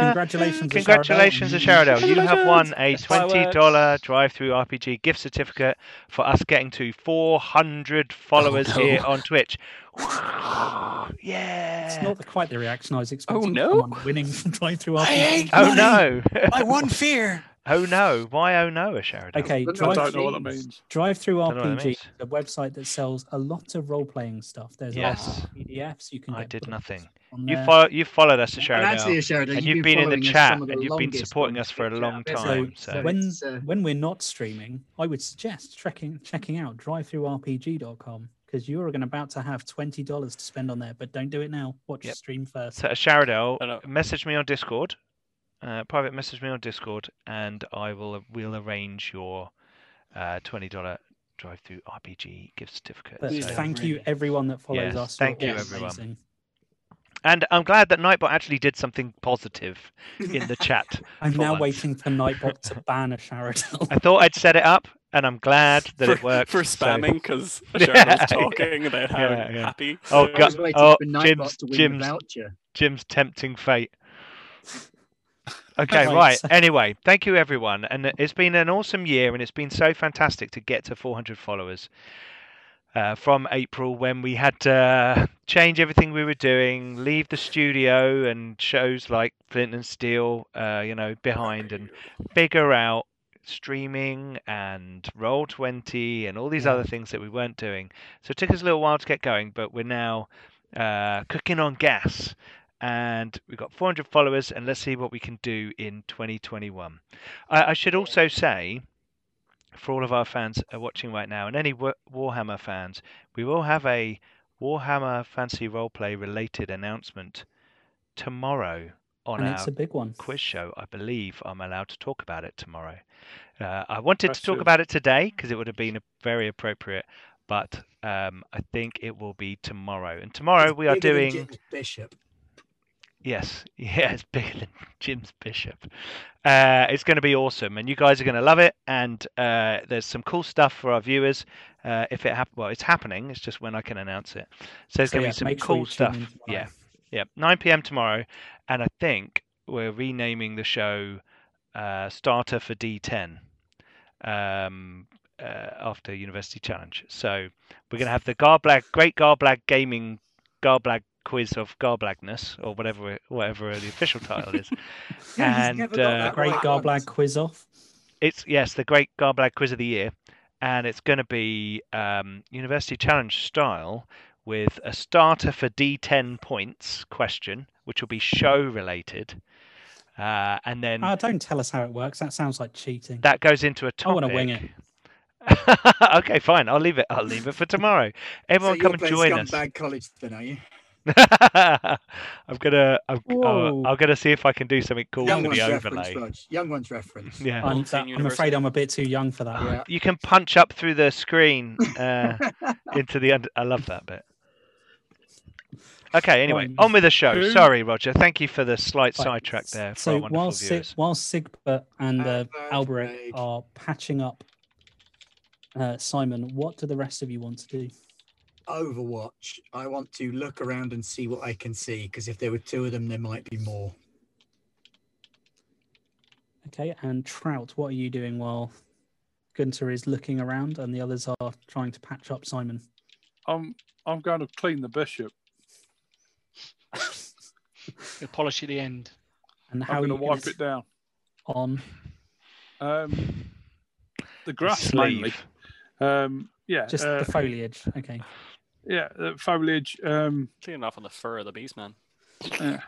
Uh, Congratulations, Asharada. Congratulations, Asharadel. You have won a That's fireworks. $20 drive through RPG gift certificate for us getting to 400 followers no. here on Twitch. yeah! It's not the- quite the reaction I was expecting. from no. someone winning from drive through hate oh money. no! My one fear. oh no! Why oh no, Asharadel? Okay, I don't know what that drive-through- means. Drive Through Don't know what that RPG, means. is a website that sells a lot of role playing stuff. There's Yes. lots of PDFs. You can. I get did books nothing. on You there. follow, you followed us, And Asharadel. actually, Sheridan, and you've been in the chat and you've been supporting us for a long time. So, So when it's, uh, when we're not streaming, I would suggest checking checking out drivethroughrpg.com because you are going about to have twenty dollars to spend on there. But don't do it now. Watch Yep. the stream first. so Asharadel, I know. message me on Discord, uh, private message me on Discord, and I will uh, we'll arrange your uh, twenty dollar drive through RPG gift certificate. But We So- love thank you, really- everyone that follows Yes, us. thank You're you, all everyone. amazing. and I'm glad that Nightbot actually did something positive in the chat. I'm for now once. waiting for Nightbot to ban a Sharadel. I thought I'd set it up, and I'm glad that for, it worked. for so- spamming because Yeah, Sharon yeah. was talking about how Yeah, yeah. happy. Oh, Sarah I God. was waiting oh, for Nightbot Jim's- to win Jim's- the voucher. Jim's tempting fate. Okay, Right, right. so- Anyway, thank you everyone, and it's been an awesome year, and it's been so fantastic to get to 400 followers uh, from April when we had to uh, change everything we were doing, leave the studio, and shows like Flint and Steel, uh, you know, behind, and figure out streaming and roll 20 and all these Yeah. other things that we weren't doing so it took us a little while to get going but we're now uh, cooking on gas and we've got 400 followers and let's see what we can do in 2021 I, I should also say for all of our fans uh, watching right now and any Wa- warhammer fans we will have a warhammer fancy roleplay related announcement tomorrow on and our it's a big one. quiz show. I believe I'm allowed to talk about it tomorrow. Uh, I wanted to talk Impressive. about it today because it would have been a- very appropriate, but um, I think it will be tomorrow. And tomorrow It's we are bigger than doing. Jim's Bishop. Yes, yeah, it's bigger than Jim's Bishop. Uh, it's going to be awesome, and you guys are going to love it. And uh, there's some cool stuff for our viewers. Uh, if it hap- well, it's happening. It's just when I can announce it. So there's So, going to yeah, be some make sure cool you tune stuff. in tomorrow. Yeah, yeah, 9 p.m. tomorrow, and I think we're renaming the show uh, Starter for D10 um, uh, after University Challenge. So we're going to have the Garblag Great Garblag Gaming Garblag Quiz of Garblagness, or whatever it- whatever the official title is. Yeah, he's and never got uh, that Great Right. Garblag quiz off. it's yes, the Great Garblag Quiz of the Year, and it's going to be um, University Challenge style with a starter for D10 points question, which will be show related, uh, and then Ah, don't tell us how it works. That sounds like cheating. that goes into a I topic. wanna wing it. okay, fine. I'll leave it. I'll leave it for tomorrow. Everyone, so come you're and playing join us. Scumbag College then, are you? I'm gonna, I'm, Whoa. I'll, I'm gonna oh, see if I can do something cool Young for one's the reference, overlay. Rog. Young one's reference. Yeah, I'm, Old Teen I'm afraid University. I'm a bit too young for that. Yeah. you can punch up through the screen uh, into the under. I love that bit. Okay, anyway, Um, on with the show. who- Sorry, Roger. Thank you for the slight Right, sidetrack there. For So our wonderful while Sig- viewers. while Sigbert and uh, Advert Albrecht break. are patching up uh, Simon, what do the rest of you want to do? Overwatch. I want to look around and see what I can see because if there were two of them, there might be more. Okay, and Trout, what are you doing while Gunter is looking around and the others are trying to patch up Simon? I'm I'm going to clean the bishop. You'll polish at the end. And how I'm are going to you wipe gonna it down. on? Um, the grass mainly. Sleeve. Um, yeah, Just uh, the foliage. Okay. yeah, the foliage. Um, Cleaning off on the fur of the beast, man. Are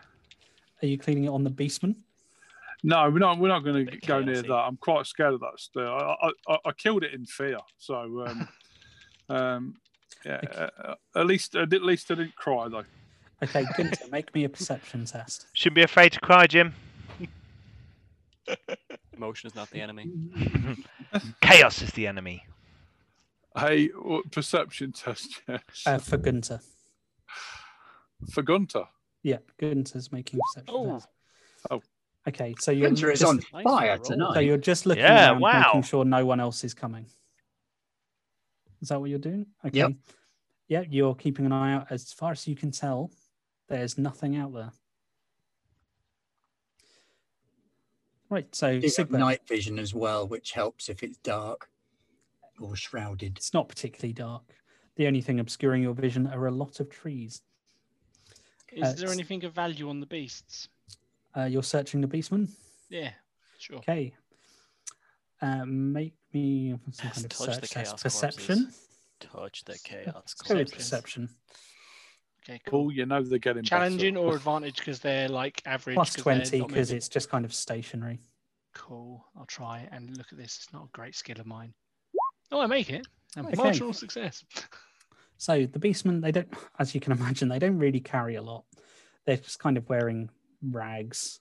you cleaning it on the Beastman? no, we're not. We're not going to Bit go near chaosy. that. I'm quite scared of that. Still, I I, I, I killed it in fear. So, um, um, yeah, uh, uh, at least at least I didn't cry though. Okay, Gunter, make me a perception test. Shouldn't be afraid to cry, Jim. Emotion is not the enemy. Chaos is the enemy. Hey, w- perception test yes. Uh, for Gunter. for Gunter. Yeah, Gunter's making a perception Oh. test. Oh. Okay, so you're Hunter is just- on Nice fire roll. So tonight. you're just looking Yeah, around, wow. making sure no one else is coming. Is that what you're doing? Okay. Yep. Yeah, you're keeping an eye out. As far as you can tell, there's nothing out there. Right, so You have Sigma, night vision as well, which helps if it's dark or shrouded. it's not particularly dark. The only thing obscuring your vision are a lot of trees. Is Uh, there s- anything of value on the beasts? Uh, you're searching the beastman. Yeah, sure. Okay. Uh, make me some Let's kind of touch the search test. chaos Perception. Touch the chaos. Let's go with corpses. perception. Okay, Oh, cool. you know they're getting better. Challenging or advantage because they're like average. Plus 'cause they're 20 not because moving? it's just kind of stationary. cool. I'll try and look at this. It's not a great skill of mine. Oh, I make it. A Okay. marginal success. So the beastmen, they don't, as you can imagine, they don't really carry a lot. They're just kind of wearing rags.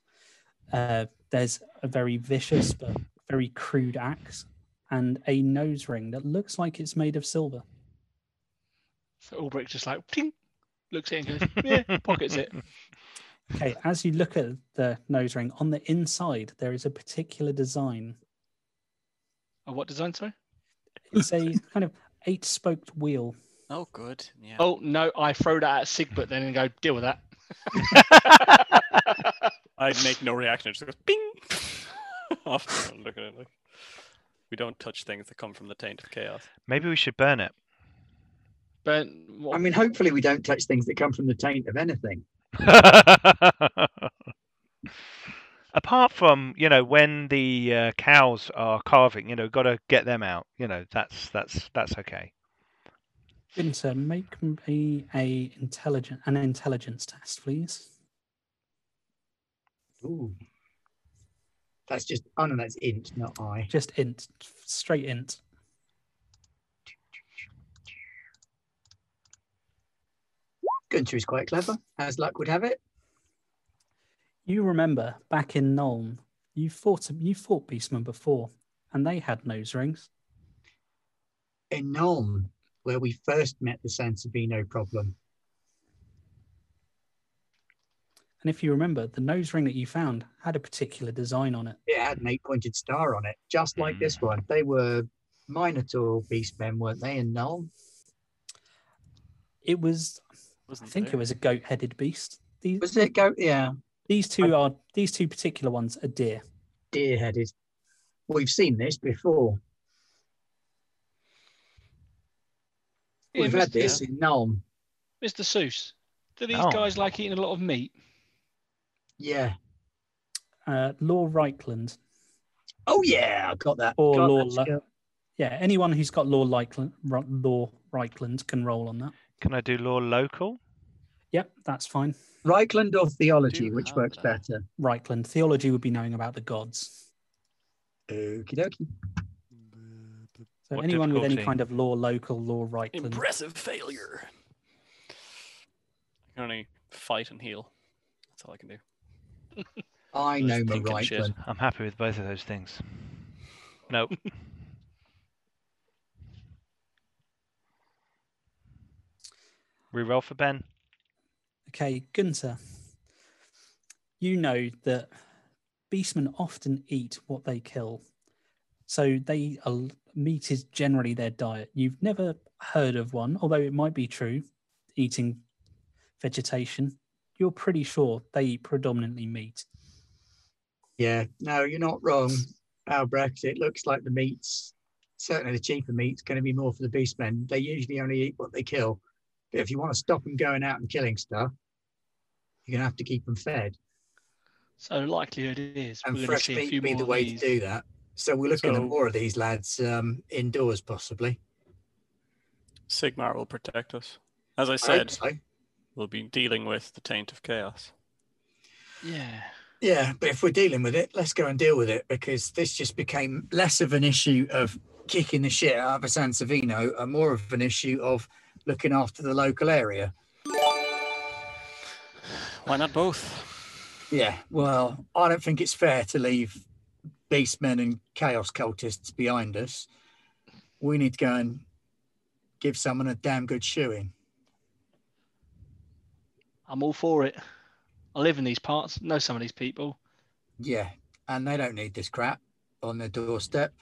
Uh, there's a very vicious but very crude axe and a nose ring that looks like it's made of silver. So Albrecht just like ting, looks at it and goes, yeah, pockets it. Okay, as you look at the nose ring, on the inside there is a particular design. Oh, what design? Sorry. It's a kind of eight-spoked wheel. Oh, good. Yeah. Oh no, I throw that at Sigbert then and go deal with that. I'd make no reaction. It just goes bing. Off. I'm looking at it like we don't touch things that come from the taint of chaos. Maybe we should burn it. But I mean, hopefully we don't touch things that come from the taint of anything. Apart from you know when the uh, cows are carving, you know, got to get them out. You know, that's that's that's okay. Gunter, make me a intelligent an intelligence test, please. Ooh. That's just, oh no, that's int, not I. Just int, straight int. Gunter is quite clever, as luck would have it. You remember back in Nuln, you fought you fought beastmen before, and they had nose rings. In Nuln, where we first met the Sansovino problem. And if you remember, the nose ring that you found had a particular design on it. It had an eight pointed star on it, just like this one. They were Minotaur beastmen, weren't they, in Nuln? It was, I Wasn't think, it there? was a goat-headed beast. These Was it go? Yeah, these two are these two particular ones are deer. deer headed. We've seen this before. Yeah, We've Mr. had this in Nuln. Mr. Seuss, do these Oh. guys like eating a lot of meat? Yeah. Uh, Law Reichland, Oh yeah, I got that. Or Got Law that Lu- skill. yeah. Anyone who's got Law Reichland, Law Reichland can roll on that. Can I do law local? Yep, that's fine. Reichland or theology, Do which have works that. better? Reichland theology would be knowing about the gods. Okie dokie. So What anyone with any difficulty? kind of law, local law, Reichland. Impressive failure. I can only fight and heal. That's all I can do. I Just know my thinking shit. Reichland. I'm happy with both of those things. Nope. Reroll for Ben. Okay, Gunter, you know that beastmen often eat what they kill. So they are, meat is generally their diet. You've never heard of one, although it might be true, eating vegetation. You're pretty sure they eat predominantly meat. Yeah, no, you're not wrong, Albrecht. It looks like the meats, certainly the cheaper meat's going to be more for the beastmen. They usually only eat what they kill. But if you want to stop them going out and killing stuff, you're going to have to keep them fed. So likelihood is And we're going to fresh see a meat few be more the of way these. to do that. So we're looking So- at more of these lads um, indoors, possibly. Sigmar will protect us. As I I hope said, so. we'll be dealing with the taint of chaos. Yeah. Yeah, but if we're dealing with it, let's go and deal with it because this just became less of an issue of kicking the shit out of a Sansovino and more of an issue of looking after the local area. Why not both? Yeah, well, I don't think it's fair to leave beastmen and chaos cultists behind us. We need to go and give someone a damn good shoeing. I'm all for it. I live in these parts, know some of these people. Yeah, and they don't need this crap on their doorstep.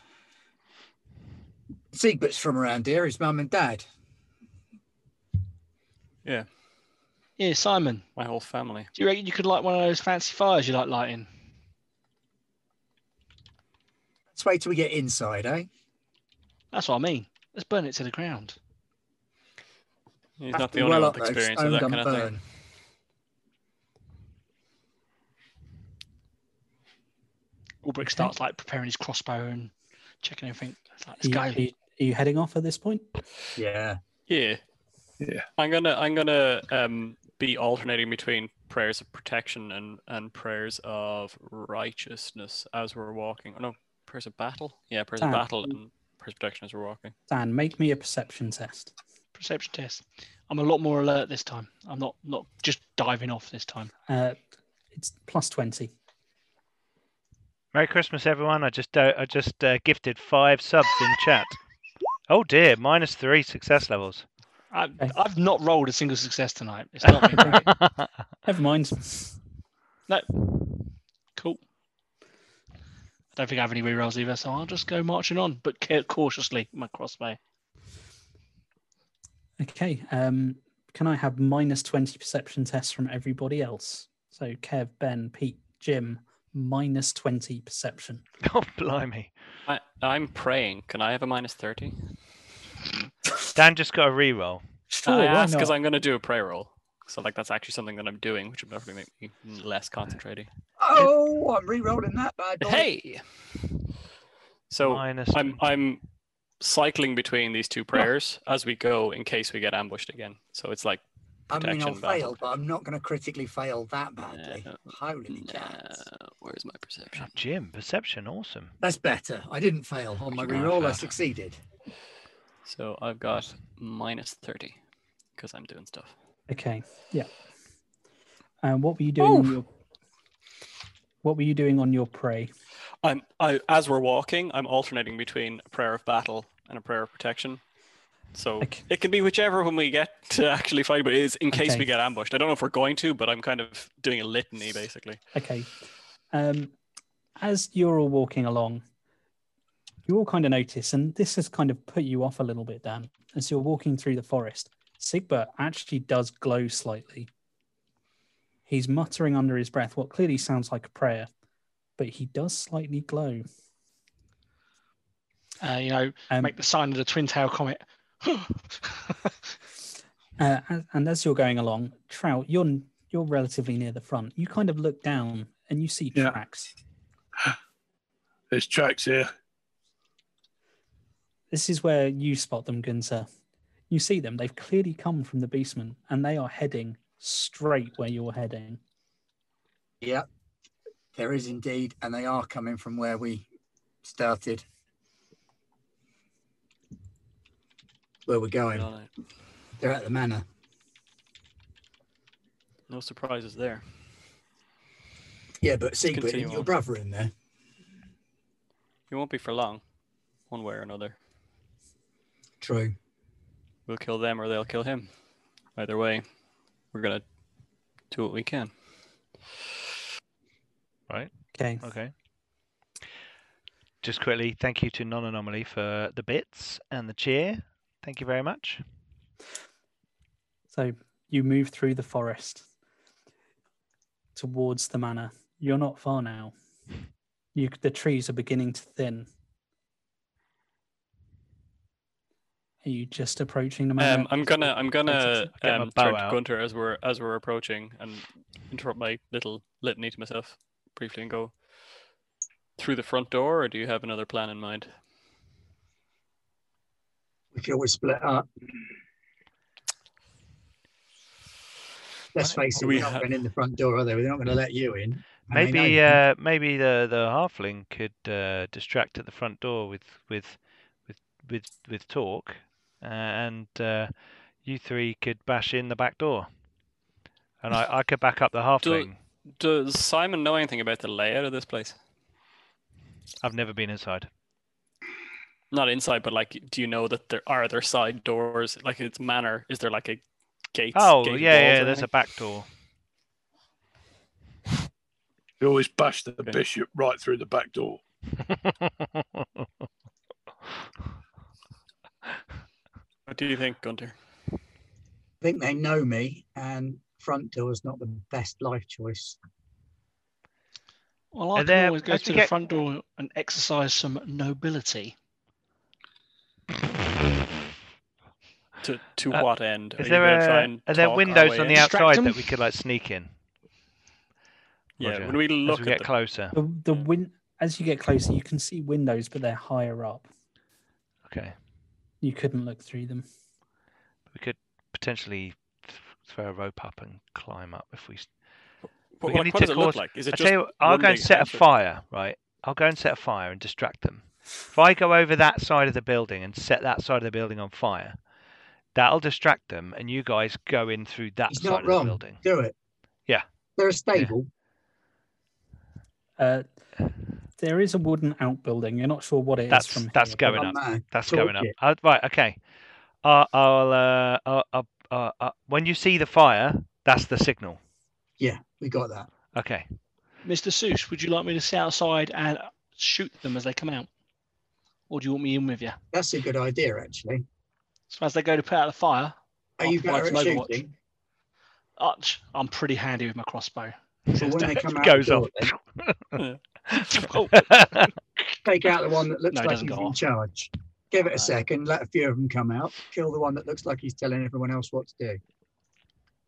Siegbert's from around here, his mum and dad. Yeah, Simon, My whole family. do you reckon you could light one of those fancy fires you like lighting? Let's wait till we get inside, eh? That's what I mean. Let's burn it to the ground. He's Have not the to be only well one uh, up, with though, experience of stone that don't kind of thing. burn. Ulbrich starts like preparing his crossbow and checking everything. It's like, let's Are you- go. Are you, are you heading off at this point? Yeah. Yeah. Yeah. I'm gonna I'm gonna um be alternating between prayers of protection and and prayers of righteousness as we're walking. Oh no, prayers of battle. Yeah, prayers Ah. of battle and prayers of protection as we're walking. Dan, make me a perception test. Perception test. I'm a lot more alert this time. I'm not not just diving off this time. Uh, it's plus 20. Merry Christmas, everyone. I just uh, I just uh, gifted five subs in chat. Oh dear, minus three success levels. I, Okay. I've not rolled a single success tonight. It's not been great. Never mind. No. Cool. I don't think I have any rerolls either, so I'll just go marching on, but ca- cautiously with my crossbow. Okay. Um, can I have minus 20 perception tests from everybody else? So Kev, Ben, Pete, Jim, minus 20 perception. oh blimey! I, I'm praying. Can I have a minus thirty? Dan just got a reroll. Uh, I ask because I'm gonna do a prayer roll. So like that's actually something that I'm doing, which would definitely make me less concentrating. Oh, I'm re-rolling that bad boy. Hey. So Minus. I'm I'm cycling between these two prayers as we go in case we get ambushed again. So it's like I mean, I'll protection fail, battle. but I'm not going to critically fail that badly. No, Holy cats. uh, Nah, where's my perception? Oh, Jim, perception, awesome. That's better. I didn't fail on my Actually, no, re-roll. I fair. succeeded. So I've got minus thirty because I'm doing stuff. Okay. Yeah. Um, what were you doing on your what were you doing on your prey? I'm I as we're walking, I'm alternating between a prayer of battle and a prayer of protection. So Okay. it can be whichever when we get to actually fight, but it is in case Okay. we get ambushed. I don't know if we're going to, but I'm kind of doing a litany basically. Okay. Um, as you're all walking along, you all kind of notice, and this has kind of put you off a little bit, Dan. As you're walking through the forest, Sigbert actually does glow slightly. He's muttering under his breath what clearly sounds like a prayer, but he does slightly glow. Uh, you know, Um, make the sign of the twin tail comet. Uh, and- and as you're going along, Trout, you're you're relatively near the front. You kind of look down and you see Yeah. tracks. There's tracks here. This is where you spot them, Gunther. You see them. They've clearly come from the beastmen, and they are heading straight where you're heading. Yeah, there is indeed, and they are coming from where we started. Where we're going. uh, They're at the manor. No surprises there. Yeah, but Secret, Continue isn't your on. brother in there? You won't be for long, one way or another. True. We'll kill them or they'll kill him. Either way, we're gonna do what we can. Okay. Okay. Just quickly, thank you to Non Anomaly for the bits and the cheer. Thank you very much. So you move through the forest towards the manor. You're not far now. You, the trees are beginning to thin. Are you just approaching the manor? Um, I'm gonna I'm gonna Get my um, bow turn to out. Gunter as we're as we're approaching and interrupt my little litany to myself briefly and go through the front door, or do you have another plan in mind? We could always split up. Let's Why don't- face it, we we're not have- going in the front door, are they? They're not going to let you in. And they know Maybe, that. uh, maybe the the halfling could uh, distract at the front door with with with with with talk, uh, and uh, you three could bash in the back door, and I, I could back up the halfling. Does Simon know anything about the layout of this place? I've never been inside. Not inside, but like, do you know that there are there side doors? Like, it's manor. Is there like a gate? Oh yeah, gated walls yeah. or There's a anything? back door. You always bash the Okay. bishop right through the back door. What do you think, Gunter? I think they know me, and front door's not the best life choice. well, I Are can there- always go as to we the get- front door and exercise some nobility. To to Uh, what end? Is you there gonna try a, and are there talk our windows way on in? the Distract outside them? that we could like sneak in Yeah, Roger, when we as look we at get the closer? the, the win- as you get closer, you can see windows, but they're higher up. Okay, You couldn't look through them. we could potentially th- throw a rope up and climb up if we. s- But We're gonna like, need what to does it cause- look like? Is it I just tell you, what, I'll one go and big set a house or- fire. Right, I'll go and set a fire and distract them. If I go over that side of the building and set that side of the building on fire, that'll distract them, and you guys go in through that He's side not of the wrong. building. Do it. Yeah. They're a stable. Uh, there is a wooden outbuilding. You're not sure what it is That's- from that's here, but going I'm up. mad. That's Talk going up. it. Uh, right, okay. Uh, I'll, uh, I'll, I'll, uh, uh, when you see the fire, that's the signal. Yeah, we got that. Okay. Mr. Seuss, would you like me to sit outside and shoot them as they come out? Or do you want me in with you? That's a good idea, actually. So as they go to put out the fire, Are Oh, I'll you provide better at some Overwatch. shooting? Arch, I'm pretty handy with my crossbow. But when they come out, goes the off. door, they Oh, take out the one that looks No, it like doesn't he's go in off. charge. Give it No. a second, let a few of them come out, kill the one that looks like he's telling everyone else what to do.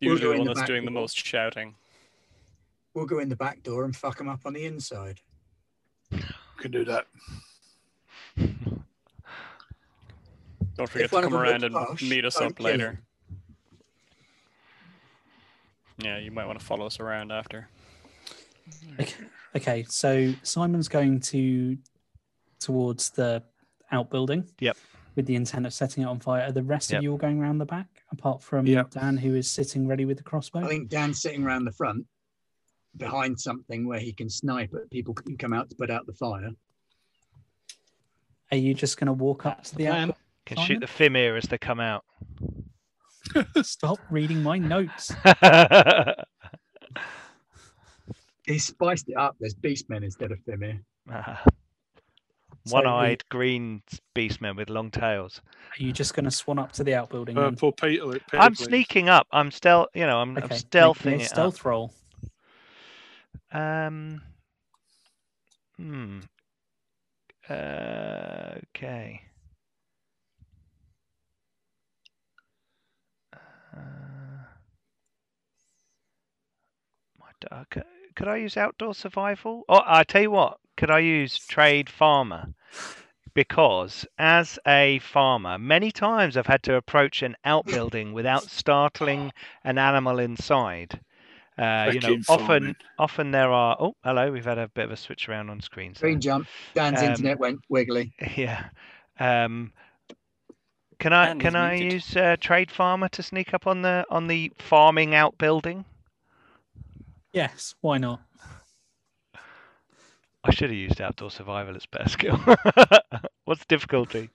We'll usually go in the one the that's back doing the door. most shouting? We'll go in the back door and fuck them up on the inside. Can do that. Don't forget to one of come them looks around and posh, meet us don't up kill him. later. Yeah, you might want to follow us around after. Okay, um, okay, so Simon's going to towards the outbuilding. Yep. With the intent of setting it on fire. Are the rest Yep. of you all going round the back, apart from Yep. Dan, who is sitting ready with the crossbow? I think Dan's sitting around the front. behind something where he can snipe at people who come out to put out the fire. Are you just going to walk up to the plan. outlet? Can Simon? shoot the Fimir as they come out. Stop reading my notes. He spiced it up. There's beastmen instead of Fimir. So One eyed green beastmen with long tails. Are you just going to swan up to the outbuilding? then? Purple Uh, Peter. Peter I'm please. sneaking up. I'm stealth. You know, I'm, I'm Okay, make me stealthing a it stealth roll. up. Um. Hmm. Uh, okay. Uh, my d- uh, c- could I use outdoor survival? Oh, I tell you what. Could I use trade farmer? because as a farmer, many times I've had to approach an outbuilding without startling an animal inside. Uh, you know, Fucking often, farming. often there are. Oh, hello. We've had a bit of a switch around on screens. there. Green jump. Dan's Um, internet went wiggly. Yeah. Um, can I And he's can I muted. use uh, trade farmer to sneak up on the on the farming outbuilding? Yes, why not? I should have used outdoor survival as better skill. What's the difficulty?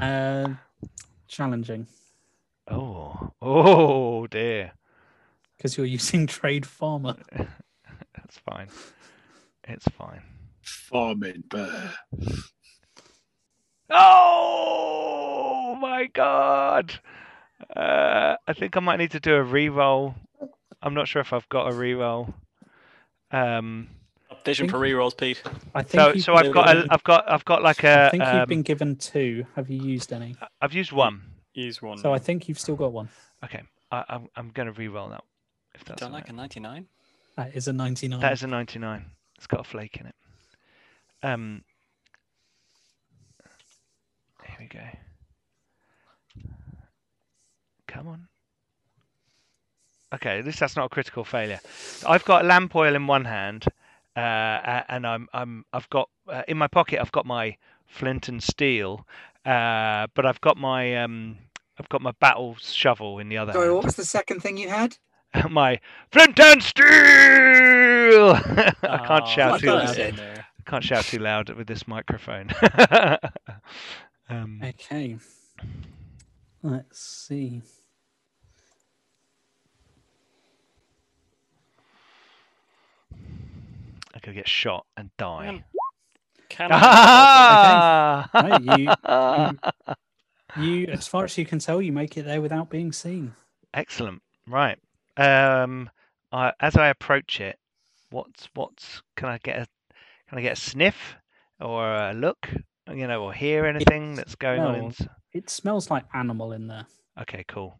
Uh, challenging Oh, oh dear. because you're using trade farmer. That's fine. It's fine. farming. But Oh my god! Uh, I think I might need to do a re-roll. I'm not sure if I've got a re-roll. Um, Optician for rerolls, Pete. I think. so you've so I've been got a, given- I've got I've got like I a think um, you've been given two. Have you used any? I've used one. Use one. So I think you've still got one. Okay, I, I'm I'm gonna re-roll that. If that's Don't all like a 99. That is a 99. That is a 99. It's got a flake in it. Um, here we go. Come on. Okay, at least that's not a critical failure. I've got lamp oil in one hand, uh, a- and I'm I'm I've got uh, in my pocket. I've got my flint and steel, uh, but I've got my um, I've got my battle shovel in the other. Sorry, hand. what was the second thing you had? my flint and steel. I can't Oh, shout I too thought loud. you said- there. I can't shout too loud with this microphone. um, Okay. Let's see. I could get shot and die. Can I? Ah! Okay. You, as far as you can tell, you make it there without being seen. Excellent. Right. Um, I, as I approach it, what's what's can I get a can I get a sniff or a look? You know, or hear anything that's going on? smells. ins- It smells like animal in there. Okay, cool.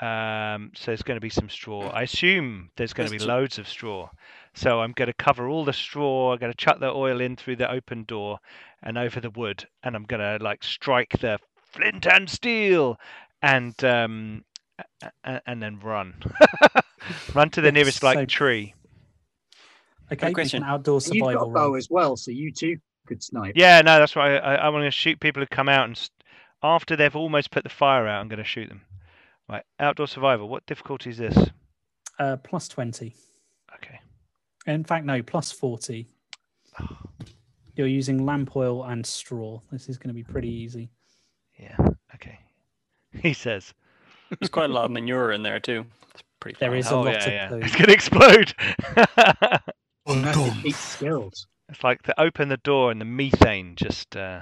Um, so there's going to be some straw. I assume there's going to be There's loads of straw. So I'm going to cover all the straw. I'm going to chuck the oil in through the open door and over the wood, and I'm going to like strike the flint and steel, and um, a- a- and then run, run to the Yes, nearest like so- tree. Okay, make question. an outdoor And You've got a survival bow roll. as well, so you too could snipe. Yeah, no, that's why I, I, I want to shoot people who come out and s after they've almost put the fire out, I'm going to shoot them. Right, outdoor survival. What difficulty is this? Uh, plus 20. Okay. In fact, no, plus 40. You're using lamp oil and straw. This is going to be pretty easy. Yeah. Okay. He says There's quite a lot of manure in there, too. It's pretty There fun. is a lot of those. "Oh, It's gonna explode. Oh, Massive peak skills. it's like the open the door and the methane just. Uh...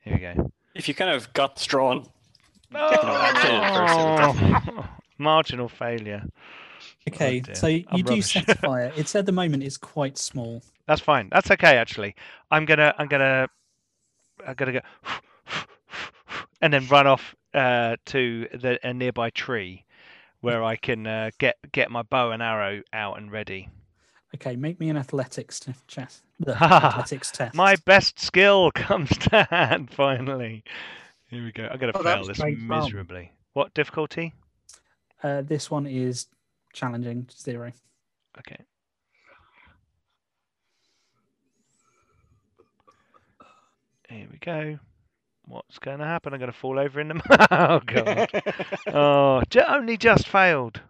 Here we go. If you kind of got straw and Marginal failure. Oh, Okay, dear. so you I'm do rubbish. set fire. It's at the moment it's quite small. That's fine. That's okay. Actually, I'm gonna. I'm gonna. I'm gonna go. And then run off uh, to the, a nearby tree, where I can uh, get get my bow and arrow out and ready. Okay, make me an athletics t- chest. the athletics test. My best skill comes to hand finally. Here we go. I'm gonna Oh, that fail was this great fun. miserably. What difficulty? uh, this one is challenging zero. Okay. Here we go. What's going to happen? I'm going to fall over in the. m- oh god! oh, ju- only just failed.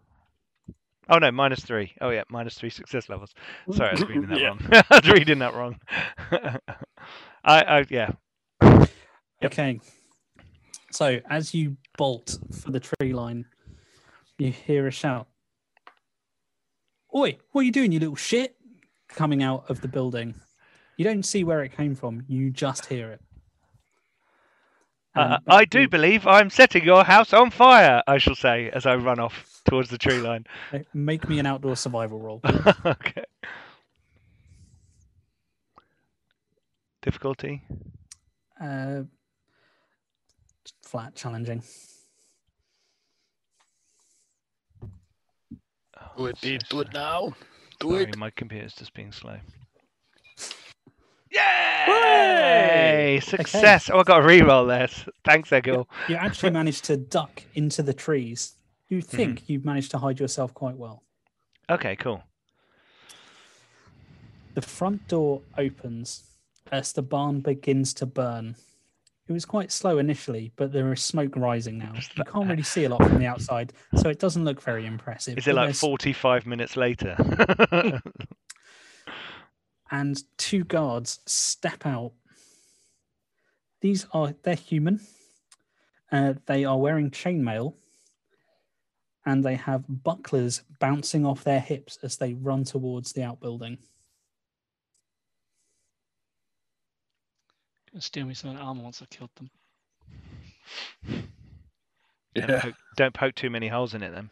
Oh no, minus three. Oh yeah, minus three success levels. Sorry, I was reading that Yeah. wrong. I was reading that wrong. I, I yeah. Yep. Okay. So as you bolt for the tree line, you hear a shout. Oi, what are you doing, you little shit? Coming out of the building. You don't see where it came from, you just hear it. Um, Um, Uh, And I back do you- believe I'm setting your house on fire. I shall say as I run off towards the tree line. Make me an outdoor survival roll. okay. Difficulty. Uh, flat challenging. Oh, Do it, so Pete. Do sorry. it now. Do Sorry, it. my computer's just being slow. Hooray! Yay! Success! Oh, I got a reroll there. S- Thanks, Egil. You actually managed to duck into the trees. You think you've managed to hide yourself quite well. Okay, cool. The front door opens as the barn begins to burn. It was quite slow initially, but there is smoke rising now. You can't really see a lot from the outside, so it doesn't look very impressive. Is it but like there's- 45 minutes later? And two guards step out. These are they're human. Uh, they are wearing chainmail, and they have bucklers bouncing off their hips as they run towards the outbuilding. Gonna Steal me some of that armor once I've killed them. don't, Yeah. poke, don't poke too many holes in it then.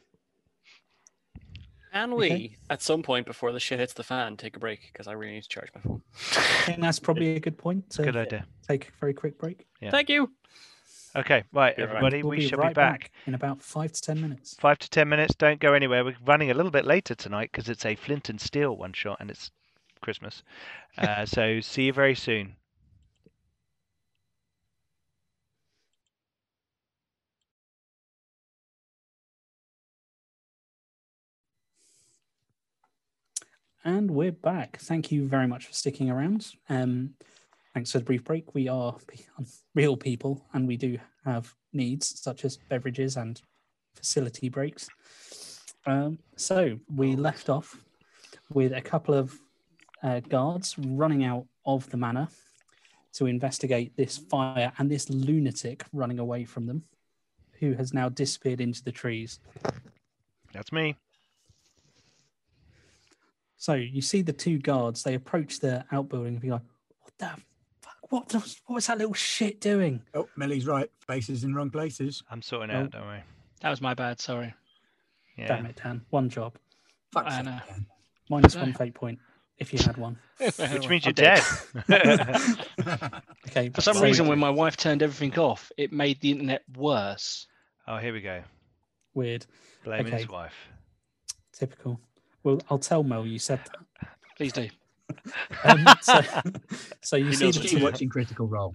Can we, at some point before the shit hits the fan, take a break? Because I really need to charge my phone. I think that's probably a good point to Good idea. take a very quick break. Yeah. Thank you. Okay, right, Be right. everybody, We'll we shall right be back. in about five to ten minutes. Five to ten minutes. Don't go anywhere. We're running a little bit later tonight because it's a flint and steel one shot and it's Christmas. Uh, so see you very soon. And we're back. Thank you very much for sticking around. Um, thanks for the brief break. We are p- real people and we do have needs such as beverages and facility breaks. Um, so we left off with a couple of uh, guards running out of the manor to investigate this fire and this lunatic running away from them who has now disappeared into the trees. That's me. So you see the two guards, they approach the outbuilding and be like, What the fuck? What, the, what was that little shit doing? Oh, Millie's right. Faces in wrong places. I'm sorting it Oh. out. Don't worry. That was my bad. Sorry. Yeah. Damn it, Dan. One job. Fuck I sake, know. Dan. Minus No. one fate point if you had one. Which means you're dead. dead. Okay. For some so- reason, when my wife turned everything off, it made the internet worse. oh, here we go. Weird. Blaming his Okay. wife. Typical. Well, I'll tell Mel you said that. Please do. Um, so, so you He see knows the what Keep two, watching Critical Role.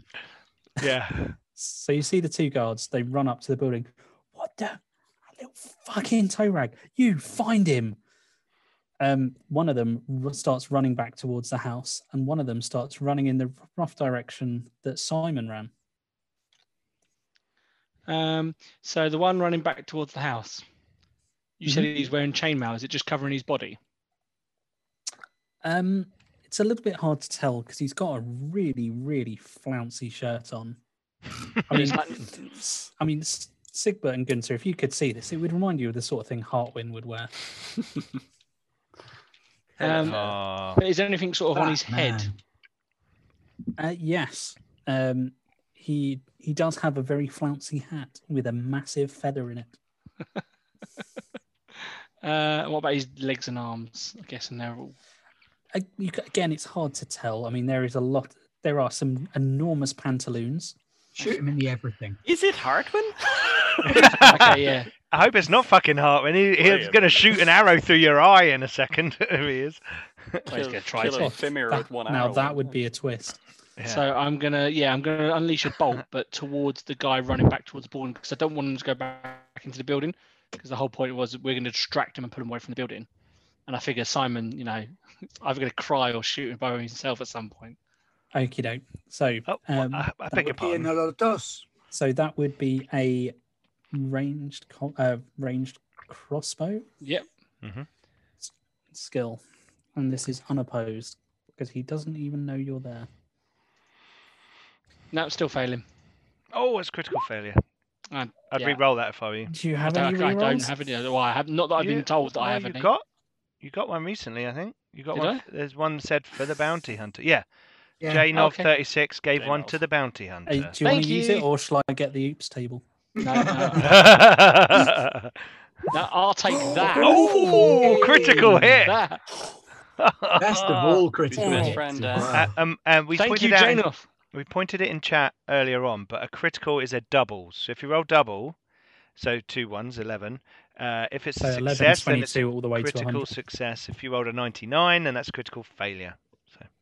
Yeah. so you see the two guards, they run up to the building. What the that little fucking toe rag? You find him. Um, one of them r- starts running back towards the house, and one of them starts running in the rough direction that Simon ran. Um, so the one running back towards the house. You said he's wearing chainmail. Is it just covering his body? Um, it's a little bit hard to tell because he's got a really, really flouncy shirt on. I mean, s- I mean, S- Sigbert and Gunther, if you could see this, it would remind you of the sort of thing Hartwin would wear. Um, Oh. But is there anything sort of on his head? Batman. Uh, yes, um, he he does have a very flouncy hat with a massive feather in it. Uh, what about his legs and arms? I guess, and they're all. I- you, c- again, it's hard to tell. I mean, there is a lot. There are some enormous pantaloons. Shoot him in the everything. Is it Hartman? Okay, yeah. I hope it's not fucking Hartman. He, a he's going to minute. shoot an arrow through your eye in a second. There he is. Kill- he's gonna try kill to. a femur That- with one now arrow. that would be a twist. Yeah. So I'm gonna, yeah, I'm gonna unleash a bolt, but towards the guy running back towards the building because I don't want him to go back into the building because the whole point was we're gonna distract him and put him away from the building. And I figure Simon, you know, either gonna cry or shoot him by himself at some point. Okie doke. So, oh, um, I, I beg your Ian pardon. Alodos. so that would be a ranged co- uh, ranged crossbow. Yep. Mhm. s- skill, and this is unopposed because he doesn't even know you're there. No, still failing. Oh, it's critical failure. Um, I'd yeah. re-roll that if I were you. Do you I have don't, any I don't rerolls? have any. Well, I have not that I've You- been told that I no, have you any. Got, you got one recently, I think. You got Did one. I? There's one said for the bounty hunter. Yeah. Yeah. Jane Oh, of okay. 36 gave Jane one of. to the bounty Uh, do you hunter. want Thank to use it, you. or shall I get the oops table? No, no, no, I'll take that. oh, critical hit! That. That's the wall critical. best hit. friend, uh, Uh, um, and we Thank pointed you, out in- Janoff. we pointed it in chat earlier on, but a critical is a double. So if you roll double, so two ones, 11. Uh, if it's So a 11, success, then it's 22, all the way to critical 100. success. If you rolled a 99, then that's critical failure.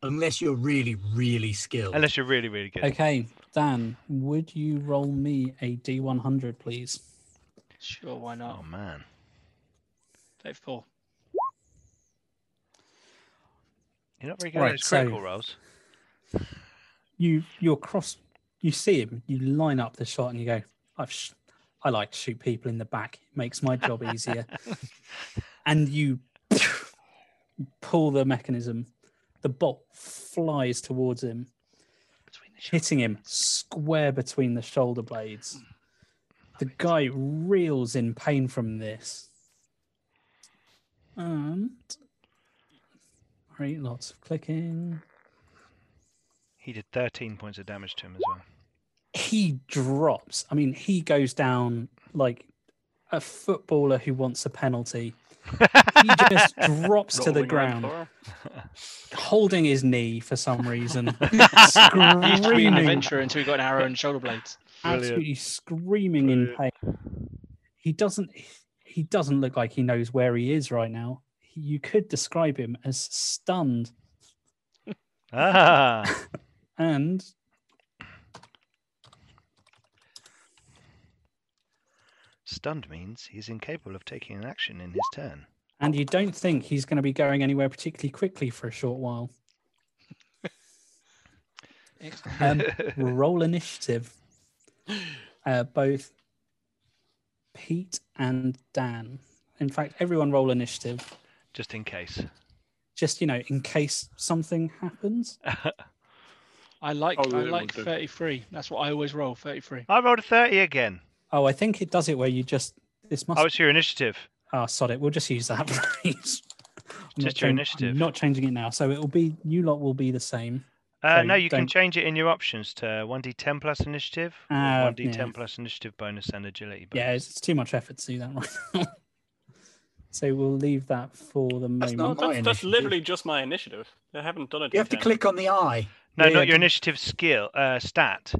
Unless you're really, really skilled. Unless you're really, really good. Okay, Dan, would you roll me a D100, please? Sure, why Oh not? man. Dave Paul. You're not very good Right, at those so- critical rolls. You you're cross. You see him. You line up the shot, and you go, "I've sh- I like to shoot people in the back. It makes my job easier." and you pull the mechanism. The bolt flies towards him, Between the hitting him square between the shoulder blades. Hmm. The guy reels in pain from this. And right, lots of clicking. He did 13 points of damage to him as well. He drops. I mean, he goes down like a footballer who wants a penalty. He just drops to the rolling around ground, the floor. holding his knee for some reason, He used to be an screaming adventurer until he got an arrow and shoulder blades. absolutely screaming in pain. He doesn't. He doesn't look like he knows where he is right now. He- You could describe him as stunned, Ah, and stunned means he's incapable of taking an action in his turn. and you don't think he's going to be going anywhere particularly quickly for a short while. Excellent. Um, roll initiative. Uh, both Pete and Dan. In fact, everyone roll initiative. Just in case. Just you know, in case something happens. I like Oh, I yeah, like we'll do. 33. That's what I always roll, 33. I rolled a 30 again. Oh, I think it does it where you just this must Oh, it's your initiative. Ah, sod it. We'll just use that, please. I'm Just not your chang- I'm initiative. not changing it now. So it'll be you lot will be the same. Uh, So no, you can don't- change it in your options to 1d10 plus initiative, or Ah, 1d10 yeah. plus initiative bonus and agility bonus. Yeah, it's, it's too much effort to do that right now. so we'll leave that for the That's moment. not my That's, that's initiative. literally just my initiative. I haven't done it. You in have to 10. click on the eye. No, yeah, not yeah, your initiative skill uh, stat.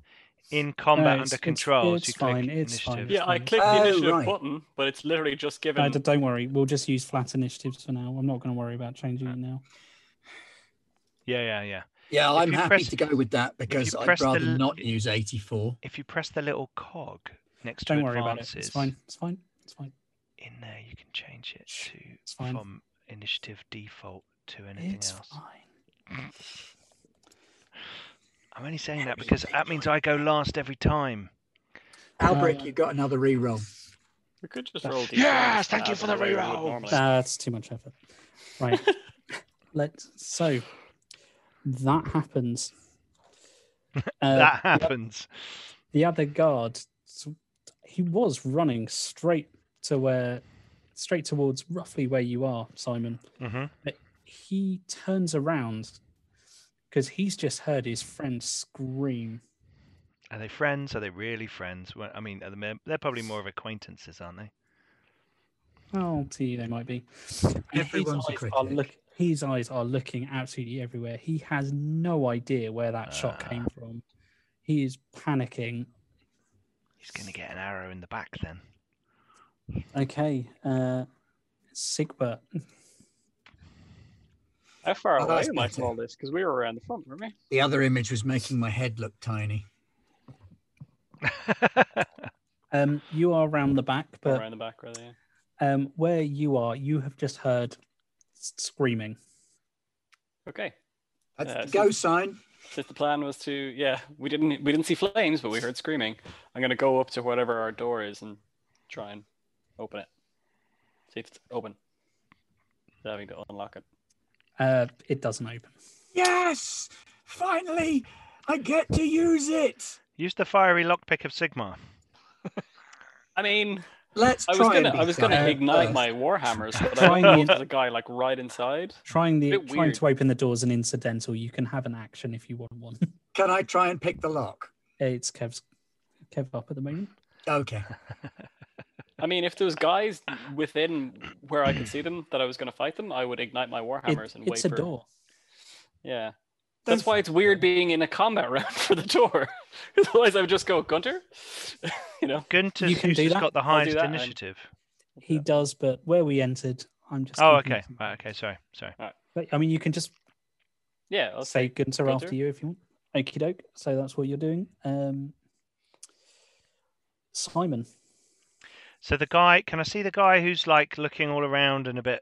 In combat it's- under it's- control, it's so you click fine, it's initiative. fine. Yeah, I Mm. clicked the Oh, initiative right. button, but it's literally just No, given. d- don't worry. We'll just use flat initiatives for now. I'm not going to worry about changing it now. Yeah, yeah, yeah. Yeah, If I'm you happy press- to go with that because press the I'd rather l- not use 84. If you press the little cog next Don't to worry about it. advances, It's fine. It's fine. It's fine. in there you can change it Shh, to it's fine. from initiative default to anything It's else. fine. I'm only saying that because that means I go last every time. Albrecht, Uh, you've got anher reroll. We could just That's- roll. D4 Yes, just to thank you add for the way we would reroll. normally. That's too much effort. Right. Let's. So that happens. Uh, that happens. the other guard s- he was running straight to where straight towards roughly where you are simon hmm he turns around because he's just heard his friend scream Are they friends? Are they really friends? Well, I mean, at the moment, they're probably more of acquaintances, aren't they? oh to you they might be And his Everyone's a eyes, are critic. look, his eyes are looking absolutely everywhere he has no idea where that shot Ah. came from he is panicking He's going to get an arrow in the back then. okay uh sigbert How far Oh, away that's am I better. from all this? Because we were around the front, weren't we? The other image was making my head look tiny. um you are around the back Or but around the back, rather. Yeah. um, where you are, you have just heard s- screaming. Okay. That's Yeah, the so- go sign. Since the plan was to, yeah, we didn't we didn't see flames, but we heard screaming. I'm gonna go up to whatever our door is and try and open it. See if it's open. having to unlock it. Uh, it doesn't open. Yes! Finally, I get to use it. Use the fiery lockpick of Sigma. I mean, Let's I was try gonna, and be I was gonna clever ignite first. my warhammers, but Try I and thought use- there's a guy like right inside. Trying the Bit trying weird. to open the door is an incidental. You can have an action if you want one. Can I try and pick the lock? It's Kev's Kev up at the moment. Okay. I mean, if there was guys within where I could see them that I was gonna fight them, I would ignite my It- warhammers and wait it's a for. door. Yeah, that's why it's weird being in a combat round for the door. Otherwise, I would just go Gunter. you know. Gunter's You can who's do just that. got the I'll do highest that, and- initiative. He does, but where we entered, I'm just. Oh, okay. confused. Right, okay, sorry, sorry. But, I mean, you can just Yeah, I'll say say Gunter after Gunter. you if you want. Okie doke. So that's what you're doing. Um, Simon. So the guy, can I see the guy who's like looking all around and a bit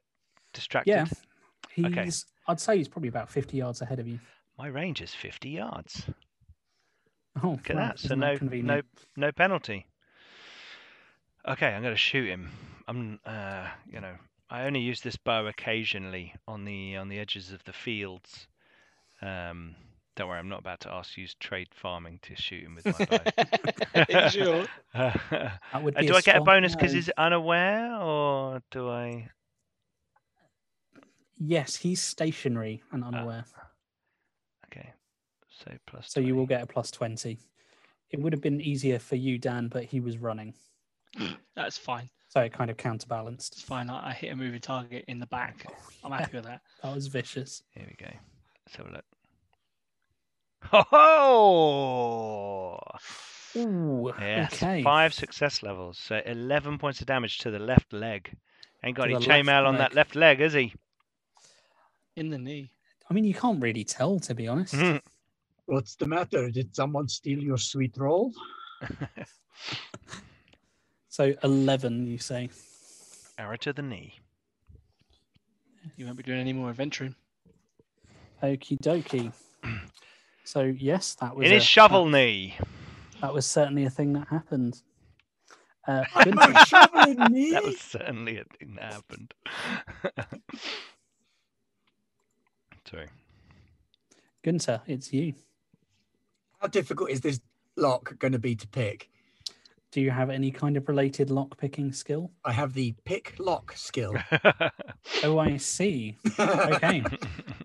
distracted? Yeah. He's, Okay. I'd say he's probably about 50 yards ahead of you. My range is 50 yards. Oh, Look at wow, that. So isn't no, convenient? no, no penalty. Okay, I'm going to shoot him. I'm, uh, you know, I only use this bow occasionally on the on the edges of the fields. Um, don't worry, I'm not about to ask you to trade farming to shoot him with Oh, my bow. sure. Uh, That would uh, be do I get a spot- bonus because no. he's unaware, or do I? Yes, he's stationary and Ah, unaware. uh, Okay, so plus. so you will 20. get a plus 20. It would have been easier for you, Dan, but he was running. That's fine. So it kind of It's counterbalanced. fine. I, I hit a moving target in the back. I'm happy with that. That was vicious. Here we go. Let's have a look. Ho ho! Ooh, Yes, okay. five success levels. So 11 points of damage to the left leg. Ain't got To any the left chainmail on that leg. left leg, is he? In the knee. I mean, you can't really tell, to be honest. Mhm. What's the matter? Did someone steal your sweet roll? So 11, you say. Arrow to the knee. You won't be doing any more adventuring. Okie dokie. So, yes, that was. In a- his shovel knee. That, that was certainly a thing that happened. Uh, Gunther, My shovel in me? That was certainly a thing that happened. Sorry. Gunther, it's you. How difficult is this lock going to be to pick? Do you have any kind of related lock picking skill? I have the pick lock skill. Oh, I see. Okay.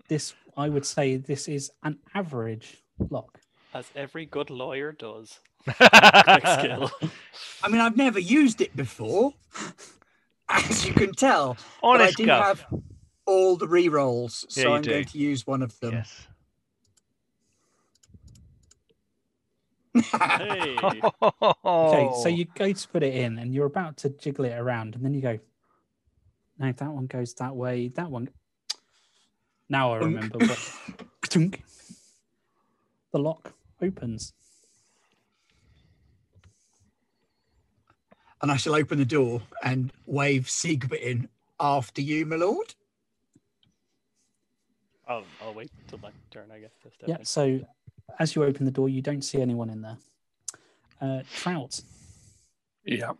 this, I would say, this is an average lock. as every good lawyer does. Quick On skill. I mean, I've never used it before, as you can tell. but I Honest do Gov. have all the re rolls, Yeah, so you I'm do. going to use one of them. Yes. Hey, Okay, Oh. so you go to put it in and you're about to jiggle it around, and then you go, no, that one goes that way, that one. Now I Oink. remember what. Ka-chunk. The lock opens. and I shall open the door and wave Sigbert in after you, my lord. I'll, I'll wait till my turn. I guess. to step Yeah, in. so as you open the door, you don't see anyone in there. Uh, Trout, Yeah.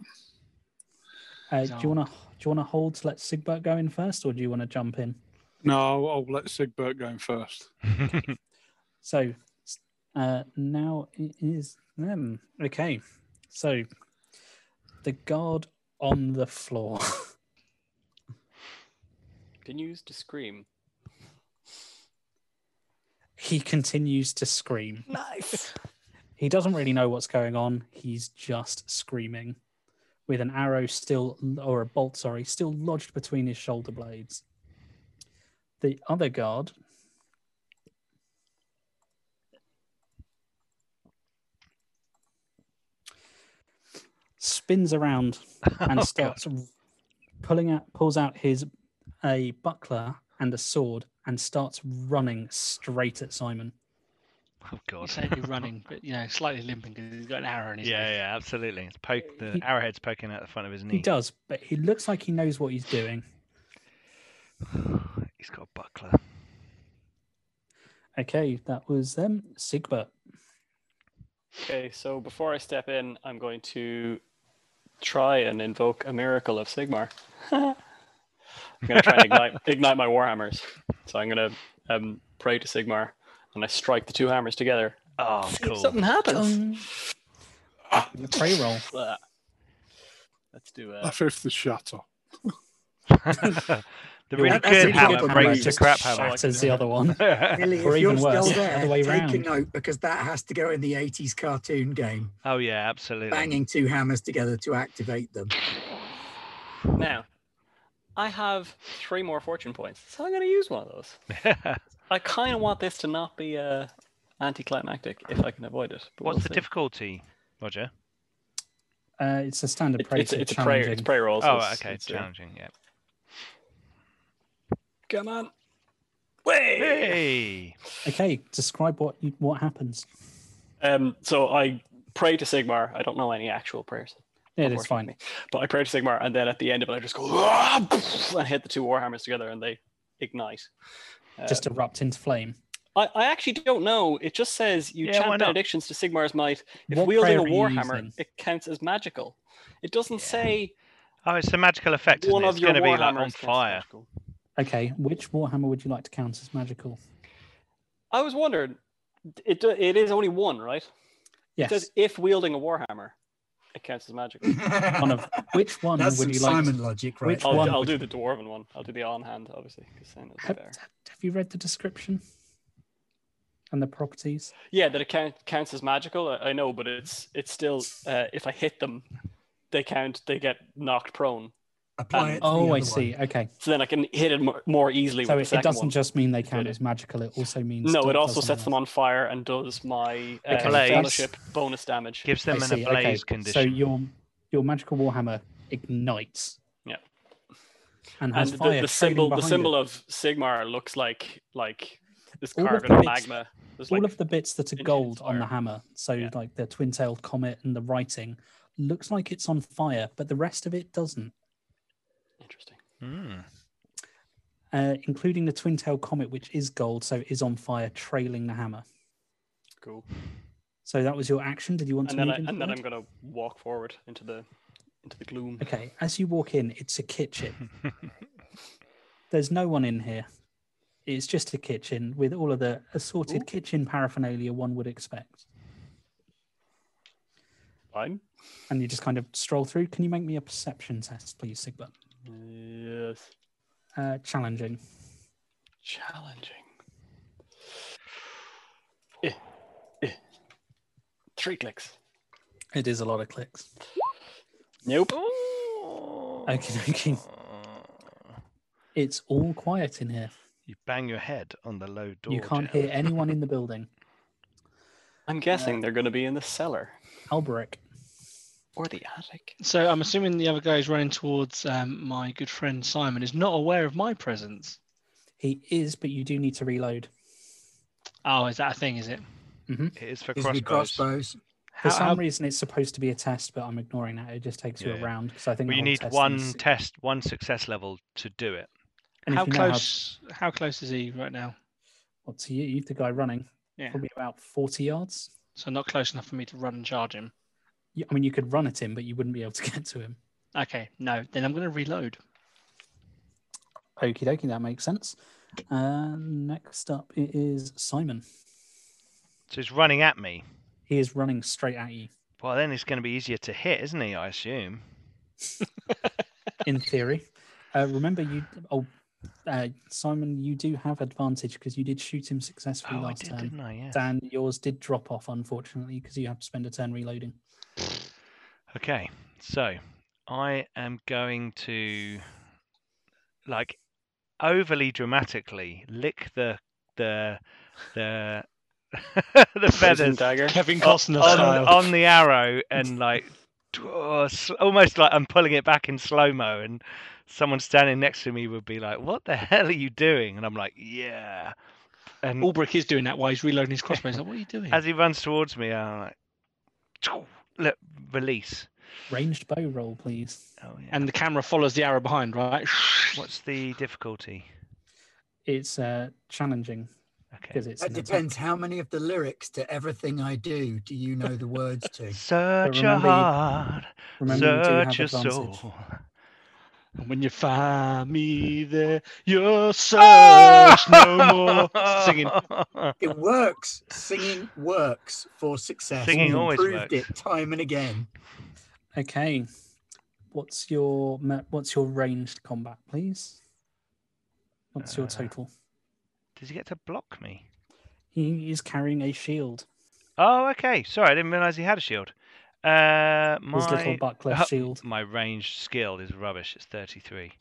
uh, do you want to do you want to hold to let Sigbert go in first, or do you want to jump in? No, I'll, I'll let Sigbert go in first. So s- uh, now it is them. Okay. So the guard on the floor. Continues to scream. he continues to scream. Nice. He doesn't really know what's going on. He's just screaming with an arrow still, or a bolt, sorry, still lodged between his shoulder blades. The other guard. Spins around and Oh, starts pulling out, pulls out his a buckler and a sword, and starts running straight at Simon. Oh, God. He's certainly running, but you know, slightly limping because he's got an arrow in his Yeah, knee. yeah, absolutely. It's poke the He- arrowhead's poking out the front of his knee. He does, but he looks like he knows what he's doing. He's got a buckler. Okay, that was um Sigbert. Okay, so before I step in, I'm going to try and invoke a miracle of Sigmar. I'm gonna try and ignite, ignite my war hammers. So I'm gonna um, pray to Sigmar, and I strike the two hammers together. Oh, See if cool. Something happens. Pray roll. Uh, Let's do I uh, fifth the shatter. the really that's good a hammer problem, breaks mate. the crap hammer. shatters the other one. Billy, Or if you're even worse, still the there, other way take a round. note because that has to go in the 80s cartoon game. Oh yeah, absolutely. Banging two hammers together to activate them. now. I have three more fortune points, so I'm gonna use one of those. I kind of want this to not be uh, anticlimactic if I can avoid it. But What's we'll the see. difficulty, Roger? Uh, it's a standard It- prayer. it's, it's a prayer. It's uh, prayer rolls. Oh, okay, challenging. Yeah. Come on. Wait. Hey. Okay, describe what you, what happens. Um, so I pray to Sigmar. I don't know any actual prayers. It is fine. unfortunately. But I pray to Sigmar, and then at the end of it, I just go "Ah!" and hit the two warhammers together, and they ignite. Um, Just erupt into flame. I, I actually don't know. It just says you Yeah, why chant not? benedictions to Sigmar's might. If What wielding prayer a are you warhammer, using? it counts as magical. It doesn't say Oh, it's the magical effect, isn't one it? of It's your going to be warhammers like on counts as fire. magical. Okay, which warhammer would you like to count as magical? I was wondering. It do- it is only one, right? Yes, It says if wielding a warhammer, it counts as magical. one of which one That's some would you like? Simon to- logic, right? which I'll, one I'll would do you- the dwarven one. I'll do the on hand, obviously. 'cause then it'll be Have, there. have you read the description and the properties? Yeah, that it count, counts as magical. I, I know, but it's it's still uh, if I hit them, they count. They get knocked prone. Apply it to the Oh, I other see. one. Okay, So then I can hit it more, more easily with so it, the it second doesn't one. just mean they Good. count as magical; it also means no, that it also does sets them something on fire and does my uh, Okay, that's- fellowship bonus damage. Gives them else. an I see, ablaze okay, So condition. your your magical warhammer ignites. Yeah. and and has the, fire the symbol, the symbol Of, of Sigmar looks like like this All of carving the of bits- magma. There's all like of the bits that are intense gold on the fire. hammer, so Yeah. like the twin-tailed comet and the writing, looks like it's on fire, but the rest of it doesn't. interesting. Hmm. uh, including the twin tail comet, which is gold, so it is on fire, trailing the hammer. Cool. So that was your action. Did you want And to then move I, and then I'm inside? gonna walk forward into the into the gloom. Okay, as you walk in, it's a kitchen. There's no one in here. It's just a kitchen with all of the assorted kitchen paraphernalia one would expect. Fine. And you just kind of stroll through. Can you make me a perception test, please, Sigma? Yes. Uh, challenging. Challenging. Eh, eh. Three clicks. It is a lot of clicks. Nope. Okay, okay. Uh, It's all quiet in here. You bang your head on the low door. you can't Jeff. hear anyone in the building. I'm guessing they're going to be in the cellar Alberic. or the attic. So I'm assuming the other guy is running towards um, my good friend Simon is not aware of my presence. He is, but you do need to reload. Oh, is that a thing? Is it? It is for Is crossbows. it crossbows. For How- some how- reason, it's supposed to be a test, but I'm ignoring that. It just takes you Yeah. a round because I think Well, the you whole need test one is- test, one success level to do it. and if how you know how- close? How close is he right now? well, to you, the guy running, Yeah. probably about 40 yards. So not close enough for me to run and charge him. You- I mean, you could run at him, but you wouldn't be able to get to him. Okay, no. Then I'm going to reload. Okie dokie, that makes sense. Uh, next up it is Simon. So he's running at me. He is running straight at you, Well, then it's going to be easier to hit, isn't he? I assume. in theory. Uh, remember, you. Oh, uh, Simon, you do have advantage because you did shoot him successfully Oh, I last did, turn. didn't I? Yeah. Dan, yours did drop off, unfortunately, because you have to spend a turn reloading. Okay, so I am going to like overly dramatically lick the the the the Poison feathers dagger. Kevin o- Costner on, style. on the arrow and like tw- uh, s- almost like I'm pulling it back in slow mo and someone standing next to me would be like, "What the hell are you doing?" And I'm like, "Yeah." And Ulbrich is doing that while he's reloading his crossbow. He's like, what are you doing? as he runs towards me, I'm like, "Tchoo," "Look, release." Ranged bow roll, please. Oh yeah. and the camera follows the arrow behind, right? What's the difficulty? It's uh, challenging Okay. because it's. That an attack. depends how many of the lyrics to Everything I Do do you know the words to? Search your remember you- heart, Remember, you do have search your advantage. soul. And when you find me there, you'll search Ah! no more. Singing. It works. Singing works for success. Singing We've always works. proved it time and again. Okay. What's your ma- what's your ranged combat, please? What's your Uh, total? Does he get to block me? He is carrying a shield. Oh, okay. Sorry, I didn't realise he had a shield. Uh, my His little buckler Uh, shield. my range skill is rubbish. It's thirty-three.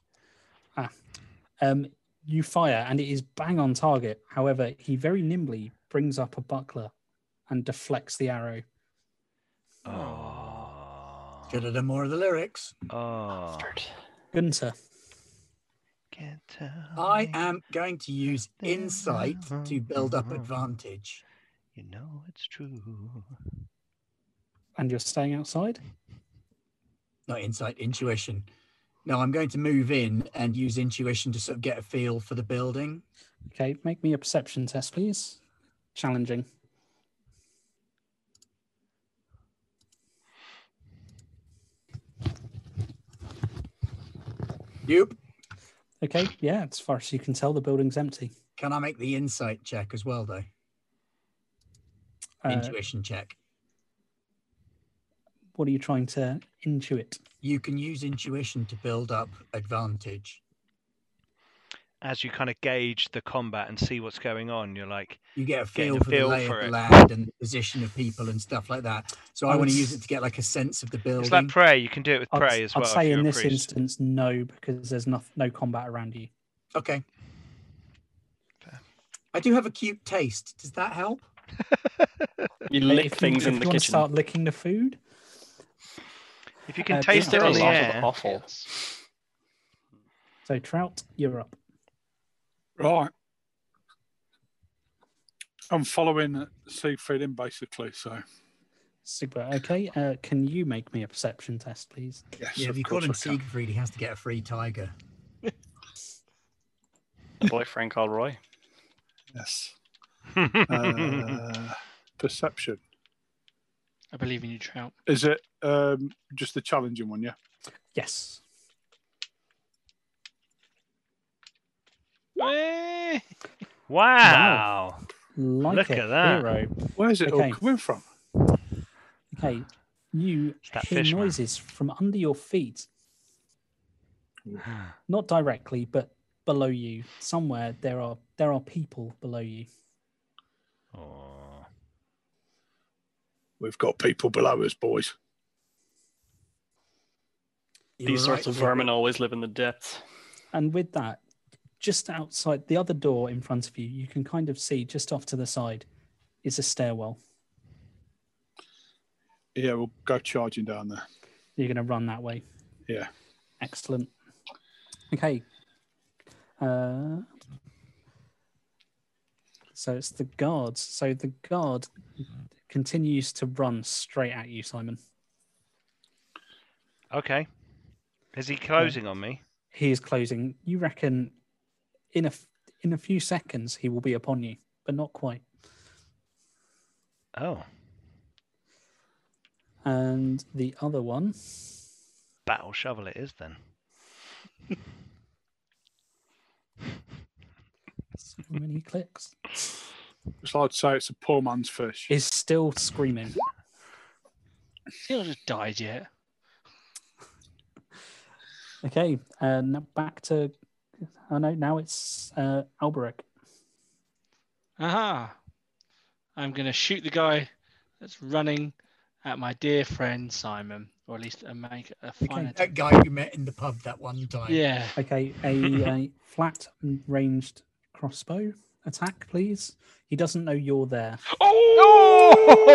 Um, you fire and it is bang on target. However, he very nimbly brings up a buckler and deflects the arrow. Oh. Should have done more of the lyrics. Oh. Gunter. Get to I me, am going to use insight to build up advantage. You know it's true. And you're staying outside? Not insight, intuition. No, I'm going to move in and use intuition to sort of get a feel for the building. Okay, make me a perception test, please. Challenging. Nope. Okay, yeah, as far as you can tell, the building's empty. Can I make the insight check as well, though? Uh, intuition check. what are you trying to intuit? You can use intuition to build up advantage. As you kind of gauge the combat and see what's going on, you're like, You get a Getting a feel for feel the lay for of it. the land and the position of people and stuff like that. So I, I want would to s- use it to get like a sense of the building. it's like prayer. You can do it with I'd, prayer as I'd well. if say you're in a this priest. instance, no, because there's no, no combat around you. okay. Fair. I do have a cute taste. Does that help? You Uh, lick if things you, in if the you want to kitchen. start licking the food, If you can Uh, taste there it are on a the lot air, awful. so Trout, you're up. Right. I'm following Siegfried in basically, so Super. Okay, uh, can you make me a perception test, please? yes. Yeah, if of you call course him I can. Siegfried, he has to get a free tiger. The boyfriend called Roy. Yes. yeah, Uh, perception. I believe in you, Trout. Is it um, just the challenging one, yeah? Yes. Eh, wow. Like Look a at that. hero. Where's it Okay. all coming from? Okay, you It's that hear fish, man. noises from under your feet. Not directly, but below you. Somewhere there are there are people below you. Oh. We've got people below us, boys. You These were sorts right, of yeah. vermin always live in the depths. And with that, just outside the other door in front of you, you can kind of see just off to the side is a stairwell. Yeah, we'll go charging down there. You're going to run that way. Yeah. Excellent. Okay. Uh, so it's the guards. So the guard continues to run straight at you, Simon. Okay. Is he closing on me? He is closing. You reckon in a f- in a few seconds he will be upon you, but not quite. Oh. And the other one, Battle shovel it is then. so many clicks, It's like I'd say it's a poor man's fish. is still screaming. he not just died yet. Okay, uh, now back to. Oh no, now it's uh, Alberic. Aha! I'm going to shoot the guy that's running at my dear friend Simon, or at least uh, make a final attack. That guy we met in the pub that one time. Yeah. Okay, a, a flat ranged crossbow attack, please. He doesn't know you're there. Oh!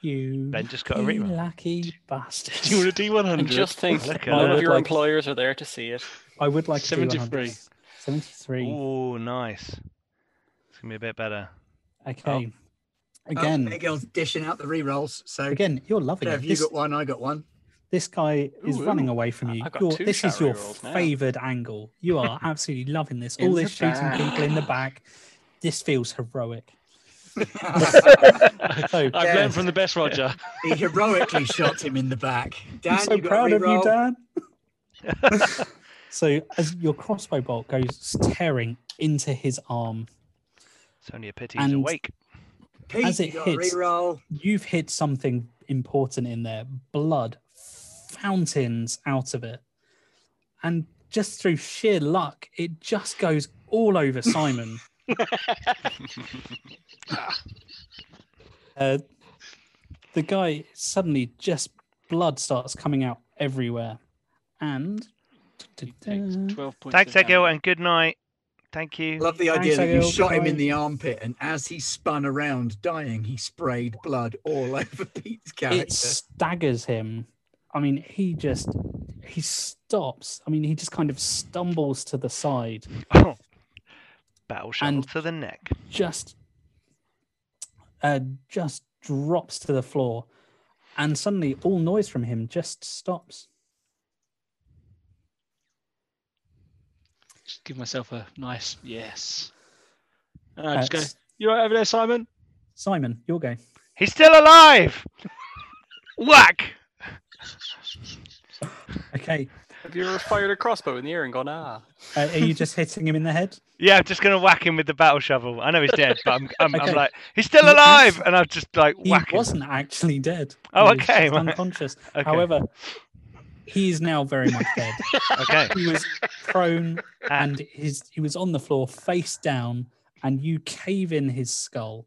You Ben just got a rerun. lucky Do you bastard. want a D100? And just think Look at none that. of your Like- employers are there to see it. I would like to do 73. 100. 73. Oh, nice. It's gonna be a bit better. Okay. Oh, Again, Big L's dishing out the rerolls. So again, you're loving Dev, it. you This, got one, I got one. this guy is Ooh, running ooh. away from I- you. I've got You're- two this is shadow your rolls now. favored angle. You are absolutely loving this. All In this the shooting back. people in the back. This feels heroic. So, I've Yes. learned from the best, Roger. he heroically shot him in the back. Dan, I'm so you got a proud of you, reroll. Dan. so as your crossbow bolt goes tearing into his arm, It's only a pity he's And- awake. Pete, As it you got a hits- reroll. you've hit something important in there. Blood fountains out of it, and just through sheer luck, it just goes all over Simon. uh, the guy suddenly just blood starts coming out everywhere, and. He takes 12 points Thanks, of Egil, damage. and good night. Thank you. Love the Thanks, idea that you Egil. shot him in Bye. the armpit, and as he spun around, dying, he sprayed blood all over Pete's character. it staggers him. I mean, he just he stops. I mean, he just kind of stumbles to the side, Oh. Battle shuttle And- to the neck. just uh, just drops to the floor, and suddenly all noise from him just stops. Just give myself a nice yes. And Uh, I just go, S- you all right over there, Simon? Simon, your go. He's still alive! Whack! Okay, Have you ever fired a crossbow in the air and gone, ah? uh, are you just hitting him in the head? Yeah, I'm just gonna whack him with the battle shovel. I know he's dead, but I'm, I'm, Okay. I'm like, he's still He alive, actu- and I'm just like He whack him. wasn't actually dead. Oh, He was okay, just right. unconscious. Okay. However, he is now very much dead. okay. he was prone Ah. and his he was on the floor face down and you cave in his skull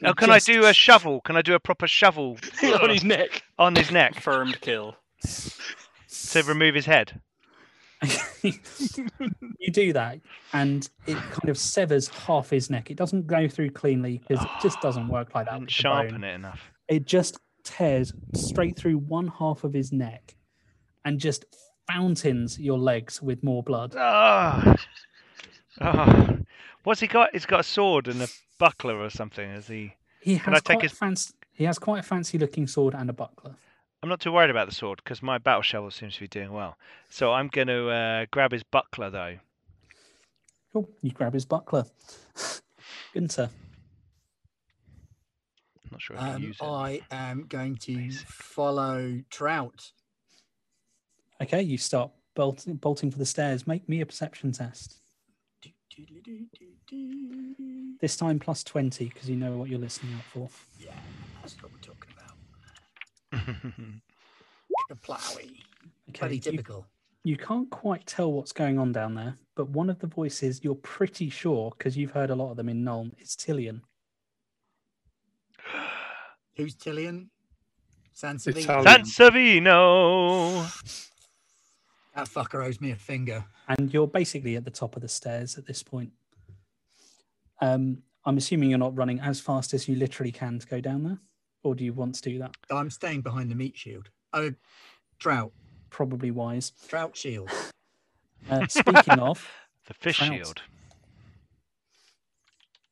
Now, It can just I do a shovel? Can I do a proper shovel on his neck. on his neck Confirmed kill. to remove his head? you do that and it kind of severs half his neck it doesn't go through cleanly because it just doesn't work like that Didn't with the sharpen bone. it enough. it just tears straight through one half of his neck and just fountains your legs with more blood Oh. oh. What's he got? He's got a sword and a buckler or something. Is he? he Can I has take quite his- fancy he has quite a fancy looking sword and a buckler I'm not too worried about the sword because my battle shovel seems to be doing well. So I'm going to uh, grab his buckler though. Cool. You grab his buckler. Gunter. I'm not sure if you Um, use it. oh, I am going to follow Trout. Okay, you start bolting, bolting for the stairs. Make me a perception test. This time plus 20 because you know what you're listening out for. Yeah, that's what we're talking about. The plowy. Okay. Bloody You, typical. you can't quite tell what's going on down there, but one of the voices you're pretty sure because you've heard a lot of them in Nuln is Tillian. Who's Tillian? Sansevino. Italian. San Savino. That fucker owes me a finger. And you're basically at the top of the stairs at this point. Um, I'm assuming you're not running as fast as you literally can to go down there, or do you want to do that? I'm staying behind the meat shield. Oh, Trout. Probably wise. Trout shield. Uh, speaking of, The fish Trout. shield.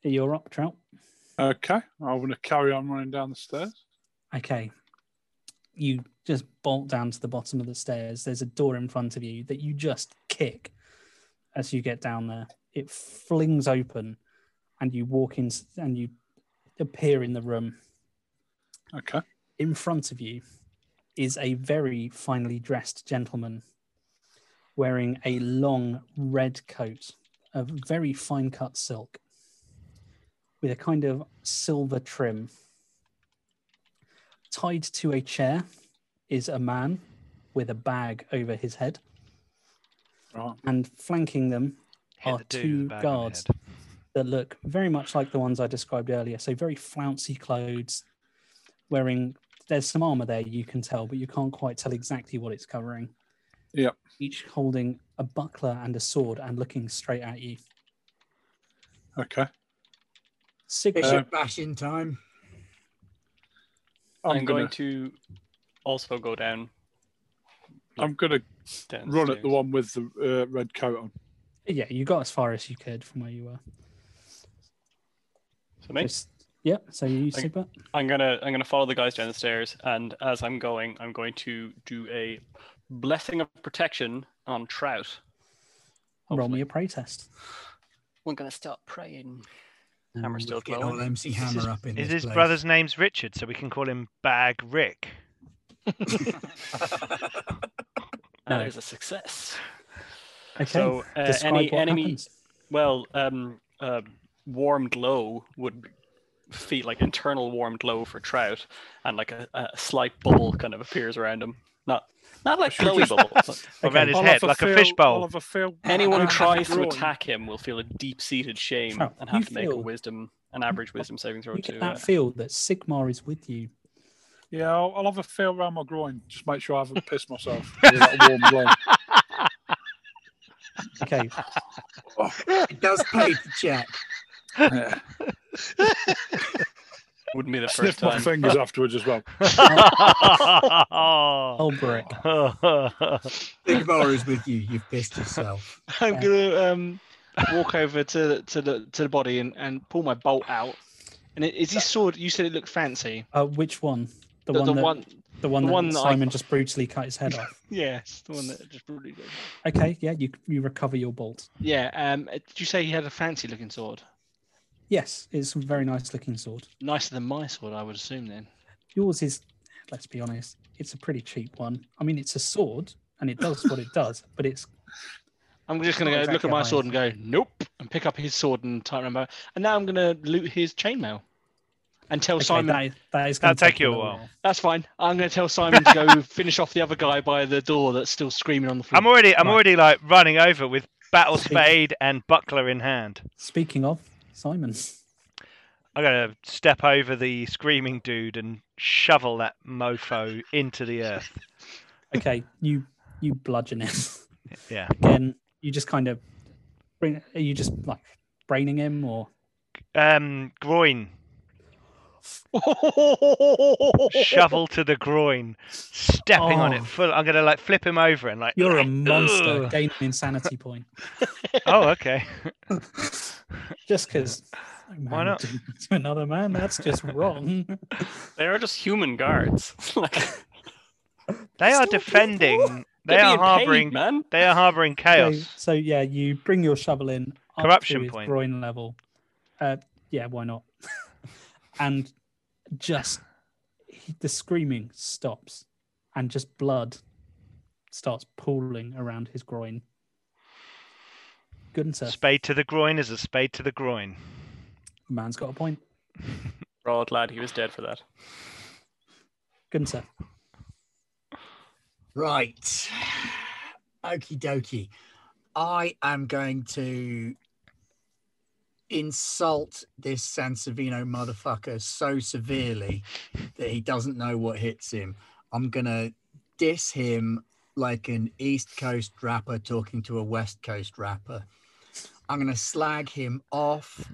you're up, Trout. Okay, I'm going to carry on running down the stairs. Okay. You just bolt down to the bottom of the stairs. There's a door in front of you that you just kick as you get down there. It flings open and you walk in and you appear in the room. Okay. in front of you is a very finely dressed gentleman wearing a long red coat of very fine cut silk with a kind of silver trim. Tied to a chair is a man with a bag over his head, Right. and flanking them Hit are the dude with two the bag on the guards head. that look very much like the ones I described earlier. So very flouncy clothes, wearing there's some armor there you can tell, but you can't quite tell exactly what it's covering. Yep. Each holding a buckler and a sword and looking straight at you. Okay. Sigurd, Bishop bash in time. I'm, I'm, gonna, going to also go down. I'm gonna down run at the stairs. one with the uh, red coat on. yeah, you got as far as you could from where you were. So me? Just- yep. So you, Okay. Sigurd. I'm gonna I'm gonna follow the guys down the stairs, and as I'm going, I'm going to do a blessing of protection on Trout. Roll me a protest. We're gonna start praying. Hammer's still Getting glowing. old MC Is his- Hammer up in Is this his place. brother's name's Richard, so we can call him Bag Rick? And No. there's a success. Okay. So uh, Describe any what enemy, happens. well, um, uh, warm glow would feel like internal warm glow for trout, and like a, a slight bubble kind of appears around him. Not not like glowy bubble. Uh, but Around his head, like a fishbowl. Oliver Phil. anyone who uh, tries to Drawing. attack him will feel a deep-seated shame Trout, and you have to make a feel- wisdom, an average wisdom saving throw You get to. Uh, that feel that Sigmar is with you. Yeah, I'll, I'll have a feel around my groin. Just make sure I haven't pissed myself. with that warm glow. Okay. It does pay to check. Yeah. wouldn't be the first Sniff my time. fingers afterwards as well. Oh, Brick. Sigmar is with you. You've pissed yourself. I'm Yeah. gonna um, walk over to the, to the to the body and, and pull my bolt out. And it, is his sword? You said it looked fancy. Uh, which one? The, The, one, the that, one, the one the that one that I- Simon just brutally cut his head off. yes, the one that just brutally. did. Okay, yeah, you you recover your bolt. Yeah. Um, did you say he had a fancy looking sword? Yes, it's a very nice looking sword. Nicer than my sword, I would assume. Then. Yours is, let's be honest, it's a pretty cheap one. I mean, it's a sword and it does what it does, but it's I'm just gonna Not go look exactly a at my high sword and go, nope, and pick up his sword and type number. And now I'm gonna loot his chainmail and tell okay, Simon that, that is That'll going to take you a little while. that's fine. I'm gonna tell Simon to go finish off the other guy by the door that's still screaming on the floor. I'm already, I'm Right. already like running over with battle Speak. spade and buckler in hand. Speaking of Simon, I'm gonna step over the screaming dude and shovel that mofo into the earth. okay, you you bludgeon him. Yeah. Again, you just kind of bring. Are you just like braining him or? Um, groin. Shovel to the groin, stepping on Oh. it full. I'm gonna like flip him over and like. You're a monster. Ugh. Gain an insanity point Oh, okay. just because. Why not? To another man, that's just wrong. They are just human guards. like, They are Still people? defending. They they're are being paid, harboring. man. They are harboring So, chaos. so yeah, you bring your shovel in. Up Corruption to his point. Groin level. Uh, yeah, why not? and just he, the screaming stops, and just blood starts pooling around his groin. Good and said. Spade to the groin is a spade to the groin. Man's got a point. Oh, lad, he was dead for that. Good and said. Right. Okie dokie. I am going to insult this Sansevino motherfucker so severely that he doesn't know what hits him. I'm going to diss him like an East Coast rapper talking to a West Coast rapper. I'm going to slag him off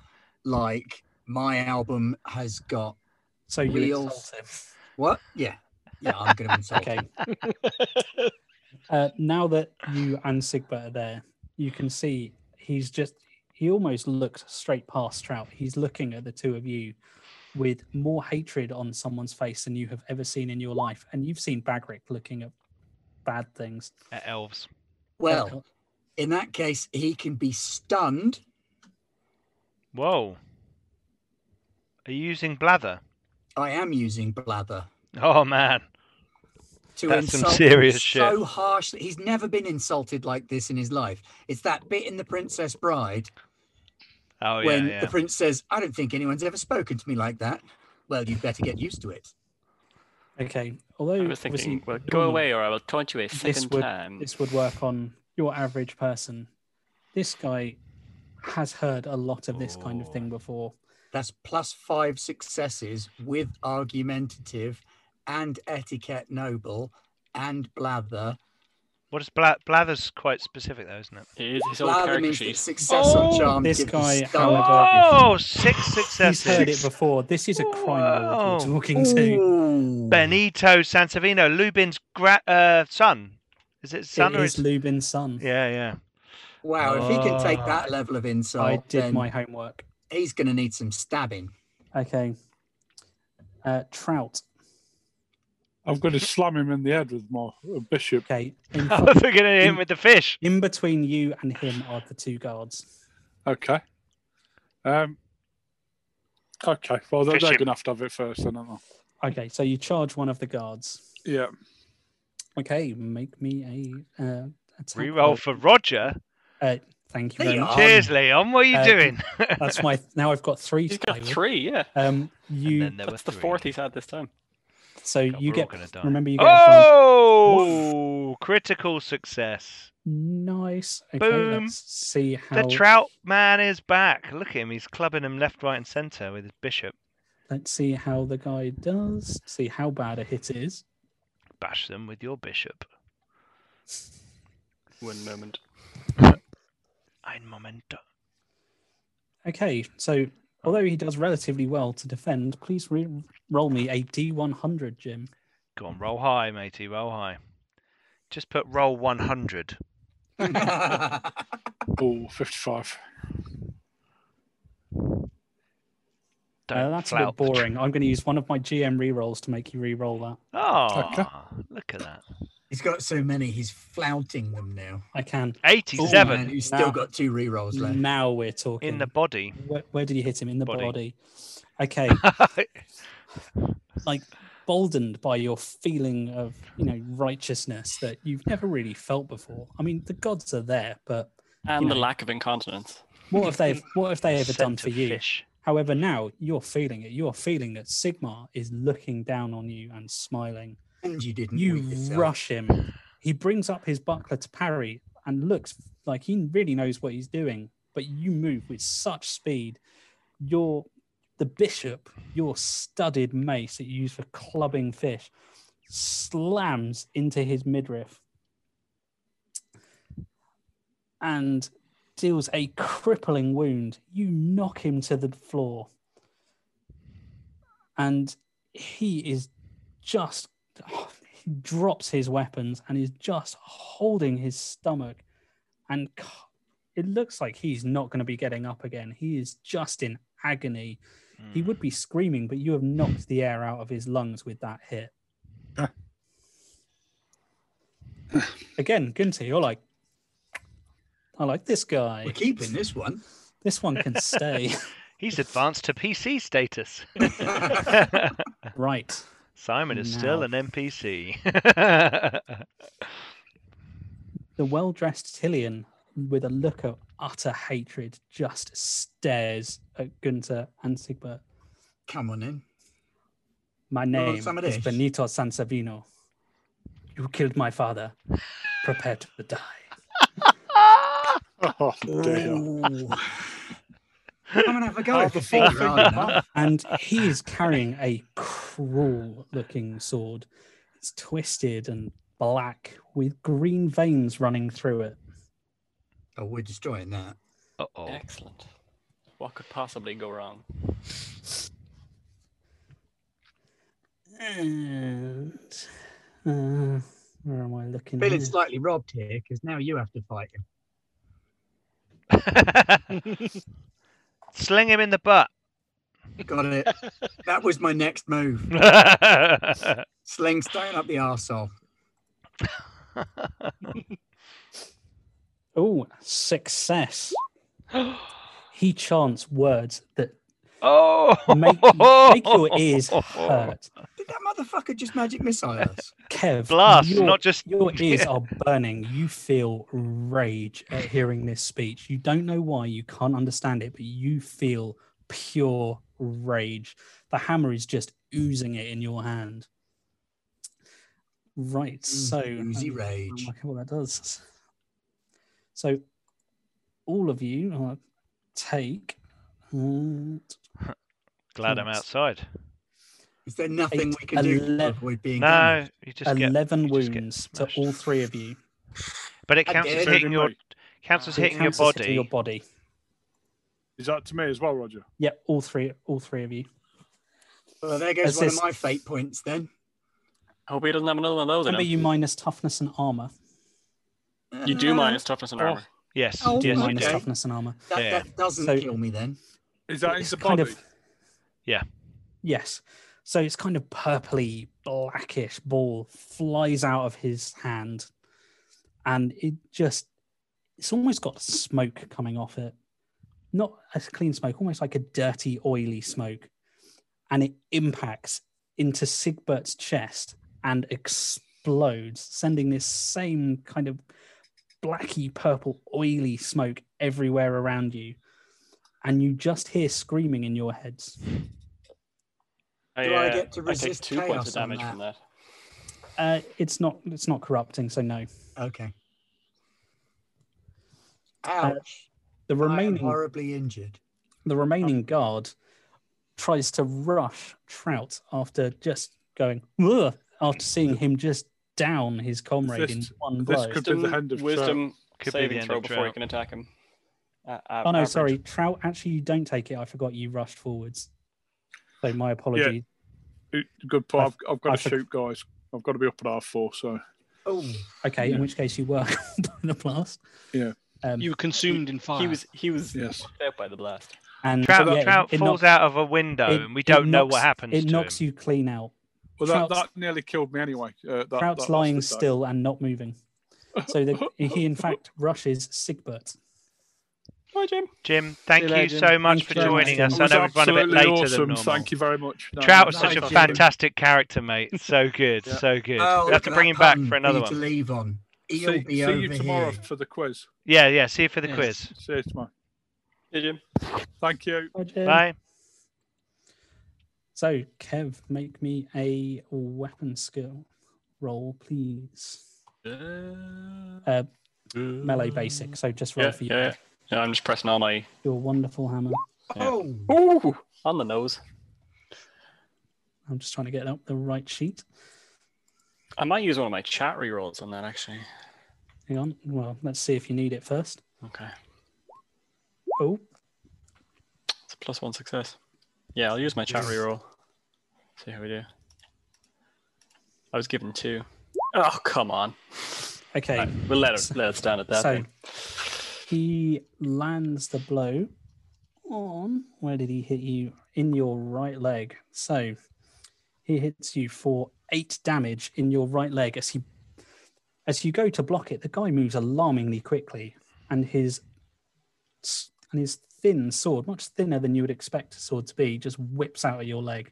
like my album has got So you Wheels. insult him. what? Yeah. Yeah, I'm going to insult Okay. uh, now that you and Sigba are there, you can see he's just, he almost looks straight past Trout. He's looking at the two of you with more hatred on someone's face than you have ever seen in your life. And you've seen Bagric looking at bad things. At elves. Well, In that case, he can be stunned. Whoa. Are you using blather? I am using blather Oh man. to That's some insult him serious so harshly. He's never been insulted like this in his life. It's that bit in The Princess Bride Oh yeah, when yeah. the prince says, "I don't think anyone's ever spoken to me like that." Well, you'd better get used to it. Uh, okay. Although, I was obviously thinking, well, go normally away or I will taunt you a second would- time. this would work on your average person. This guy has heard a lot of this kind of Oh. thing before. That's plus five successes with argumentative and etiquette noble and blather. What is bla- blather's quite specific though, isn't it? His, his old Blather character means that sheet. success Oh, or charm. this gives guy, stunned. however, Oh, six He's successes. heard it before. This is a crime lord Wow. you're talking to. Mm. Ooh. Benito Sansovino, Lubin's gra- uh, son. Is it son it or is is? Lubin's son. Yeah, yeah. Wow, if he can take Oh. that level of insult, I did then my homework. he's going to need some stabbing. Okay. Uh, Trout. I'm going to slam him in the head with my uh, bishop. Okay. In, I was thinking of him with the fish. in between you and him are the two guards. Okay. Um, Okay, well, they're, Fish they're him. going to have to have it first, then, aren't Okay, so you charge one of the guards. they? Yeah. Okay, make me a uh, attack roll. Reroll for Roger. Uh, thank you There very you much. Um, Cheers, Leon. What are you uh, doing? That's my now I've got three. He's to play got with. three, yeah. Um, you then there That's were the fourth three. he's had this time. so God, you we're all get gonna die. remember you get advantage. Oh, critical success. nice. Okay, Boom. let's see how The Trout Man is back. Look at him. He's clubbing him left, right, and centre with his bishop. let's see how the guy does. See how bad a hit is. Bash them with your bishop. One moment. Ein Moment. Okay, so although he does relatively well to defend, please re- roll me a d100, Jim. Go on, roll high, matey. Roll high. Just put roll 100. Oh, 55. Don't Uh, that's a bit flout the tr- boring. I'm going to use one of my GM rerolls to make you re-roll that. Oh, Okay. look at that. He's got so many, he's flouting them now. I can. Oh, 87 man, he's Nah. still got two rerolls left. Now we're talking. in the body. where, where did you hit him? In the Body. body. Okay, like boldened by your feeling of you know righteousness that you've never really felt before. I mean, the gods are there, but And the know. lack of incontinence. what if they've what have they ever done Scent for of you? Fish. However, now you're feeling it. You're feeling that Sigma is looking down on you and smiling. And you didn't. You weed yourself. rush him. He brings up his buckler to parry and looks like he really knows what he's doing, but you move with such speed. Your the bishop, your studded mace that you use for clubbing fish, slams into his midriff and deals a crippling wound. You knock him to the floor. And he is just he drops his weapons and is just holding his stomach and c- it looks like he's not going to be getting up again he is just in agony he Mm. would be screaming but you have knocked the air out of his lungs with that hit again gunter you're like i like this guy We're keeping this one. this one can stay He's advanced to PC status. right Simon is still Now. an NPC. The well dressed Tillian, with a look of utter hatred, just stares at Gunther and Sigbert. Come on in. My name some of is this. Benito Sansavino. You killed my father. Prepare to die. Oh, dear. Ooh. Come and have a go. Oh, if the you think fourth you're finger. hard enough. And he is carrying a cruel looking sword. It's twisted and black with green veins running through it. Oh, we're destroying that. Uh oh. Excellent. What could possibly go wrong? And. Uh, where am I looking? Feeling here? slightly robbed here because now you have to fight him. Sling him in the butt. Got it. that was my next move. Sling stone up the arsehole. Oh, success. he chants words that oh, make, make your ears hurt. Did that motherfucker just magic missile us? Kev, Blast, your, not just. your ears are burning. You feel rage at hearing this speech. You don't know why, you can't understand it, but you feel pure rage. The hammer is just oozing it in your hand. Right, so Mm, Oozy um, rage. Oh, okay, well, that does. So, all of you uh, take. Uh, Glad I'm Yes. outside. Is there nothing we Eight, can do to ele- avoid being No, damaged? you just get. 11 you just get wounds to smashed. all three of you. But it I counts as did. hitting your. Everybody. Counts as It hitting your counts as hitting body. your body. Is that to me as well, Roger? Yep, all three, all three of you. Well, there goes one of Assist. my fate points then. Hope he doesn't have another one of those. in Remember, him. you minus toughness and armor. You do Uh, minus toughness and Oh. armor. Yes. Oh, yes, you okay. minus do. toughness and armor. That, Yeah. that doesn't So- kill me then. Is that in It's the kind body? of. Yeah. Yes. So it's kind of purpley, blackish ball flies out of his hand, and it just—it's almost got smoke coming off it. not a clean smoke, almost like a dirty, oily smoke. And it impacts into Sigbert's chest and explodes, sending this same kind of blacky, purple, oily smoke everywhere around you. And you just hear screaming in your heads. Oh, I, Do I uh, get to resist I take two points chaos of on damage that? from that. Uh, it's not it's not corrupting, so no. Okay. Ouch. The Remaining remaining horribly injured. the remaining guard tries to rush Trout after just going "Ugh," after seeing him just down his comrade This- in one this blow. could- Did the hand of wisdom Could be the saving end throw of before you drought. can attack him. Uh, Oh no, sorry, Trout. Actually, you don't take it. I forgot you rushed forwards. So my apologies. Good point. I've, I've got I've- to shoot, guys. I've got to be up at R4, so. Oh, Okay, in which case you were by the blast. Yeah. Um, You were consumed in fire. He was he was Yes. knocked out by the blast. and Trout, yeah, it- Trout it falls knocks- out of a window, it- and we it don't know knocks- what happens. It to knocks him. you clean out. Well, that, Trout's- that nearly killed me anyway. Uh, that, that Trout's lost lying the day. still and not moving. So the, he in fact rushes Sigbert. Bye, Jim. Jim, thank you you later, so Jim. much Thank for you very much, joining Jim. us. It I was know we've run a bit absolutely later awesome. than normal. Thank you very much. No, Trout was such Thank a you. fantastic character, mate. So good, Yeah. so good. oh we have look to at bring that him back Um, pun for another you To one. leave on. He'll See, be see over you tomorrow here. for the quiz. Yeah, yeah. See you for the Yes. quiz. See you tomorrow. Hey, Jim. Thank you. Bye. So Kev, make me a weapon skill roll, please. Uh, melee basic. So just roll Yeah, for your, yeah, yeah. I'm just pressing all my your wonderful hammer. Oh, Ooh, on the nose. I'm just trying to get up the right sheet. I might use one of my chat rerolls on that actually. Hang on. Well, let's see if you need it first. Okay, Oh, it's a plus one success. Yeah, I'll use my chat reroll. See how we do. I was given two. Oh come on. okay. Right, we'll let it let it stand at that. so then. he lands the blow on where did he hit you in your right leg so he hits you for eight damage in your right leg as he as you go to block it the guy moves alarmingly quickly and his s- and his thin sword much thinner than you would expect a sword to be just whips out of your leg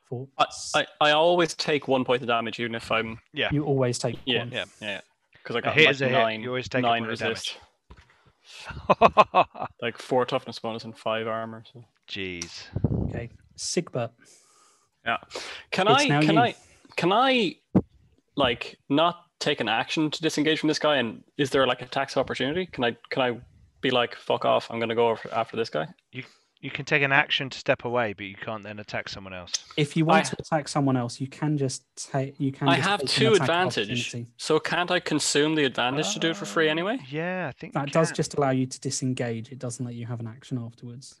for I, I, I always take one point of damage even if I'm you always take Yeah. one Yeah. yeah because I got hit like is a hit. nine. You always take a nine point of resist, like four toughness bonus and five armor. So. Jeez. okay sigbert Yeah. Can It's I now can you. I can I like not take an action to disengage from this guy and is there like a tax opportunity? Can I can I be like fuck off, I'm gonna go over after this guy? You can take an action to step away, but you can't then attack someone else. If you want I- to attack someone else, you can just take. You can. I just have take an two attack advantage. opportunity. So can't I consume the advantage to do it for free Uh, anyway? Yeah, I think you That does can. just allow you to disengage. It doesn't let you have an action afterwards.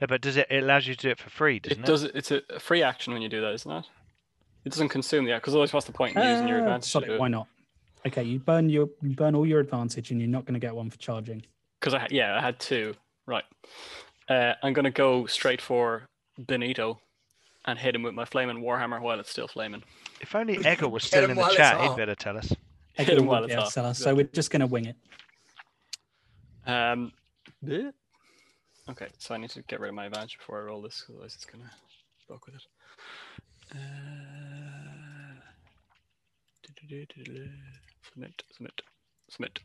No, but does it? It allows you to do it for free, doesn't It it? does it's a a free action when you do that, isn't it? It doesn't consume the because otherwise what's the point in using Uh, your Ah, advantage sod to it, do it? Why not? Okay, you burn your you burn all your advantage, and you're not going to get one for charging. Because I ha- yeah, I had two. Right. Uh, I'm gonna go straight for Benito and hit him with my flaming warhammer while it's still flaming. If only Egger was Get still him in the while it's chat, he'd hot. better tell us. Hit Edgar him would while be it's able to hot, tell us, So we're just going to wing it. Um, okay, so I need to get rid of my advantage before I roll this, 'cause otherwise it's gonna fuck with it. Uh, do-do-do-do-do. submit, submit, submit.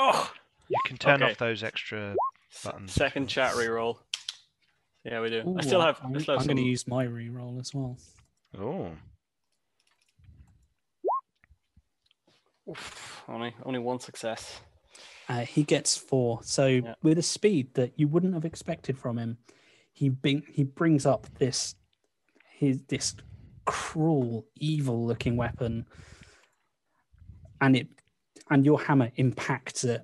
Oh, You can turn Okay. off those extra. s- Buttons. second chat reroll. Yeah, we do. I Ooh, still have. I'm, I still have I'm going to some- use my reroll as well. Oh, oof, only only one success. Uh, he gets four. So Yeah. with a speed that you wouldn't have expected from him, he bring, he brings up this his this cruel, evil-looking weapon, and it and your hammer impacts it.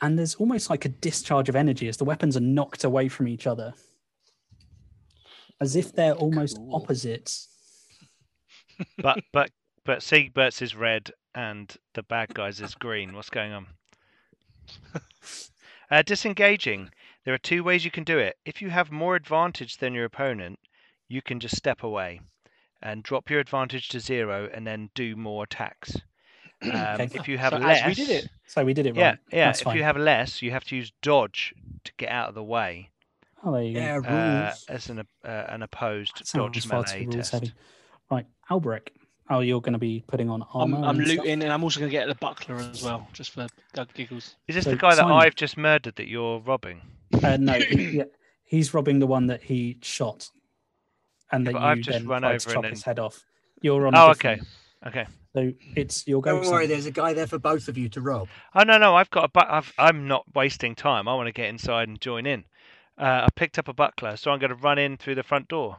And there's almost like a discharge of energy as the weapons are knocked away from each other, as if they're almost Cool. opposites. but but but Siegbert's is red and the bad guys is green. What's going on? uh, disengaging. There are two ways you can do it. If you have more advantage than your opponent, you can just step away and drop your advantage to zero, and then do more attacks. Um, If you have So less, as we did it. So we did it yeah, right. yeah. That's If fine. you have less, you have to use dodge to get out of the way Oh, there you Yeah, go. rules. uh, as an op- uh, an opposed That dodge sounds far melee too rules test. heavy. Right, Albrecht. Oh, you're going to be putting on I'm, armor. I'm and stuff? looting, and I'm also going to get the buckler as well, just for the giggles. Is this So, the guy that Simon- I've just murdered that you're robbing? Uh, no, he, yeah, he's robbing the one that he shot, and Yeah, that but you I've just then run tried over to and chop then- his head off. You're on. a Oh, okay, different- okay. So it's your go. Don't worry, Simon. there's a guy there for both of you to rob. Oh no, no, I've got a bu- I've, I'm not wasting time. I want to get inside and join in. Uh, I picked up a buckler, so I'm going to run in through the front door.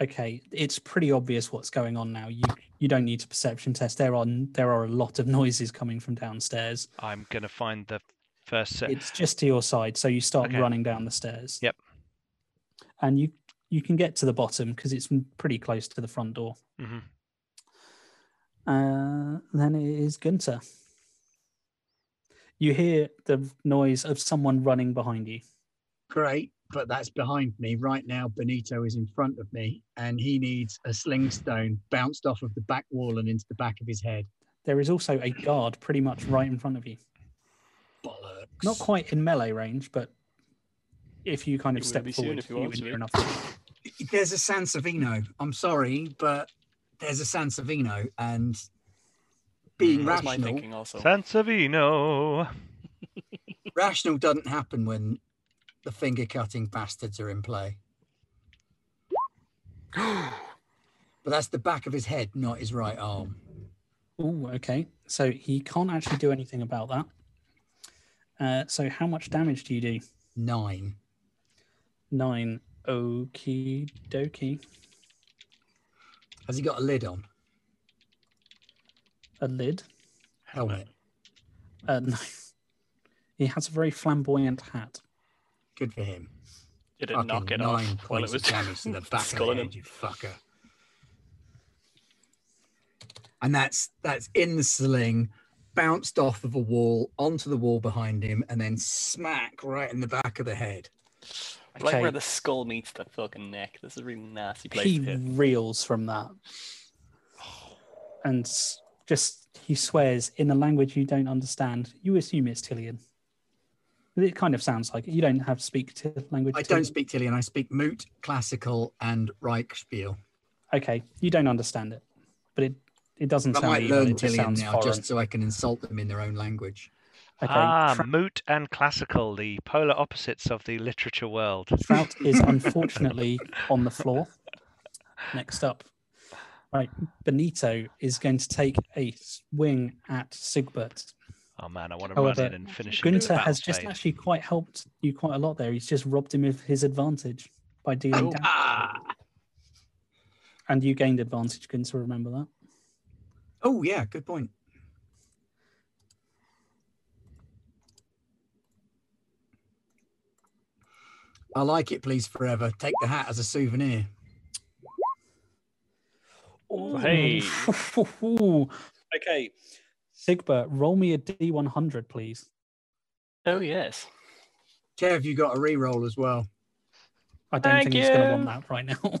Okay, it's pretty obvious what's going on now. You you don't need a perception test. There are n- there are a lot of noises coming from downstairs. I'm going to find the first set. It's just to your side, so you start Okay. running down the stairs. Yep. And you you can get to the bottom because it's m- pretty close to the front door. hmm Uh, then it is Gunter. You hear the noise of someone running behind you. Great, but that's behind me. Right now, Benito is in front of me and he needs a sling stone bounced off of the back wall and into the back of his head. There is also a guard pretty much right in front of you. Bollocks. Not quite in melee range, but if you kind of It will step be soon forward, if you you want would to near be. enough. There's a Sansovino. I'm sorry, but there's a Sansovino and being Mm. That's my rational, thinking also. Sansovino. rational doesn't happen when the finger cutting bastards are in play. But that's the back of his head, not his right arm. Oh, okay. So he can't actually do anything about that. Uh, so how much damage do you do? Nine. Nine. Okie dokie. Has he got a lid on? A lid. Helmet. Uh, no. He has a very flamboyant hat. Good for him. It did Fucking knock it off nine while it points was of damage to the back of the sculling him. head, you fucker. And that's that's in the sling, bounced off of a wall onto the wall behind him, and then smack right in the back of the head. I like Okay. where the skull meets the fucking neck. This is a really nasty place he to hit. reels from that and s- just he swears in a language you don't understand you assume it's Tillian. it kind of sounds like it. you don't have to speak to language I don't Tillian. speak Tillian. I speak Moot, classical, and Reichspiel. okay you don't understand it but it it doesn't I sound might evil, learn it just Tillian sounds now, foreign. just so I can insult them in their own language. okay Ah, Trout- moot and classical, the polar opposites of the literature world. trout is unfortunately on the floor next up right benito is going to take a swing at sigbert Oh man, I want to run However, in and finish him. in the Gunter battle has just phase. actually quite helped you quite a lot there. He's just robbed him of his advantage by Oh. dealing damage. Ah! And you gained advantage, Gunter, remember that. Oh yeah, good point. I like it, please, forever. Take the hat as a souvenir. hey. Ooh. okay. Sigbert, roll me a D100, please. Oh yes. Kev, you got a re-roll as well. I don't Thank think he's going to you. want that right now.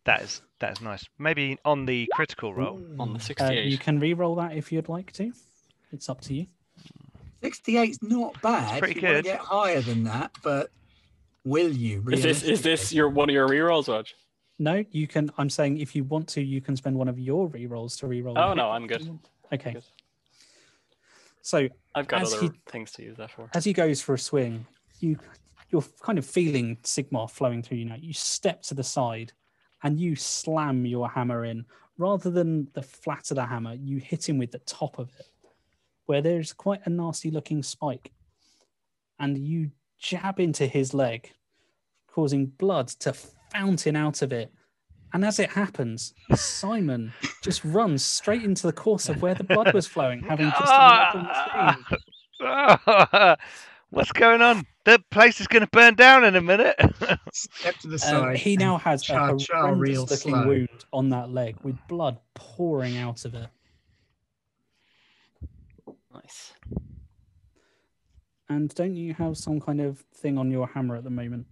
Uh, That is that is nice. Maybe on the critical roll. On the Uh, 68. you can re roll that if you'd like to. It's up to you. 68's not bad. It's pretty you wanna good. Get higher than that, but will you? is this is this realistically? your one of your rerolls, Rog? No, you can. I'm saying if you want to, you can spend one of your re rolls to re roll. Oh no, I'm good. Okay. good. So I've got As other he- things to use that for. as he goes for a swing, you you're kind of feeling Sigma flowing through you now. You step to the side and you slam your hammer in. Rather than the flat of the hammer, you hit him with the top of it, where there's quite a nasty looking spike. And you jab into his leg, causing blood to fountain out of it. And as it happens, Simon just runs straight into the course of where the blood was flowing, having just Ah! arrived on the screen. What's going on? The place is going to burn down in a minute. Step to the Um, side. he now has cha- a cha real horrendous looking slow. wound on that leg with blood pouring out of it. Nice. And don't you have some kind of thing on your hammer at the moment?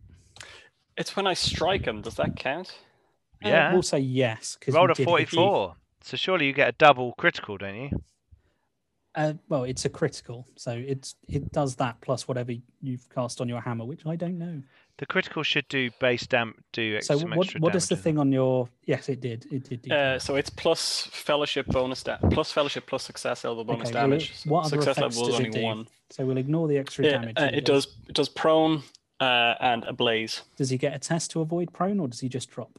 It's when I strike him. Does that count? Uh, Yeah. we'll say yes because Rolled a forty-four. So surely you get a double critical, don't you? Uh, well, it's a critical, so it's it does that plus whatever you've cast on your hammer, which I don't know. The critical should do base damp do ex- So some what extra what is the damage, thing on your? Yes, it did. It did. do Uh, so it's plus fellowship bonus da- plus fellowship plus success level bonus Okay, well, damage. it- what So other success effects level is does it only do? one. So we'll ignore the extra Yeah, damage. uh, that it does it does prone uh, and ablaze. Does he get a test to avoid prone, or does he just drop?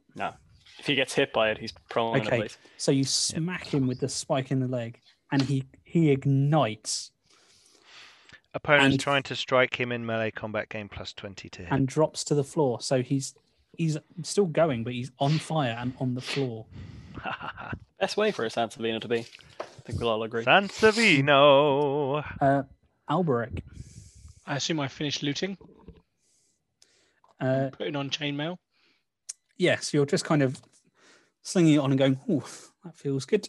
If he gets hit by it, he's prone and Okay. ablaze. So you smack him with the spike in the leg, and he he ignites Opponents and- trying to strike him in melee combat game plus twenty to hit. and drops to the floor. So he's he's still going, but he's on fire and on the floor. Best way for a Sansevino to be. I think we'll all agree. Sansevino. Uh, Alberic, I assume I finished looting, uh, putting on chainmail. yes, you're just kind of slinging it on and going, "Ooh, that feels good.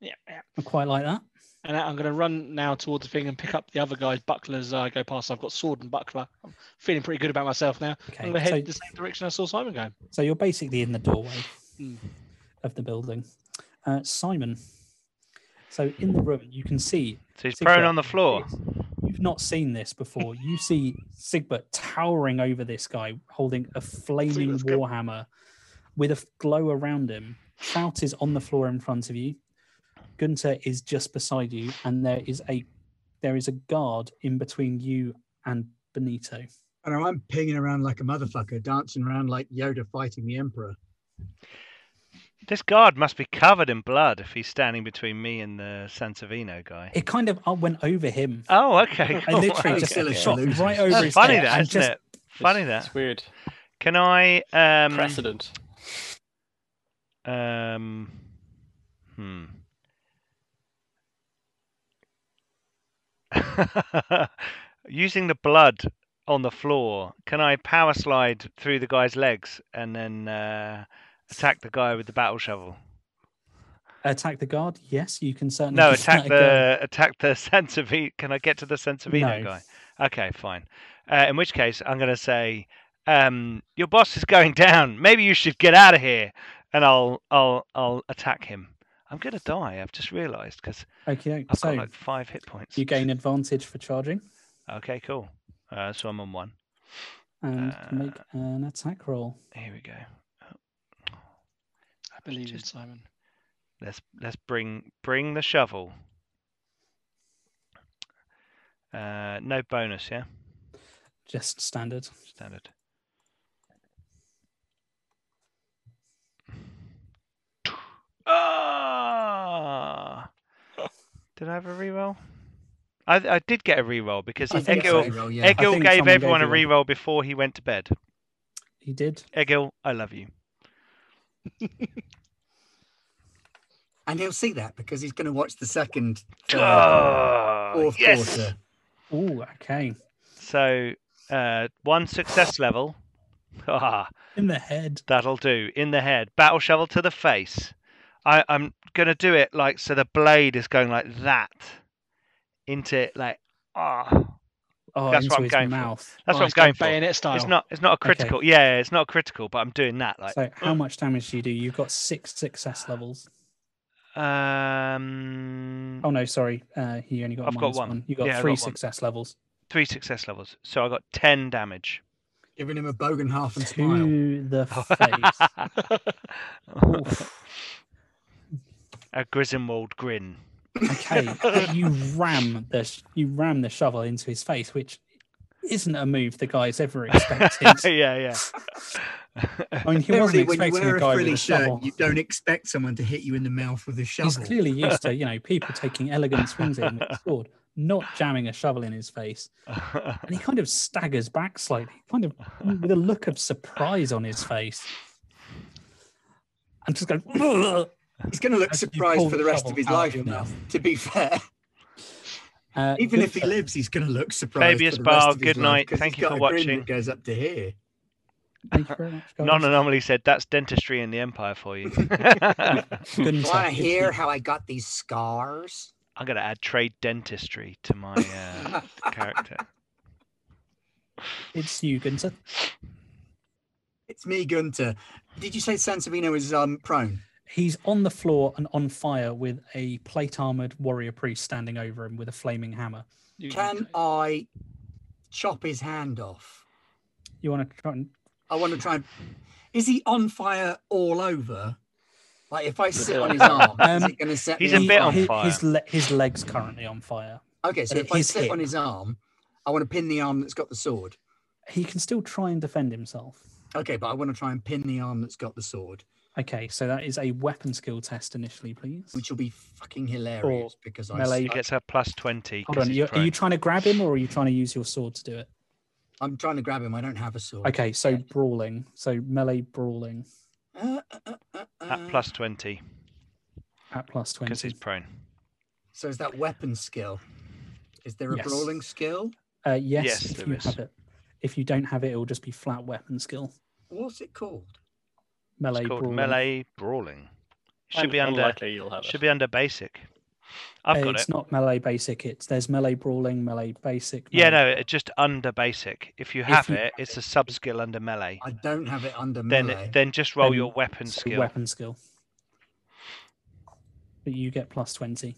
Yeah, yeah. I quite like that." And I- I'm going to run now towards the thing and pick up the other guy's buckler as I go past. I've got sword and buckler. I'm feeling pretty good about myself now. I'm Okay, going to head so the same direction I saw Simon going. so you're basically in the doorway Mm. of the building. Uh, Simon. So in the room, you can see So he's Sigbert prone on the floor. is- You've not seen this before. You see Sigbert towering over this guy, holding a flaming warhammer with a f- glow around him. Trout is on the floor in front of you. Gunter is just beside you, and there is a there is a guard in between you and Benito. And I'm pinging around like a motherfucker, dancing around like Yoda fighting the Emperor. This guard must be covered in blood if he's standing between me and the Sansevino guy. It kind of uh, went over him. Oh, okay. I Cool. literally okay. just Silly shot losers. right over That's his funny, head that and isn't just- it? Funny It's- that. It's weird. Can I um Precedent. um hmm. Using the blood on the floor, can I power slide through the guy's legs and then uh, attack the guy with the battle shovel? Attack the guard? Yes, you can certainly. No, do attack that again. the attack the Sansevino. Can I get to the Sansevino No. guy? Okay, fine. Uh, in which case, I'm going to say, um, "Your boss is going down. Maybe you should get out of here." And I'll I'll I'll attack him. I'm going to die. I've just realised because Okay, I've so got like five hit points. you gain advantage for charging. Okay, cool. Uh, so I'm on one. and Uh, make an attack roll. Here we go. I believe Just- in Simon. Let's let's bring bring the shovel. Uh, no bonus, yeah, Just standard. standard. Ah! Did I have a reroll? I I did get a reroll because I think Egil, so. Roll, yeah. Egil think gave someone everyone gave a you reroll before he went to bed. He did. Egil, I love you. And he'll see that because he's going to watch the second, third, Oh, fourth yes. quarter. Oh, okay. So uh, one success level. Ah, In the head. That'll do. In the head. Battle shovel to the face. I, I'm gonna do it like so the blade is going like that. Into it, like ah Oh, That's into what I'm his going for. mouth. that's Oh, what I'm he's gone going for. Bayonet style. It's not it's not a critical. Yeah, it's not a critical, but I'm doing that like so, how much damage do you do? You've got six success levels. um Oh no, sorry. Uh, he only got. I've got minus one. You got Yeah, I three got one. success levels. three success levels. So I got ten damage. Giving him a bogan half and smile. To the face. Oof. a Griswold grin. Okay, you ram the sh- you ram the shovel into his face, which isn't a move the guy's ever expected. yeah, yeah. I mean, he Generally, wasn't when you expecting wear a guy a with frilly a shovel. shirt, you don't expect someone to hit you in the mouth with a shovel. He's clearly used to, you know, people taking elegant swings at him with a sword, not jamming a shovel in his face. And he kind of staggers back slightly, kind of with a look of surprise on his face. And just going, "Ugh." He's going to look As you surprised pull for the the rest of shovel his out life of your now, mouth. to be fair. Uh, Even if he Gunther, lives, he's going to look surprised. Fabius for the rest Bar, of his good life night. 'cause Thank he's you got for a grin watching. That goes up to here. thank you very much, guys. Non anomaly said that's dentistry in the empire for you. Gunther, Want to if hear you- how I got these scars? I'm gonna add trade dentistry to my uh, character. It's you, Gunter. It's me, Gunter. Did you say Sansevino is um prone? He's on the floor and on fire with a plate armored warrior priest standing over him with a flaming hammer. You- Can I chop his hand off? You want to try and I want to try. And... Is he on fire all over? Like if I sit on his arm, is Um, it going to set? he's me a on bit fire? on his, fire. His, le- his leg's currently on fire. Okay, so but if I his sit hip. on his arm, I want to pin the arm that's got the sword. He can still try and defend himself. Okay, but I want to try and pin the arm that's got the sword, Okay, so that is a weapon skill test initially, please. which will be fucking hilarious because I melee. He gets a plus 20. Hold 'cause on, he's you are prone. you trying to grab him or are you trying to use your sword to do it? I'm trying to grab him. I don't have a sword. Okay, so brawling, so melee brawling Uh, uh, uh, uh, At uh. plus 20 at plus because he's twenty. prone. So is that weapon skill? Is there a Yes. brawling skill? Uh, yes, Yes, if there you is. have it. If you don't have it, it will just be flat weapon skill. What's it called? Melee It's called brawling. melee brawling. Should Un- be under Unlikely you'll have it. should be under basic. Uh, I've got it's it. not melee basic. It's there's melee brawling, melee basic. Yeah, melee- no, it- just under basic. If you have you it, it's a sub skill under melee. I don't have it under Then melee. then just roll Then- your weapon so skill. Weapon skill. But you get plus twenty.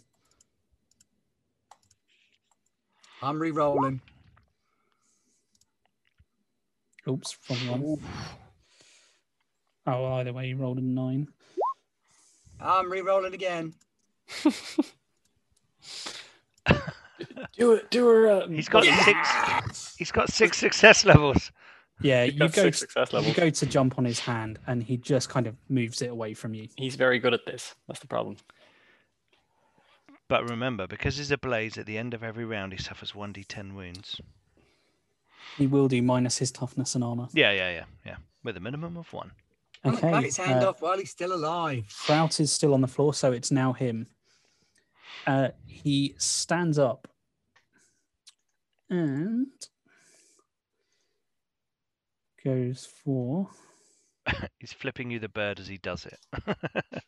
I'm re-rolling. Oops, wrong one. Oh, well, either way, you rolled a nine. I'm re-rolling again. Do it. Do her. Um, He's got button. six he's got six success levels. Yeah, He's you got go. six success You levels. go to jump on his hand, and he just kind of moves it away from you. He's very good at this. That's the problem. But remember, because he's a blaze, at the end of every round he suffers one D ten wounds. He will do minus his toughness and armor. Yeah, yeah, yeah, yeah. With a minimum of one. I'm gonna cut Okay. his hand uh, off while he's still alive. Kraut is still on the floor, so it's now him. Uh, he stands up and goes for. He's flipping you the bird as he does it.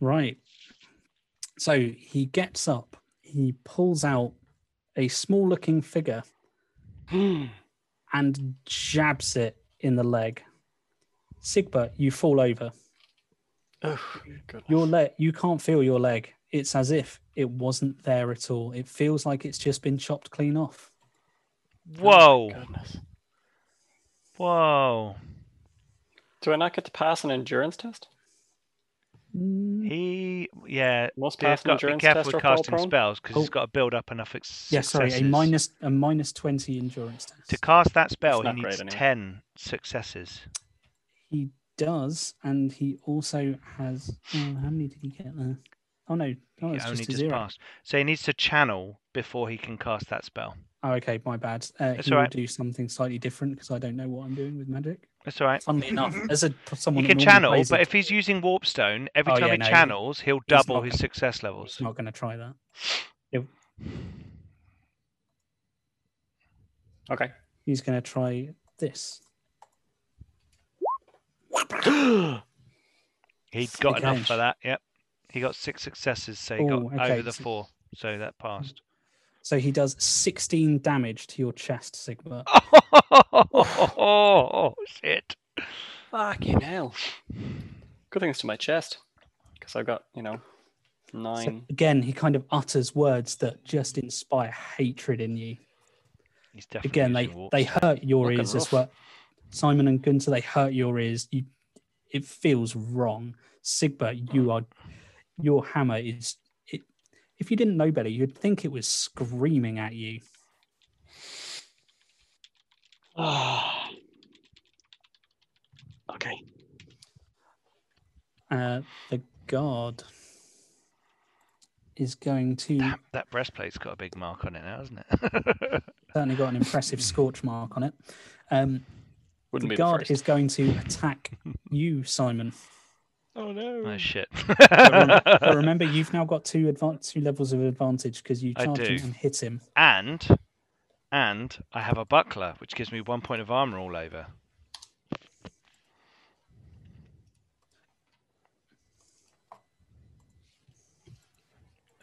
Right. So he gets up, he pulls out a small looking figure and jabs it in the leg. Sigba, you fall over. Oh, goodness. Your leg, you can't feel your leg. It's as if it wasn't there at all. It feels like it's just been chopped clean off. Oh Whoa. Goodness. Whoa. Do I not get to pass an endurance test? Mm, He yeah, Must He's pass an got to be endurance careful test with or fall casting prone. spells because he's Oh. got to build up enough ex- Yeah, sorry, a successes. minus a minus twenty endurance test. To cast that spell, he not great needs anyway. ten successes. he does, and he also has. Oh, how many did he get there? Oh no, oh, he it's only just a just zero. passed, so he needs to channel before he can cast that spell. Oh, okay, my bad. Uh, That's he all will right. do something slightly different because I don't know what I'm doing with magic. That's all right. Funnily enough, as a He someone who Uh, can normally channel, plays but it, if he's using warp stone, every Oh, time yeah, he no, he- channels, he'll double not his gonna- success levels. he's not going to try that. Okay. He's going to try this. He got enough for Okay. that. Yep, he got six successes, so he Ooh, got okay, over the so- four, so that passed. So he does 16 damage to your chest, Sigma. oh shit! Fucking hell. Good thing it's to my chest. Because I've got, you know, So nine. again, he kind of utters words that just inspire hatred in you. He's definitely again they using warp they stone. hurt your Fucking ears as rough. well simon and gunter they hurt your ears you it feels wrong sigba you are your hammer is it, if you didn't know better you'd think it was screaming at you okay. uh the guard is going to That, that breastplate's got a big mark on it now, hasn't it? certainly got an impressive scorch mark on it um Wouldn't the be the guard first. is going to attack you simon Oh no. oh shit! but remember you've now got two advanced two levels of advantage because you I charge him do. and hit him and and I have a buckler, which gives me one point of armor all over.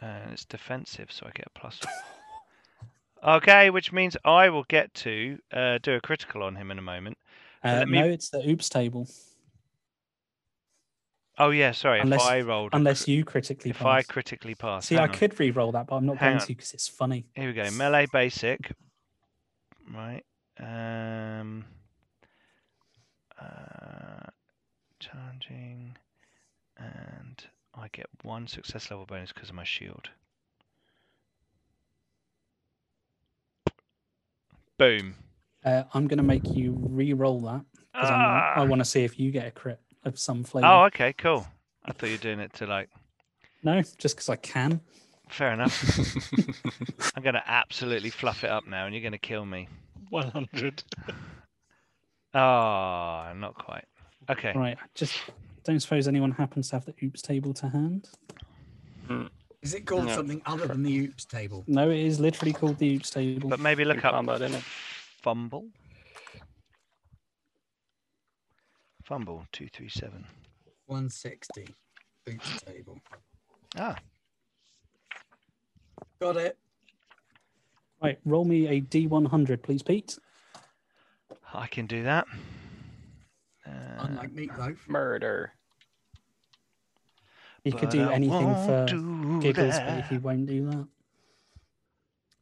Uh, And it's defensive, so I get a plus. Okay, which means I will get to uh, do a critical on him in a moment. Uh, let me- No, it's the oops table. Oh yeah, sorry. Unless- if I rolled, a Unless cri- you critically if I pass. critically pass, See, hang I on. could re-roll that, but I'm not Hang going on. to because it's funny. Here we go. Melee basic. Right. Um. Uh, challenging, and I get one success level bonus because of my shield. Boom. Uh, I'm going to make you re-roll that because Ah. I want to see if you get a crit of some flavor. Oh, okay, cool. I thought you were doing it to like. No, just because I can. Fair enough. I'm gonna absolutely fluff it up now, and you're gonna kill me. 100. Ah, not quite. Okay. Right, I just don't suppose anyone happens to have the oops table to hand. Is it called No. something other than the oops table? No, it is literally called the oops table. But maybe look up combat, innit? fumble. Fumble two three seven. 160 oops table. Ah, Got it. Right, roll me a D100, please, Pete. I can do that. Uh, Unlike meatloaf. Murder. He could but do I anything won't for do giggles, but that. he won't do that.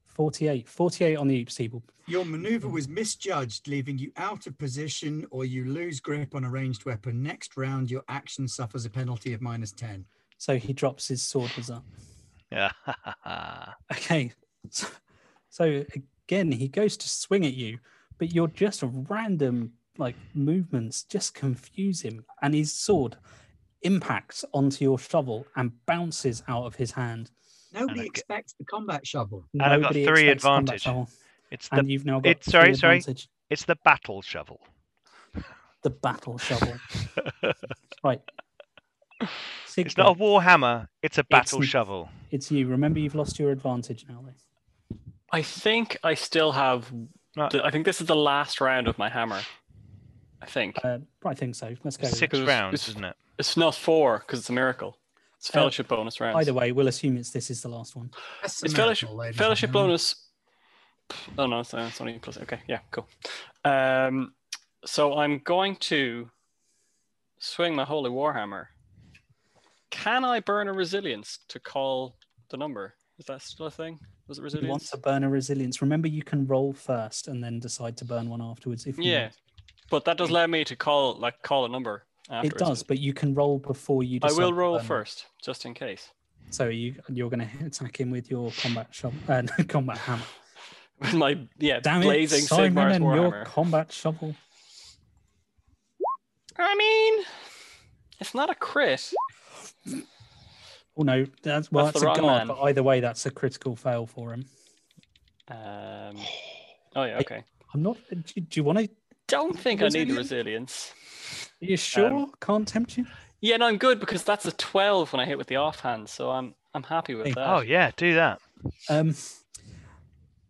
48. 48 on the oops table. Your maneuver was misjudged, leaving you out of position, or you lose grip on a ranged weapon. Next round, your action suffers a penalty of minus 10. So he drops his sword was up. Yeah. Okay. So, so again, he goes to swing at you, but your just random like movements just confuse him, and his sword impacts onto your shovel and bounces out of his hand. Nobody I get- expects the combat shovel. And I've got three expects combat advantage. shovel, it's the and you've now got it's- sorry, three sorry. advantage. it's the battle shovel. The battle shovel. right. It's not a Sigma, warhammer. It's a battle n- shovel. it's you. Remember, you've lost your advantage now. Though. I think I still have. No. the- I think this is the last round of my hammer. I think Uh, I think so. Let's go. with Six Because rounds, it's- isn't it? it's not four because it's a miracle. It's Uh, fellowship bonus round. that. Either way, we'll assume it's this is the last one. That's a It's miracle, fellowship, ladies and fellowship gentlemen. bonus. Oh no, it's, uh, it's only plus. Okay, yeah, cool. Um, so I'm going to swing my holy warhammer. Can I burn a resilience to call the number? Is that still a thing? Was it You want resilience? to burn a resilience. Remember, you can roll first and then decide to burn one afterwards. If you Yeah, want. but that does allow me to call like call a number. it Afterwards. does, but you can roll before you. I Decide will to roll burn one. first, just in case. So you you're going to attack him with your combat shop, uh, no, combat hammer. With my yeah Damn blazing it, Simon, Sigmar's and your warhammer. combat shovel. I mean, it's not a crit. Oh no, that's well, That's that's, the a wrong guard. man. But either way, that's a critical fail for him. Um, oh yeah, okay. I'm not. Do, do you want to? Don't think I need the Resilience? resilience. Are you sure? Um, Can't tempt you. Yeah, no, I'm good because that's a twelve when I hit with the offhand, so I'm I'm happy Hey. with that. Oh yeah, do that. Um,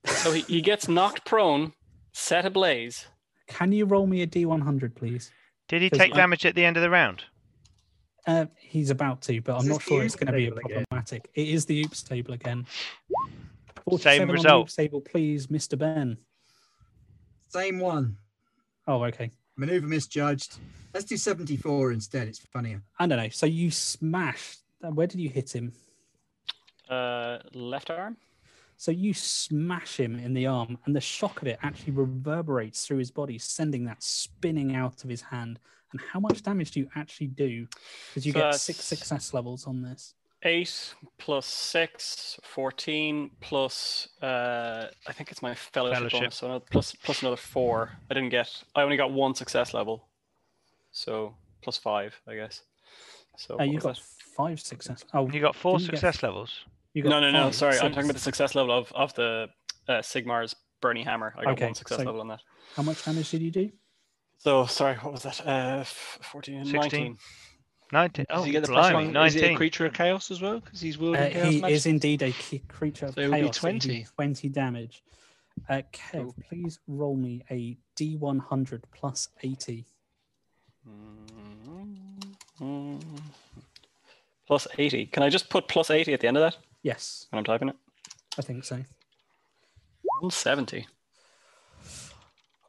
So he, he gets knocked prone, set ablaze. can you roll me a D100, please? Did he 'Cause take I- damage at the end of the round? Uh, he's about to, but Is I'm this not the sure it's oops going to be table again? problematic. It is the oops table again. 47 Same on the result. Oops table, please, Mr. Ben. Same one. Oh, okay. Maneuver misjudged. Let's do 74 instead. It's funnier. I don't know. So you smash. Where did you hit him? Uh, left arm. So you smash him in the arm, and the shock of it actually reverberates through his body, sending that spinning out of his hand. And how much damage do you actually do? Because you So get that's- six success levels on this. Eight plus six, 14 plus uh, I think it's my fellowship, Fellowship. bonus, so another, plus plus another four. I didn't get. I only got one success level, so plus five, I guess. So Oh, Uh, what you was got that? five success. Oh, You got four Didn't get- success levels. you got no, no, no. five, sorry, i I'm six. talking about the success level of of the uh, Sigmar's Bernie Hammer. I got Okay, one success so- level on that. How much damage did you do? So sorry, what was that? Uh, f- 14, 16. 19. Nineteen. Does Oh, he get the plus blimey, one? Is it a nineteen. creature of chaos as well? Because he's wielding Uh, chaos he magic? is indeed a ki- creature of So it would be chaos. It'd 20. 20 damage. Uh, Kev, please roll me a D100 plus 80. Mm. Plus 80. Can I just put plus 80 at the end of that Yes, when I'm typing it? I think so. Roll 70.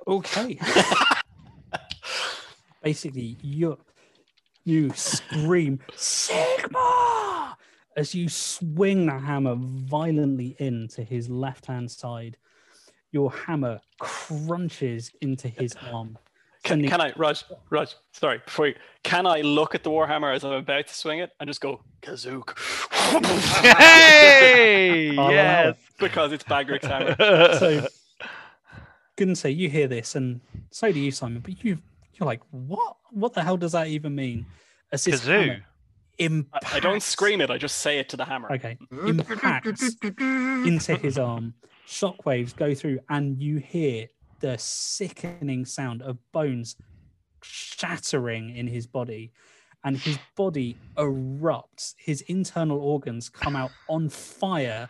Oh, Okay. Basically, you you scream Sigma as you swing the hammer violently into his left hand side. Your hammer crunches into his arm. Can, Sending- can I, Raj, Raj, sorry, before you, can I look at the Warhammer as I'm about to swing it and just go, Kazook? Hey! I'll allow yes. because it's Bagrix Hammer. so Gunsay, you hear this, and so do you, Simon. But you, you're like, what? What the hell does that even mean? As this Kazoo. hammer Impacts, I don't scream it, I just say it to the hammer. Okay, impacts into his arm. um, Shockwaves go through, and you hear the sickening sound of bones shattering in his body, and his body erupts. His internal organs come out on fire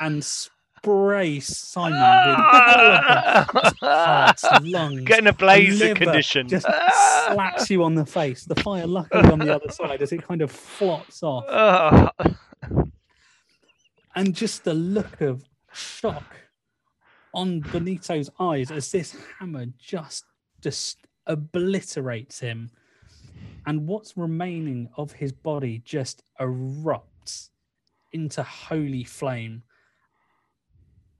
and spray Simon with all of them heart, lungs, Getting a blazer liver condition. Just Ah! slaps you on the face. The fire luckily on the other side as it kind of flops off, Oh, and just the look of shock on Benito's eyes as this hammer just just obliterates him, and what's remaining of his body just erupts into holy flame,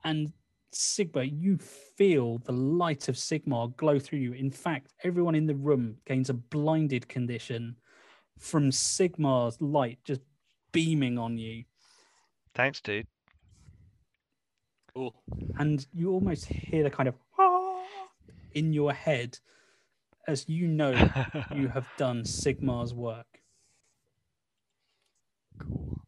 and Sigma, you feel the light of Sigmar glow through you. In fact, everyone in the room gains a blinded condition from Sigmar's light just beaming on you. thanks, dude. Cool. And you almost hear the kind of "Ah" in your head as you know you have done Sigmar's work. Cool.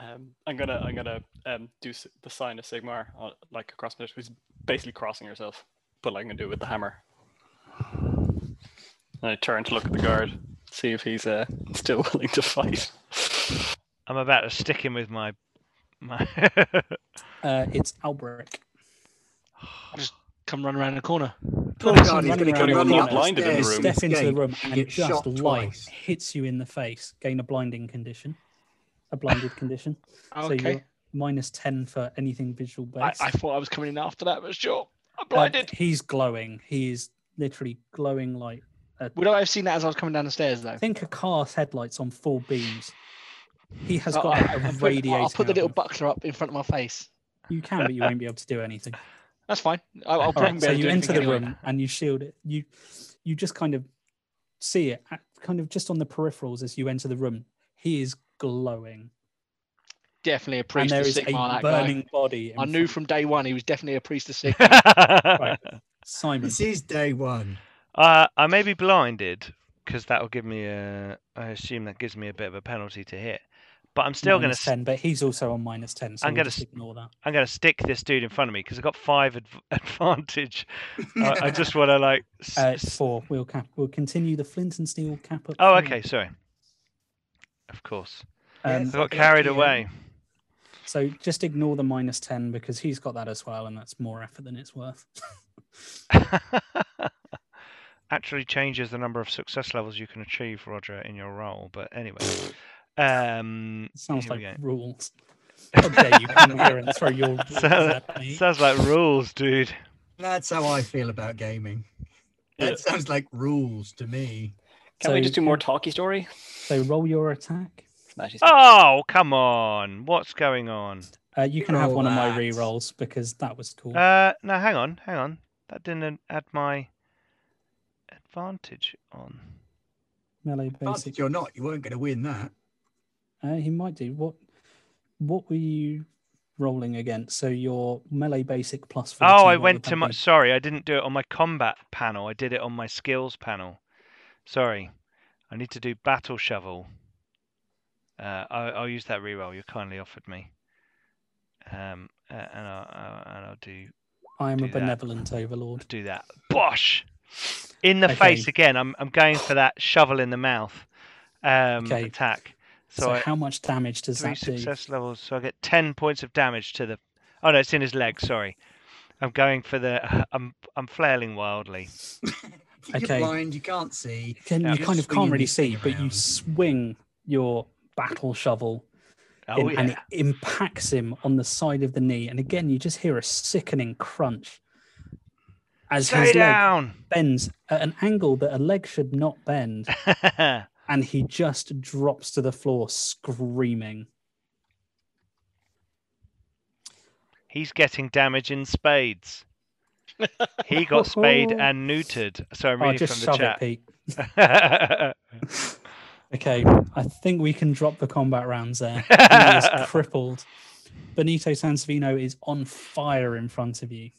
Um, I'm gonna, I'm gonna um, do s- the sign of Sigmar, uh, like across my, which is basically crossing yourself, but like, I'm gonna do it with the hammer. And I turn to look at the guard, see if he's uh, still willing to fight. I'm about to stick him with my. my Uh, it's Albrecht. Come run around the corner. Poor Person God, he's running around going to come the running room. up Blinded in the the room. Step into the room and get just shot light twice. hits you in the face. Gain a blinding condition, a blinded condition. So Okay. you're minus 10 for anything visual I, based. I thought I was coming in after that, but sure. I'm Uh, blinded. he's glowing. He is literally glowing like Would I have seen that as I was coming down the stairs, though? I think a car's headlights on full beams. He has Oh, got I- a I'll put- radiator. I'll put the little buckler up in front of my face. You can, but you won't be able to do anything. That's fine. I'll, I'll All probably right, be so able to you do enter anything the anyway. room and you shield it. You, you just kind of see it, at- kind of just on the peripherals as you enter the room. He is glowing, Definitely a and priest there of is a Sigma. That burning guy. body. in I knew front. from day one he was definitely a priest of Sigma. uh, Simon. This is day one. I may be blinded because that will give me a. I assume that gives me a bit of a penalty to hit, but I'm still going minus to. ten, but he's also on minus ten. So I'm we'll gonna just s- ignore that. I'm going to stick this dude in front of me because I got five adv- advantage. I, I just want to like. s- Uh, it's s- four. We'll cap. We'll continue the flint and steel cap up. Oh, front. okay. Sorry. Of course. I Um, got carried Lucky, um, away. so just ignore the minus ten because he's got that as well, and that's more effort than it's worth. actually changes the number of success levels you can achieve, Roger, in your role. But anyway, um, Sounds Here we like go. rules. How dare you come here and throw your rules so, at me? sounds like rules, dude. That's how I feel about gaming. That Yeah. sounds like rules to me. Can So- we just do more talkie story? Ah! So roll your attack. Smash his- Oh, come on! What's going on? Uh, you can have Roll one of my that. re-rolls because that was cool. Uh, no, hang on, hang on. That didn't add my advantage on. Melee basic. Advantage or not, you weren't going to win that. Uh, he might do. What? What were you rolling against? So your melee basic plus four. Oh, I went to my. Sorry, I didn't do it on my combat panel. I did it on my skills panel. Sorry, I need to do battle shovel. Uh, I, I'll use that reroll you kindly offered me. Um, uh, and I'll, I'll, and I'll do I am a do that. benevolent overlord. do that. Bosh! In the Okay. face again. I'm I'm going for that shovel in the mouth um, Okay. attack. So, So, I, how much damage does three that do? success levels. So I get ten points of damage to the. Oh no, it's in his leg. Sorry. I'm going for the. I'm I'm flailing wildly. Okay. You're blind, you can't see. Can Yeah. you kind of Swinging can't really this thing see, but you around. swing your battle shovel Oh, him, and yeah. it impacts him on the side of the knee. And again, you just hear a sickening crunch as Stay his down. leg bends at an angle that a leg should not bend, and he just drops to the floor screaming. He's getting damage in spades. He got spade and neutered. So I'm Oh, reading just from the shove chat. it, Pete. Pete. Okay, I think we can drop the combat rounds there. he is crippled. Benito Sansevino is on fire in front of you.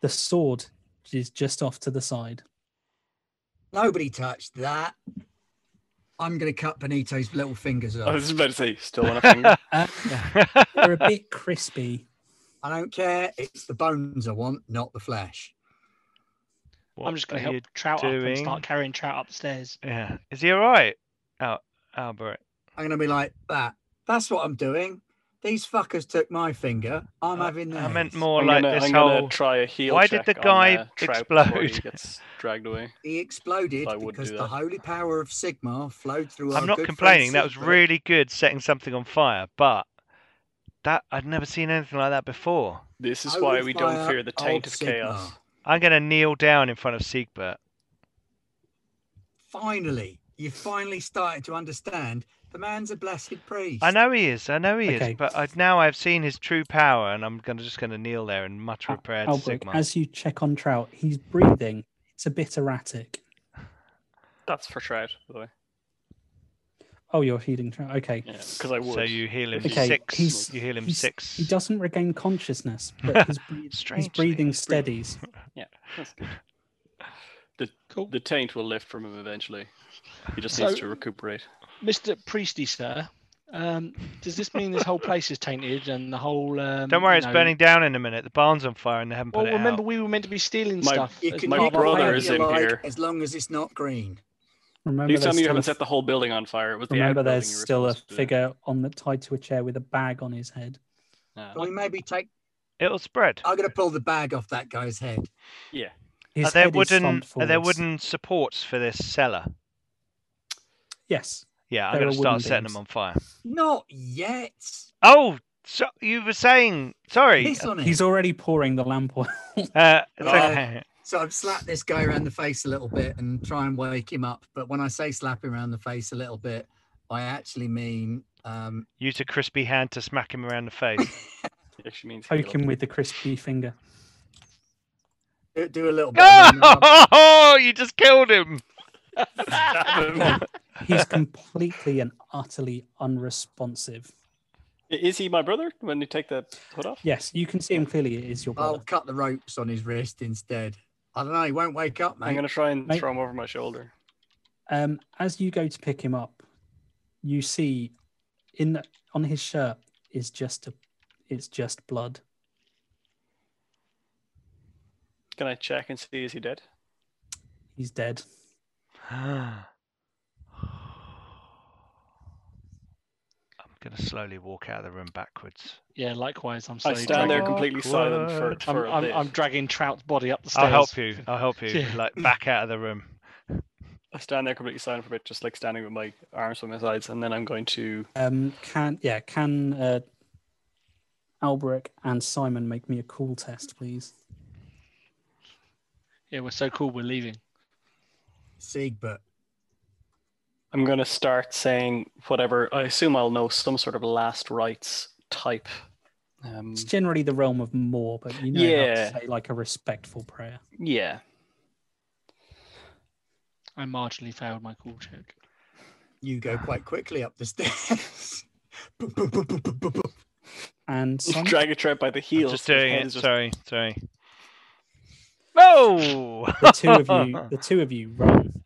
The sword is just off to the side. Nobody touched that. I'm going to cut Benito's little fingers I off. was about to say, still on a finger. Uh, they're a bit crispy. I don't care. It's the bones I want, not the flesh. What I'm just going are to help you Trout up and doing? start carrying Trout upstairs. Yeah. Is he all right? Oh, Albert. I'm going to be like that. That's what I'm doing. These fuckers took my finger. I'm having theirs. Uh, I meant more I'm like gonna, this I'm whole. gonna try a heal. Why did check the on, guy uh, Trout before He explode? gets dragged away. He exploded I would because do the that. holy power of Sigma flowed through. I'm our not good friend complaining. That was Sigbert. really good setting something on fire, but that I'd never seen anything like that before. This is Holy why we don't fire fear the of taint of Sigma. chaos. I'm going to kneel down in front of Siegbert. Finally, you finally started to understand. The man's a blessed priest. I know he is. I know he Okay. is. But I, now I've seen his true power, and I'm gonna just going to kneel there and mutter a Al- prayer to Albrecht, Sigma. Oh, as you check on Trout, he's breathing. It's a bit erratic. That's for Trout, by the way. Oh, you're healing Trout. Okay. Yeah, because I would. So you heal him Okay, six. he's- you heal him he's- six. He doesn't regain consciousness, but his, breath- his Strangely, breathing his breathing- steadies. That's good. The, the taint will lift from him eventually. He just needs So- to recuperate. Mr. Priesty, sir, um, does this mean this whole place is tainted and the whole. Um, Don't worry, you it's know- burning down in a minute. The barn's on fire, and they haven't Well, put it remember, out. we were meant to be stealing My- stuff. You as can my make part of our brother plan. whatever is you in like, here. As long as it's not green. Remember, Please tell there's me you still haven't a- set the whole building on fire. It was the remember outbuilding there's you were still a supposed to do. figure on the tied to a chair with a bag on his head. Yeah, Can we maybe take? It'll spread. I'm going to pull the bag off that guy's head. yeah. Uh, His Are there head is wooden? slumped Are there forwards. wooden supports for this cellar? Yes. Yeah, I'm There going are to start wooden setting beams. them on fire. Not yet. Oh, so you were saying? Sorry. Piss on it. He's already pouring the lamp oil. Uh, it's Right. okay. So I've slapped this guy around the face a little bit and try and wake him up. But when I say slap him around the face a little bit, I actually mean um, Use a crispy hand to smack him around the face. It actually means heal. poke him with the crispy finger. do, do a little bit. of a nudge. oh, you just killed him. He's completely and utterly unresponsive. Is he my brother when you take the hood off? Yes, you can see him clearly. It is your I'll brother. cut the ropes on his wrist instead. I don't know. He won't wake up, I'm mate. going to try and Mate. throw him over my shoulder. Oh. Um, as you go to pick him up, you see in on his shirt is just a, it's just blood. Can I check and see is he dead? He's dead. I'm going to slowly walk out of the room backwards. Yeah, likewise. I'm I slowly stand there dragging- completely silent for, Awkward. for I'm, a I'm, bit. I'm dragging Trout's body up the stairs. I'll help you. I'll help you. Yeah. Like back out of the room. I stand there completely silent for a bit, just like standing with my arms on my sides, and then I'm going to. Um, can yeah, can uh, Albrecht and Simon make me a cool test, please? Yeah, we're so cool. We're leaving. Siegbert. I'm going to start saying whatever. I assume I'll know some sort of last rites type. Um, It's generally the realm of more, but you know how Yeah. to say like a respectful prayer. yeah. I marginally failed my call check. You go quite quickly up the stairs. Boop, boop, boop, boop, boop, boop, boop. And Just Simon, drag a trap by the I'm heels. just so his doing head it. is just- Sorry. Sorry. No. the two of you, the two of you run.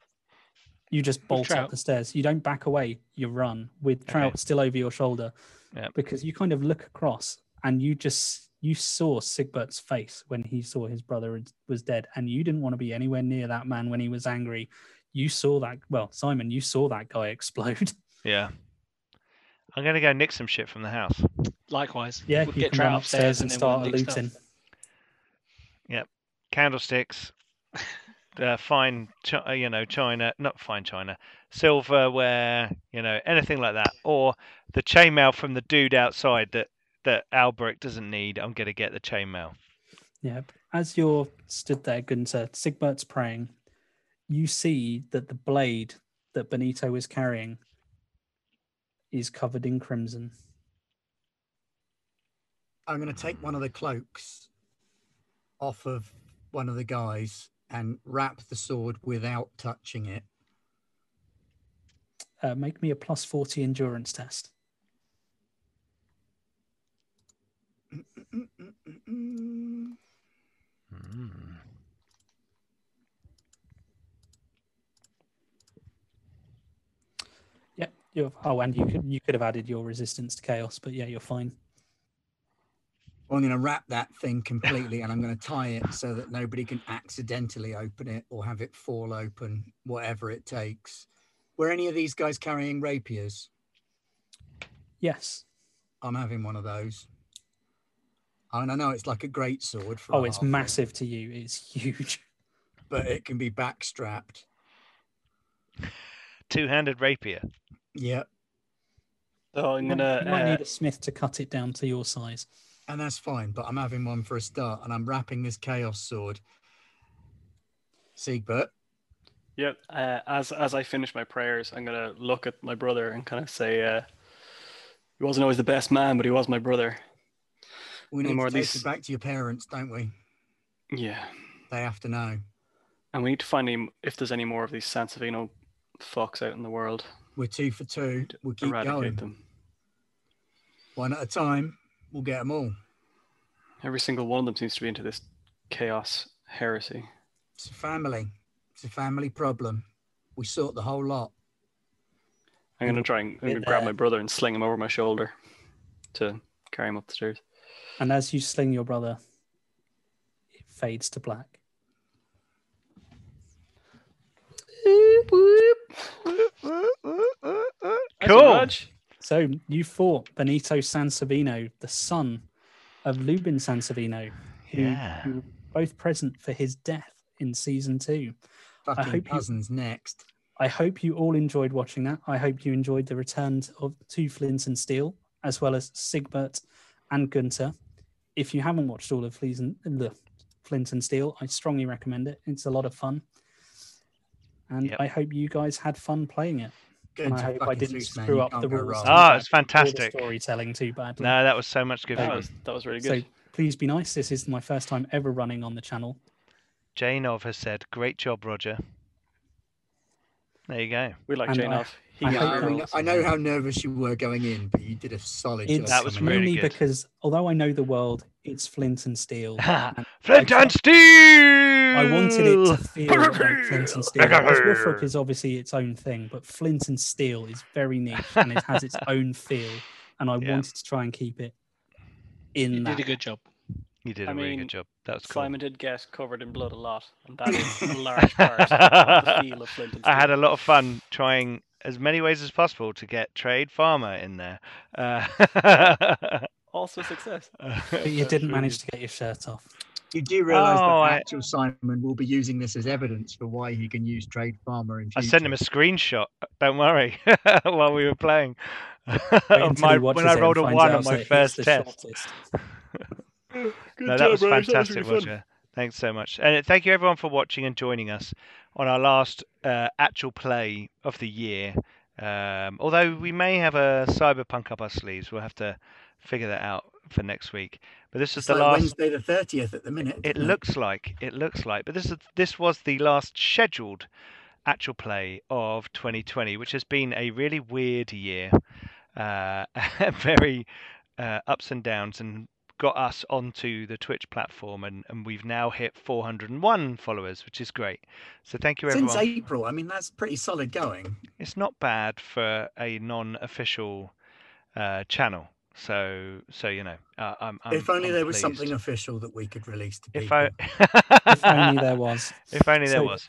You just bolt up Trout. the stairs. You don't back away. You run with Trout still over your shoulder, Yep. because you kind of look across and you just you saw Sigbert's face when he saw his brother had- was dead, and you didn't want to be anywhere near that man when he was angry. You saw that. Well, Simon, you saw that guy explode. Yeah. I'm going to go nick some shit from the house. Likewise. Yeah, we'll you get can run Trout upstairs and then we'll start nick stuff. looting. Candlesticks. Uh, fine, chi- uh, you know, China, not fine China, silverware, you know, anything like that, or the chainmail from the dude outside that that Albrecht doesn't need. I'm gonna get the chainmail. Yep. As you're stood there, Gunther, Sigbert's praying. You see that the blade that Benito is carrying is covered in crimson. I'm going to take one of the cloaks off of one of the guys and wrap the sword without touching it. Uh, make me a plus 40 endurance test. Mm, Yep. You're, oh, and you could you could have added your resistance to chaos, but yeah, you're fine. I'm going to wrap that thing completely and I'm going to tie it so that nobody can accidentally open it or have it fall open, whatever it takes. Were any of these guys carrying rapiers? Yes. I'm having one of those. And I know it's like a great sword. For a Oh, it's halfling, massive to you. It's huge. But it can be backstrapped. Two-handed rapier. Yep. So Oh, I'm You might- you might gonna. uh, need a smith to cut it down to your size. And that's fine, but I'm having one for a start and I'm wrapping this chaos sword. Siegbert, yeah. Uh, as as I finish my prayers, I'm gonna look at my brother and kind of say, uh, "He wasn't always the best man, but he was my brother." we need More to of take these- you back to your parents, don't we? Yeah. They have to know. And we need to find him if there's any more of these Sansevino fucks out in the world. We're two for two. We'll keep Eradicate going. them. One at a time. We'll get them all. Every single one of them seems to be into this chaos heresy. It's a family. It's a family problem. We sort the whole lot. I'm gonna try and I'm Bit gonna grab there. my brother and sling him over my shoulder to carry him up the stairs. And as you sling your brother, it fades to black. Thanks so Cool. much. So you fought Benito Sansovino, the son of Lubin Sansovino, who Yeah. you were both present for his death in season two. hope Fucking you- cousins next. I hope you all enjoyed watching that. I hope you enjoyed the return of to Flint and Steel, as well as Sigbert and Gunter. If you haven't watched all of Flint and, the Flint and Steel, I strongly recommend it. It's a lot of fun. And Yep. I hope you guys had fun playing it. Good And I to hope I fucking didn't Zeus, man. screw You up can't the go rules. wrong. too Ah, badly it's or the fantastic. storytelling too badly. No, that was so much good. That fun. was that was really So good. please be nice. This is my first time ever running on the channel. Janov has said, "Great job, Roger." There you go. we like and Jane I- off. He I Yeah, got I, hope- mean, girls. I know how nervous you were going in, but you did a solid job. It's That was coming really mainly good. because although I know the world, it's flint and steel. Flint and Steel. I I wanted it to feel like flint and steel. Because Woofrook is obviously its own thing, but flint and steel is very niche and it has its own feel. And I Yeah. wanted to try and keep it You in did that. a good job. You did a I really mean, good job. That was cool. Simon did get covered in blood a lot, and that is a large part of the feel of Flint and I had Steel. a lot of fun trying as many ways as possible to get Trade Farmer in there. Uh, also success. But you didn't manage to get your shirt off. You do realise Oh, that I- actual Simon will be using this as evidence for why he can use trade farmer in I future. sent him a screenshot. Don't worry, while we were playing. of until my, he when watches I it and rolled a finds one on out that my it's first the test. shortest. no, that was fantastic, Roger. Thanks so much, and uh, thank you everyone for watching and joining us on our last uh, actual play of the year. Um, although we may have a cyberpunk up our sleeves, we'll have to figure that out for next week. But this is It's the like last. Wednesday the thirtieth at the minute. It isn't looks like it looks like, but this is this was the last scheduled actual play of 2020, which has been a really weird year, uh, very uh, ups and downs, and got us onto the Twitch platform, and, and we've now hit 401 followers, which is great. So thank you everyone. Since April, I mean that's pretty solid going. It's not bad for a non-official uh, channel. So so you know, uh, I'm, I'm. if only I'm there was pleased. something official that we could release to people. If I If only there was. if only there So- was.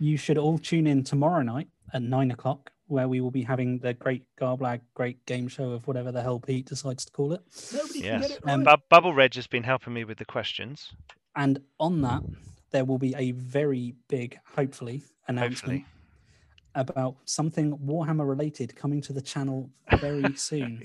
you should all tune in tomorrow night at nine o'clock, where we will be having the Great Garblag Great Game Show of whatever the hell Pete decides to call it. Nobody can Yes. get it right. Um, Bu- Bubble Reg has been helping me with the questions. And on that, there will be a very big, hopefully, announcement Hopefully. about something Warhammer related coming to the channel very soon.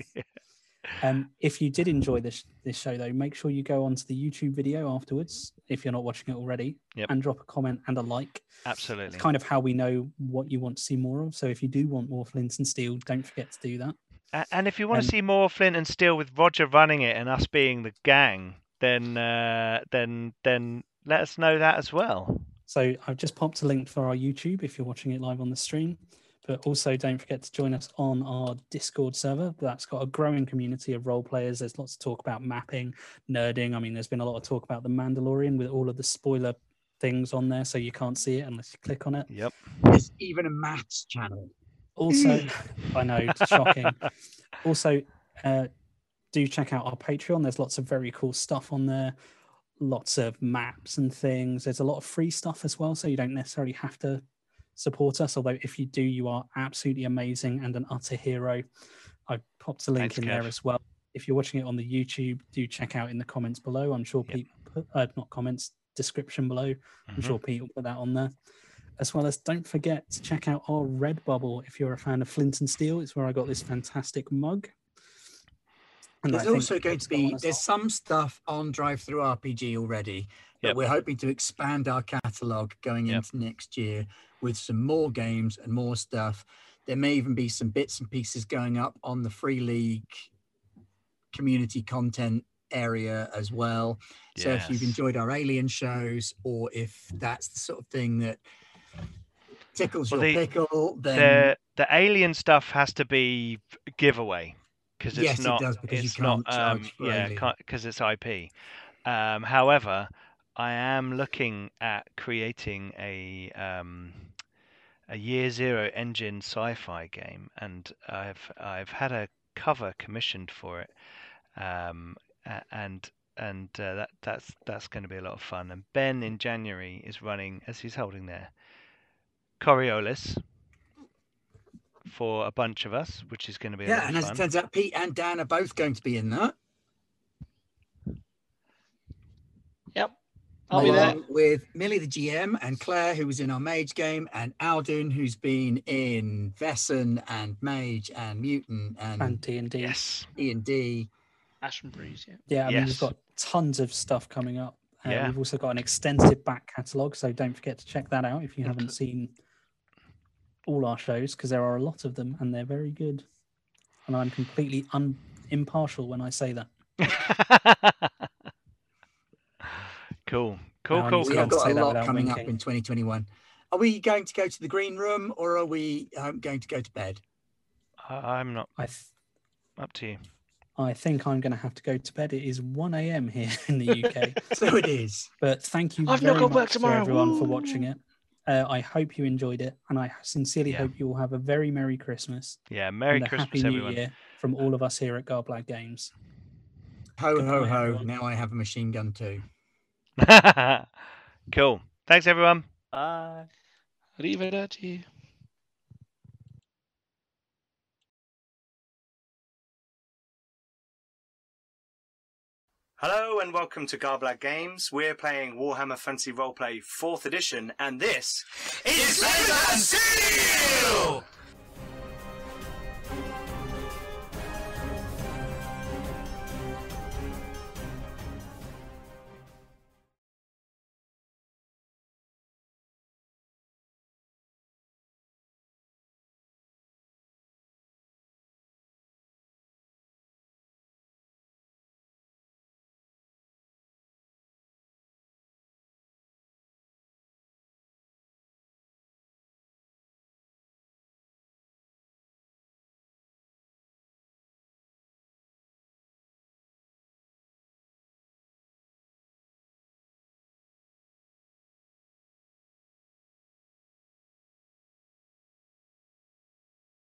um, if you did enjoy this this show, though, make sure you go onto the YouTube video afterwards if you're not watching it already, Yep. and drop a comment and a like. It's Absolutely. kind of how we know what you want to see more of. So if you do want more Flint and Steel, don't forget to do that. A- And if you want Um, to see more Flint and Steel with Roger running it and us being the gang, then uh, then then let us know that as well. So I've just popped a link for our YouTube if you're watching it live on the stream. But also don't forget to join us on our Discord server. That's got a growing community of role players. There's lots of talk about mapping, nerding. I mean, there's been a lot of talk about the Mandalorian with all of the spoiler things on there, so you can't see it unless you click on it. Yep. There's even a maths channel. Also, I know, it's shocking. Also, uh, do check out our Patreon. There's lots of very cool stuff on there, lots of maps and things. There's a lot of free stuff as well, so you don't necessarily have to support us. Although, if you do, you are absolutely amazing and an utter hero. I popped a link Thanks, in there Kev. as well. If you're watching it on the YouTube, do check out in the comments below. I'm sure Yep. Pete, put, uh, not comments, description below. I'm Mhm. Mm-hmm. sure Pete will put that on there. As well as don't forget to check out our Redbubble if you're a fan of Flint and Steel. It's where I got this fantastic mug. And I There's think also going Pete's to got be one as there's well. some stuff on Drive Through RPG already, but Yep. we're hoping to expand our catalog going Yep. into next year with some more games and more stuff. There may even be some bits and pieces going up on the Free League community content area as well. So if you've Mm-hmm. Yes. enjoyed our alien shows, or if that's the sort of thing that tickles Well, your the- pickle, then the the alien stuff has to be giveaway because it's Yes, it not does, because you it's not can't charge um, for yeah alien. because it's IP. Um, however, I am looking at creating a um, a Year Zero engine sci-fi game, and I've I've had a cover commissioned for it, um, a- and and uh, that that's that's going to be a lot of fun. And Ben in January is running as he's holding there Coriolis for a bunch of us, which is going to be a lot yeah. And of as fun. it turns out, Pete and Dan are both going to be in that. Yep. I'll be there. along with Millie the GM and Claire, who was in our Mage game, and Alden, who's been in Vesson and Mage and Mutant and and D and D. Yes, E and D. Ash and Breeze, yeah. Yeah, I mean, Yes. we've got tons of stuff coming up. Uh, Yeah. We've also got an extensive back catalogue, so don't forget to check that out if you haven't seen all our shows because there are a lot of them and they're very good. And I'm completely un- impartial when I say that. cool, cool, Um, cool, so We cool. can't have got say a that lot without coming up winking. in 2021. Are we going to go to the green room or are we um, going to go to bed? I, I'm not I th- up to you. I think I'm going to have to go to bed. It is 1 a.m. here in the UK. So it is. But thank you I've not very got much work to tomorrow. everyone for Woo. watching it. Uh, I hope you enjoyed it, and I sincerely Yeah. hope you all have a very Merry Christmas Yeah, Merry and a Christmas, Happy everyone. New Year from all of us here at Garblad Games. Ho, Good ho, night, ho. everyone. Now I have a machine gun too. cool. Thanks, everyone. Bye. Arrivederci. Hello and welcome to Garblad Games. We're playing Warhammer Fantasy Roleplay 4th Edition, and this is Flint and Steel!